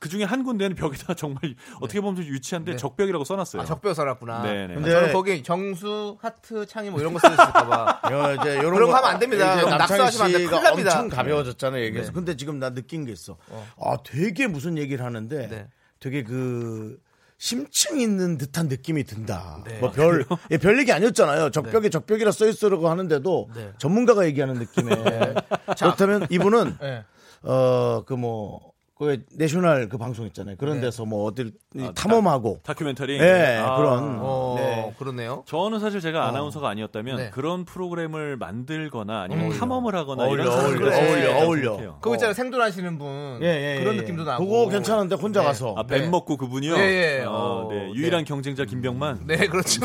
Speaker 9: 그 중에 한 군데는 벽에다 정말 어떻게 보면 좀 유치한데
Speaker 2: 네.
Speaker 9: 적벽이라고 써놨어요.
Speaker 2: 아, 적벽 살았구나.
Speaker 9: 네네.
Speaker 1: 근데-
Speaker 2: 저는 거기 정수, 하트, 창이 뭐 이런 거 쓰실까봐.
Speaker 1: 요, 이제 요런
Speaker 2: 그런 거 하면 안 됩니다.
Speaker 1: 이제
Speaker 2: 그럼
Speaker 1: 남창희
Speaker 2: 낙서하시면 안 돼요.
Speaker 1: 씨가
Speaker 2: 큰일 납니다.
Speaker 1: 엄청 가벼워졌잖아요. 얘기해서.
Speaker 2: 네.
Speaker 1: 근데 지금 나 느낀 게 있어.
Speaker 2: 어.
Speaker 1: 아, 되게 무슨 얘기를 하는데
Speaker 2: 네.
Speaker 1: 되게 그 심층 있는 듯한 느낌이 든다.
Speaker 2: 네.
Speaker 1: 뭐 별, 예, 별 얘기 아니었잖아요. 적벽에 적벽이라 써있으라고 하는데도
Speaker 2: 네.
Speaker 1: 전문가가 얘기하는 느낌에. 그렇다면 이분은
Speaker 2: 네.
Speaker 1: 어, 그 뭐, 그 내셔널 그 방송 있잖아요. 그런
Speaker 2: 네. 아,
Speaker 1: 데서 뭐 어딜 탐험하고.
Speaker 9: 다큐멘터리.
Speaker 1: 예,
Speaker 9: 아.
Speaker 1: 그런.
Speaker 2: 어,
Speaker 1: 네.
Speaker 2: 그러네요.
Speaker 9: 저는 사실 제가 아나운서가 아니었다면
Speaker 2: 네.
Speaker 9: 그런 프로그램을 만들거나 아니면 탐험을 하거나
Speaker 1: 어울려,
Speaker 9: 이런
Speaker 1: 어울려,
Speaker 9: 사람들을
Speaker 1: 어울려,
Speaker 9: 진짜
Speaker 1: 어울려.
Speaker 9: 생각해요.
Speaker 2: 그거 있잖아요. 생존하시는 분.
Speaker 1: 예, 예,
Speaker 2: 그런
Speaker 1: 예,
Speaker 2: 느낌도
Speaker 1: 예.
Speaker 2: 나고.
Speaker 1: 그거 괜찮은데 혼자
Speaker 2: 네.
Speaker 1: 가서.
Speaker 9: 아, 뱀
Speaker 2: 네.
Speaker 9: 먹고 그분이요?
Speaker 2: 예, 예.
Speaker 9: 어, 네.
Speaker 2: 어,
Speaker 9: 유일한
Speaker 2: 네.
Speaker 9: 경쟁자 김병만?
Speaker 2: 네, 그렇죠.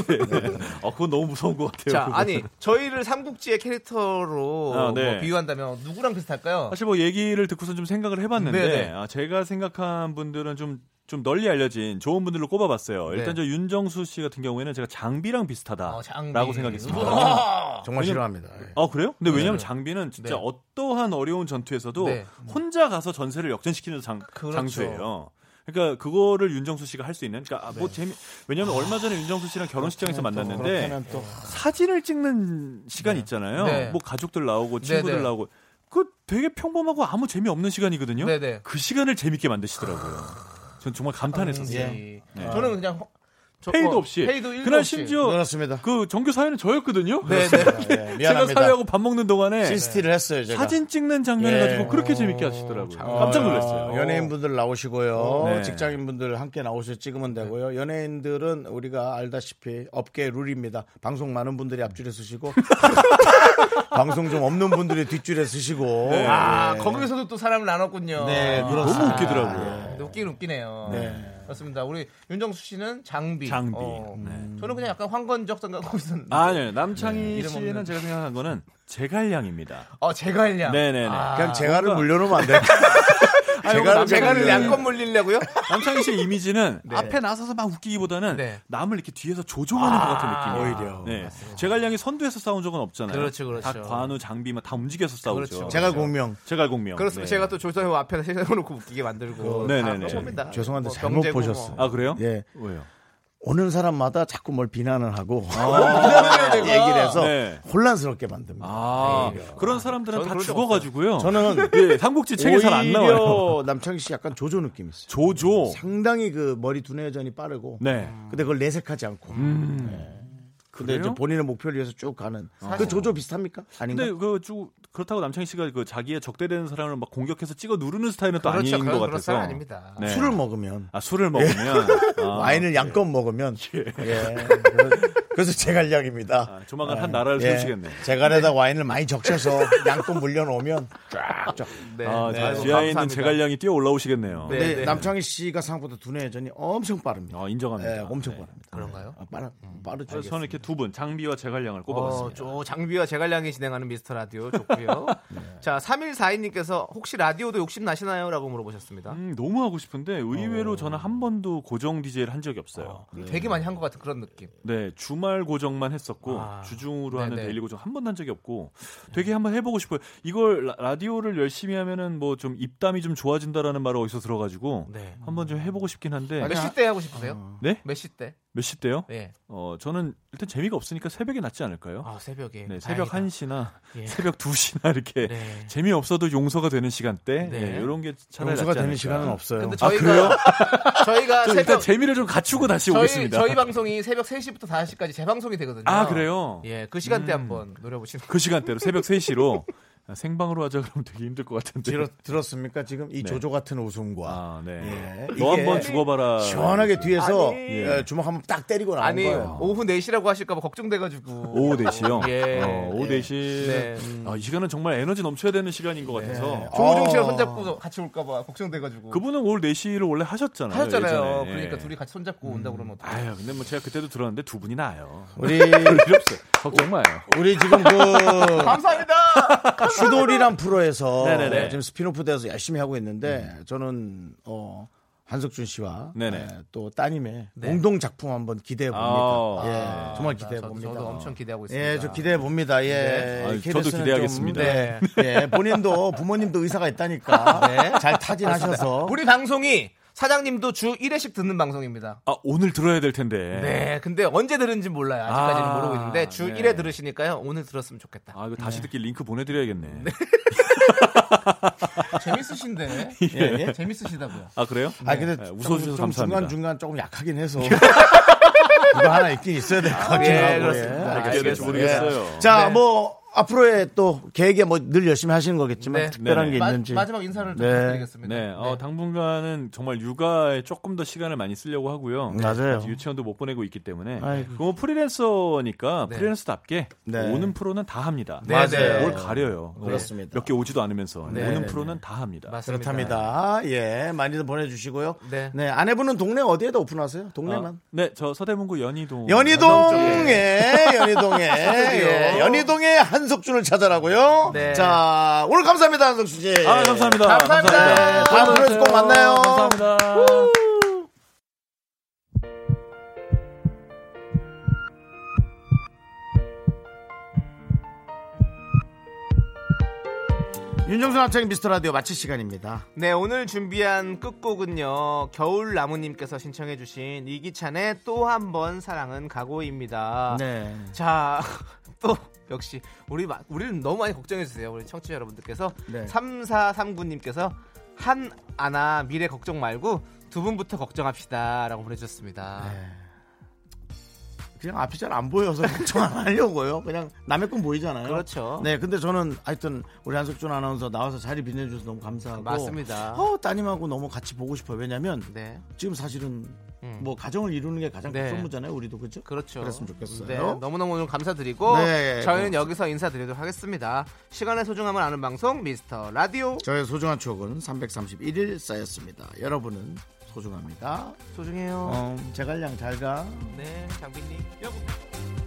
Speaker 9: 어, 그건 너무 무서운 것 같아요.
Speaker 2: 자,
Speaker 9: 그거.
Speaker 2: 아니, 저희를 삼국지의 캐릭터로
Speaker 9: 아, 네.
Speaker 2: 뭐 비유한다면 누구랑 비슷할까요?
Speaker 9: 사실 뭐 얘기를 듣고선 좀 생각을 해봤는데
Speaker 2: 네네.
Speaker 9: 아, 제가 생각한 분들은 좀, 좀 널리 알려진 좋은 분들로 꼽아봤어요. 일단
Speaker 2: 네.
Speaker 9: 저 윤정수 씨 같은 경우에는 제가 장비랑 아, 비슷하다라고
Speaker 2: 어, 장비.
Speaker 9: 생각했습니다.
Speaker 2: 우와!
Speaker 1: 음, 정말 싫어합니다. 예.
Speaker 9: 아 그래요? 근데 왜냐하면 장비는 진짜
Speaker 2: 네.
Speaker 9: 어떠한 어려운 전투에서도
Speaker 2: 네.
Speaker 9: 혼자 가서 전세를 역전시키는 장,
Speaker 2: 그렇죠.
Speaker 9: 장수예요. 그러니까 그거를 윤정수 씨가 할 수 있는. 그러니까 아, 뭐
Speaker 2: 네.
Speaker 9: 재미. 왜냐하면 얼마
Speaker 2: 아,
Speaker 9: 전에 윤정수 씨랑 결혼식장에서 만났는데
Speaker 1: 그렇다면 또
Speaker 9: 사진을 찍는 시간 있잖아요.
Speaker 2: 네.
Speaker 9: 뭐 가족들 나오고 친구들
Speaker 2: 네, 네.
Speaker 9: 나오고 그 되게 평범하고 아무 재미 없는 시간이거든요.
Speaker 2: 네, 네.
Speaker 9: 그 시간을 재밌게 만드시더라고요. 전 정말 감탄했었어요.
Speaker 2: 예.
Speaker 9: 네.
Speaker 2: 저는 그냥 허- 저-
Speaker 9: 페이도
Speaker 2: 어,
Speaker 9: 없이.
Speaker 2: 페이도 일도
Speaker 9: 그날
Speaker 2: 없이.
Speaker 9: 심지어
Speaker 1: 그렇습니다.
Speaker 9: 그 정규 사회는 저였거든요.
Speaker 1: 예,
Speaker 2: 네, 네.
Speaker 9: 제가
Speaker 1: 미안합니다.
Speaker 9: 사회하고 밥 먹는 동안에
Speaker 1: 시스티를 했어요 제가.
Speaker 9: 네. 사진 찍는 장면을
Speaker 1: 예.
Speaker 9: 가지고 그렇게 재밌게 하시더라고요. 깜짝
Speaker 1: 어,
Speaker 9: 놀랐어요.
Speaker 1: 연예인분들 나오시고요.
Speaker 9: 네.
Speaker 1: 직장인분들 함께 나오셔서 찍으면 되고요. 연예인들은 우리가 알다시피 업계 룰입니다. 방송 많은 분들이 앞줄에 서시고 방송 좀 없는 분들이 뒷줄에 서시고
Speaker 9: 네.
Speaker 2: 아, 거기서도 또 사람을 나눴군요. 아, 네.
Speaker 1: 네, 그렇습니다.
Speaker 9: 너무 웃기더라고요.
Speaker 2: 근데 웃기긴 웃기네요.
Speaker 1: 네.
Speaker 2: 그렇습니다. 우리 윤정수 씨는 장비.
Speaker 9: 장비.
Speaker 2: 어,
Speaker 9: 네.
Speaker 2: 저는 그냥 약간 황건적 생각하고 있었는데.
Speaker 9: 아, 네. 남창희
Speaker 2: 이름
Speaker 9: 씨는
Speaker 2: 없는-
Speaker 9: 제가 생각한 거는 제갈량입니다.
Speaker 2: 어, 제갈량.
Speaker 9: 네네네.
Speaker 1: 그냥 제가를 물려놓으면 안 돼요.
Speaker 2: 제가
Speaker 1: 제가를
Speaker 2: 제가를
Speaker 1: 그냥
Speaker 2: 양껏
Speaker 9: 네.
Speaker 2: 물리려고요?
Speaker 9: 남창희 씨의 이미지는 앞에 나서서 막 웃기기보다는
Speaker 2: 네.
Speaker 9: 남을 이렇게 뒤에서 조종하는 것 같은 느낌이에요.
Speaker 1: 아, 오히려.
Speaker 9: 네. 제갈량이 선두에서 싸운 적은 없잖아요.
Speaker 2: 그렇죠, 그렇죠.
Speaker 9: 다 관우, 장비 막다 움직여서 싸우죠.
Speaker 2: 그렇죠.
Speaker 1: 제가 공명.
Speaker 9: 제갈공명.
Speaker 2: 그렇습니다.
Speaker 9: 네.
Speaker 2: 제가 또 조선호 앞에 세워놓고 웃기게 만들고.
Speaker 9: 그-
Speaker 2: 다
Speaker 9: 네네네.
Speaker 2: 그런 겁니다.
Speaker 1: 죄송한데
Speaker 2: 뭐
Speaker 1: 잘못
Speaker 2: 경제고
Speaker 1: 보셨어요.
Speaker 9: 아, 그래요?
Speaker 1: 예.
Speaker 9: 왜요?
Speaker 1: 오는 사람마다 자꾸 뭘 비난을 하고 얘기를 해서
Speaker 9: 아, 네.
Speaker 1: 혼란스럽게 만듭니다.
Speaker 9: 아, 그런 사람들은 다
Speaker 2: 그럴 적
Speaker 9: 죽어가지고요.
Speaker 1: 저는
Speaker 9: 예, 삼국지 책에 잘 안 나와요.
Speaker 1: 오히려 남창희 씨 약간 조조 느낌 있어요.
Speaker 9: 조조.
Speaker 1: 상당히 그 머리 두뇌 여전히 빠르고
Speaker 9: 네. 음.
Speaker 1: 근데 그걸 내색하지 않고 네. 근데
Speaker 9: 그래요? 아.
Speaker 1: 이제 본인의 목표를 위해서 쭉 가는 그 조조 비슷합니까? 아닌가?
Speaker 9: 근데 그 쭉 그렇다고 남창희 씨가 그 자기의 적대되는 사람을 막 공격해서 찍어 누르는 스타일은 또
Speaker 2: 그렇죠.
Speaker 9: 아닌 것
Speaker 2: 그런 그런
Speaker 9: 같아서.
Speaker 2: 사람 아닙니다. 예.
Speaker 9: 네.
Speaker 1: 술을 먹으면
Speaker 9: 아 술을 먹으면 아,
Speaker 1: 와인을 양껏 먹으면 예. 그래서- 그래서 제갈량입니다. 예.
Speaker 9: 아, 조만간 한 나라를
Speaker 2: 예.
Speaker 9: 세우시겠네.
Speaker 1: 제갈에다 와인을 많이 적셔서 양껏 물려놓으면 쫙 쫙.
Speaker 2: 네.
Speaker 9: 아,
Speaker 2: 네.
Speaker 9: 자,
Speaker 2: 아이고,
Speaker 9: 지하에 있는
Speaker 2: 감사합니다.
Speaker 9: 제갈량이 뛰어 올라오시겠네요.
Speaker 2: 네.
Speaker 1: 근데 남창희 씨가 생각보다 두뇌 여전히 엄청 빠릅니다.
Speaker 9: 어, 인정합니다.
Speaker 1: 예, 엄청
Speaker 9: 네.
Speaker 1: 빠릅니다.
Speaker 2: 그런가요?
Speaker 1: 아, 빠르 빠르죠.
Speaker 9: 그래서 저는 이렇게 두 분 장비와 제갈량을
Speaker 2: 어,
Speaker 9: 꼽아봤습니다.
Speaker 2: 저 장비와 제갈량이 진행하는 미스터 라디오 좋고요. 자, 3142님께서 혹시 라디오도 욕심 나시나요? 라고 물어보셨습니다.
Speaker 9: 음, 너무 하고 싶은데
Speaker 2: 어.
Speaker 9: 의외로 저는 한 번도 고정 DJ를 한 적이 없어요.
Speaker 2: 네. 되게 많이 한 것 같은 그런 느낌.
Speaker 9: 네, 주말 고정만 했었고
Speaker 2: 아,
Speaker 9: 주중으로 하는
Speaker 2: 네네. 네.
Speaker 9: 데일리 고정 한 번도 한 적이 없고 되게 한번 해보고 싶어요. 이걸 라- 라디오를 열심히 하면은 뭐 좀 입담이 좀 좋아진다라는 말을 어디서 들어가지고
Speaker 2: 네.
Speaker 9: 한번 좀 해보고 싶긴 한데
Speaker 2: 아, 몇 시 때 하고 싶으세요?
Speaker 9: 네?
Speaker 2: 몇 시 때?
Speaker 9: 몇 시 때요?
Speaker 2: 예.
Speaker 9: 어, 저는 일단 재미가 없으니까 새벽에 낫지 않을까요?
Speaker 2: 아, 새벽에.
Speaker 9: 네, 새벽
Speaker 2: 다행이다.
Speaker 9: 1시나
Speaker 2: 예.
Speaker 9: 새벽 2시나 이렇게
Speaker 2: 네.
Speaker 9: 재미없어도 용서가 되는 시간대
Speaker 2: 네.
Speaker 9: 네, 이런 게 차라리
Speaker 1: 용서가
Speaker 9: 낫지
Speaker 1: 되는
Speaker 9: 않을까.
Speaker 1: 시간은 없어요.
Speaker 2: 근데
Speaker 9: 아, 그래요?
Speaker 2: 저희가 저희가
Speaker 9: 저 일단
Speaker 2: 새벽
Speaker 9: 재미를 좀 갖추고 다시
Speaker 2: 저희
Speaker 9: 오겠습니다.
Speaker 2: 저희 방송이 새벽 3시부터 5시까지 재방송이 되거든요.
Speaker 9: 아, 그래요? 음.
Speaker 2: 예, 그 시간대 한번 노려보시는
Speaker 9: 그 시간대로 새벽 3시로 생방으로 하자 그러면 되게 힘들 것 같은데.
Speaker 1: 들었, 들었습니까? 지금 이
Speaker 9: 네.
Speaker 1: 조조 같은 웃음과
Speaker 9: 아, 네.
Speaker 1: 예.
Speaker 9: 너
Speaker 1: 이게
Speaker 9: 한번 죽어봐라.
Speaker 1: 시원하게 뒤에서
Speaker 2: 아니.
Speaker 1: 예, 주먹 한번 딱 때리고 나온
Speaker 2: 아니
Speaker 1: 거예요.
Speaker 2: 오후 4시라고 하실까봐 걱정돼가지고
Speaker 9: 오후 4시요?
Speaker 2: 예.
Speaker 9: 어, 오후 4시.
Speaker 2: 네.
Speaker 9: 아, 이 시간은 정말 에너지 넘쳐야 되는 시간인 것 같아서.
Speaker 2: 조우종 씨랑
Speaker 1: 아.
Speaker 2: 손잡고 같이 올까봐 걱정돼가지고 그
Speaker 9: 그분은 오후 4시를 원래 하셨잖아요.
Speaker 2: 하셨잖아요.
Speaker 9: 예전에.
Speaker 2: 그러니까
Speaker 9: 예.
Speaker 2: 둘이 같이 손잡고 온다 그러면 어떡해?
Speaker 9: 아유, 근데 뭐 제가 그때도 들었는데 두 분이 나아요.
Speaker 1: 우리
Speaker 9: 필요 없어요. 걱정 마요.
Speaker 1: 우리 지금 그
Speaker 2: 감사합니다.
Speaker 1: 슈돌이란 프로에서 예,
Speaker 9: 네네네.
Speaker 1: 지금 스피노프 돼서 열심히 하고 있는데 저는 어 한석준 씨와
Speaker 9: 네네.
Speaker 1: 예, 또 따님의
Speaker 2: 네.
Speaker 1: 공동 작품 한번 기대해 봅니다.
Speaker 9: 아우.
Speaker 1: 예,
Speaker 2: 아,
Speaker 1: 정말
Speaker 2: 저-
Speaker 1: 기대해 봅니다.
Speaker 2: 저도 엄청 기대하고 있습니다.
Speaker 1: 예, 저 기대해 봅니다. 예,
Speaker 9: 아유,
Speaker 1: KBS 는
Speaker 9: 저도 기대하겠습니다.
Speaker 1: 좀, 네. 예, 본인도 부모님도 의사가 있다니까 네. 잘 타진하셔서
Speaker 2: 우리 방송이 사장님도 주 1회씩 듣는 방송입니다.
Speaker 9: 아 오늘 들어야 될 텐데.
Speaker 2: 네, 근데 언제 들은지 몰라요. 아직까지는
Speaker 9: 아,
Speaker 2: 모르고 있는데 주
Speaker 9: 네.
Speaker 2: 1회 들으시니까요. 오늘 들었으면 좋겠다.
Speaker 9: 아 이거 다시 듣기 링크 보내드려야겠네.
Speaker 2: 재밌으신데.
Speaker 1: 예, 예.
Speaker 2: 재밌으시다고요.
Speaker 9: 아 그래요?
Speaker 1: 아 근데
Speaker 9: 네,
Speaker 1: 좀-
Speaker 9: 웃어주셔서
Speaker 1: 좀
Speaker 9: 감사합니다.
Speaker 1: 중간 중간 조금 약하긴 해서 그거 하나 있긴 있어야 될 것 같긴
Speaker 2: 예,
Speaker 1: 하고 예.
Speaker 2: 그렇습니다.
Speaker 9: 어떻게 해야 될지
Speaker 2: 알겠습니다.
Speaker 9: 모르겠어요.
Speaker 1: 자,
Speaker 2: 네.
Speaker 1: 뭐 앞으로의 또 계획에 뭐 늘 열심히 하시는 거겠지만
Speaker 2: 네.
Speaker 1: 특별한
Speaker 9: 네네.
Speaker 1: 게 있는지
Speaker 2: 마, 지막 인사를 좀
Speaker 1: 네.
Speaker 2: 부탁드리겠습니다.
Speaker 9: 네, 어, 당분간은 정말 육아에 조금 더 시간을 많이 쓰려고 하고요.
Speaker 1: 맞아요.
Speaker 9: 아직 유치원도 못 보내고 있기 때문에.
Speaker 1: 아이고.
Speaker 9: 그거 프리랜서니까
Speaker 2: 네.
Speaker 9: 프리랜서답게
Speaker 1: 네.
Speaker 9: 오는 프로는 다 합니다.
Speaker 2: 네, 네.
Speaker 9: 뭘 가려요.
Speaker 1: 그렇습니다.
Speaker 9: 몇 개 오지도 않으면서
Speaker 2: 네,
Speaker 9: 오는
Speaker 1: 네,
Speaker 9: 프로는 다 합니다.
Speaker 2: 맞습니다.
Speaker 1: 그렇답니다. 예, 많이들 보내주시고요.
Speaker 2: 네.
Speaker 1: 네. 아내분은 동네 어디에다 오픈하세요? 동네만.
Speaker 9: 아, 네, 저 서대문구 연희동.
Speaker 1: 연희동에 연희동에 예, 연희동에 한석준을 찾아라고요.
Speaker 2: 네.
Speaker 1: 자 오늘 감사합니다 한석준 씨.
Speaker 9: 아, 감사합니다.
Speaker 1: 네,
Speaker 2: 감사합니다.
Speaker 1: 다음 프로에서 꼭 만나요.
Speaker 9: 감사합니다.
Speaker 1: 윤정수 남창의 미스터 라디오 마칠 시간입니다.
Speaker 2: 네, 오늘 준비한 끝곡은요. 겨울나무님께서 신청해주신 이기찬의 또 한 번 사랑은 가고입니다.
Speaker 1: 네.
Speaker 2: 자, 또 역시 우리 마- 우리는 너무 많이 걱정해 주세요. 우리 청취자 여러분들께서
Speaker 1: 네.
Speaker 2: 3439님께서 한 아나 미래 걱정 말고 두 분부터 걱정합시다라고 보내주셨습니다.
Speaker 1: 네. 그냥 앞이 잘 안 보여서 걱정 안 하려고요. 그냥 남의 꿈 보이잖아요.
Speaker 2: 그렇죠.
Speaker 1: 네, 근데 저는 하여튼 우리 한석준 아나운서 나와서 자리 빛내줘서 너무 감사하고.
Speaker 2: 맞습니다.
Speaker 1: 어, 따님하고 너무 같이 보고 싶어요. 왜냐면
Speaker 2: 네,
Speaker 1: 지금 사실은
Speaker 2: 음.
Speaker 1: 뭐 가정을 이루는 게 가장
Speaker 2: 네.
Speaker 1: 큰 업무잖아요. 우리도 그죠?
Speaker 2: 그렇죠.
Speaker 1: 그랬으면 좋겠어요.
Speaker 2: 네, 너무너무 오늘 감사드리고
Speaker 1: 네,
Speaker 2: 저희는 여기서 인사드리도록 하겠습니다. 시간의 소중함을 아는 방송 미스터 라디오
Speaker 1: 저의 소중한 추억은 331일 쌓였습니다. 여러분은 소중합니다.
Speaker 2: 소중해요.
Speaker 1: 어, 제갈량 잘 가.
Speaker 2: 네, 장빈님. 여보.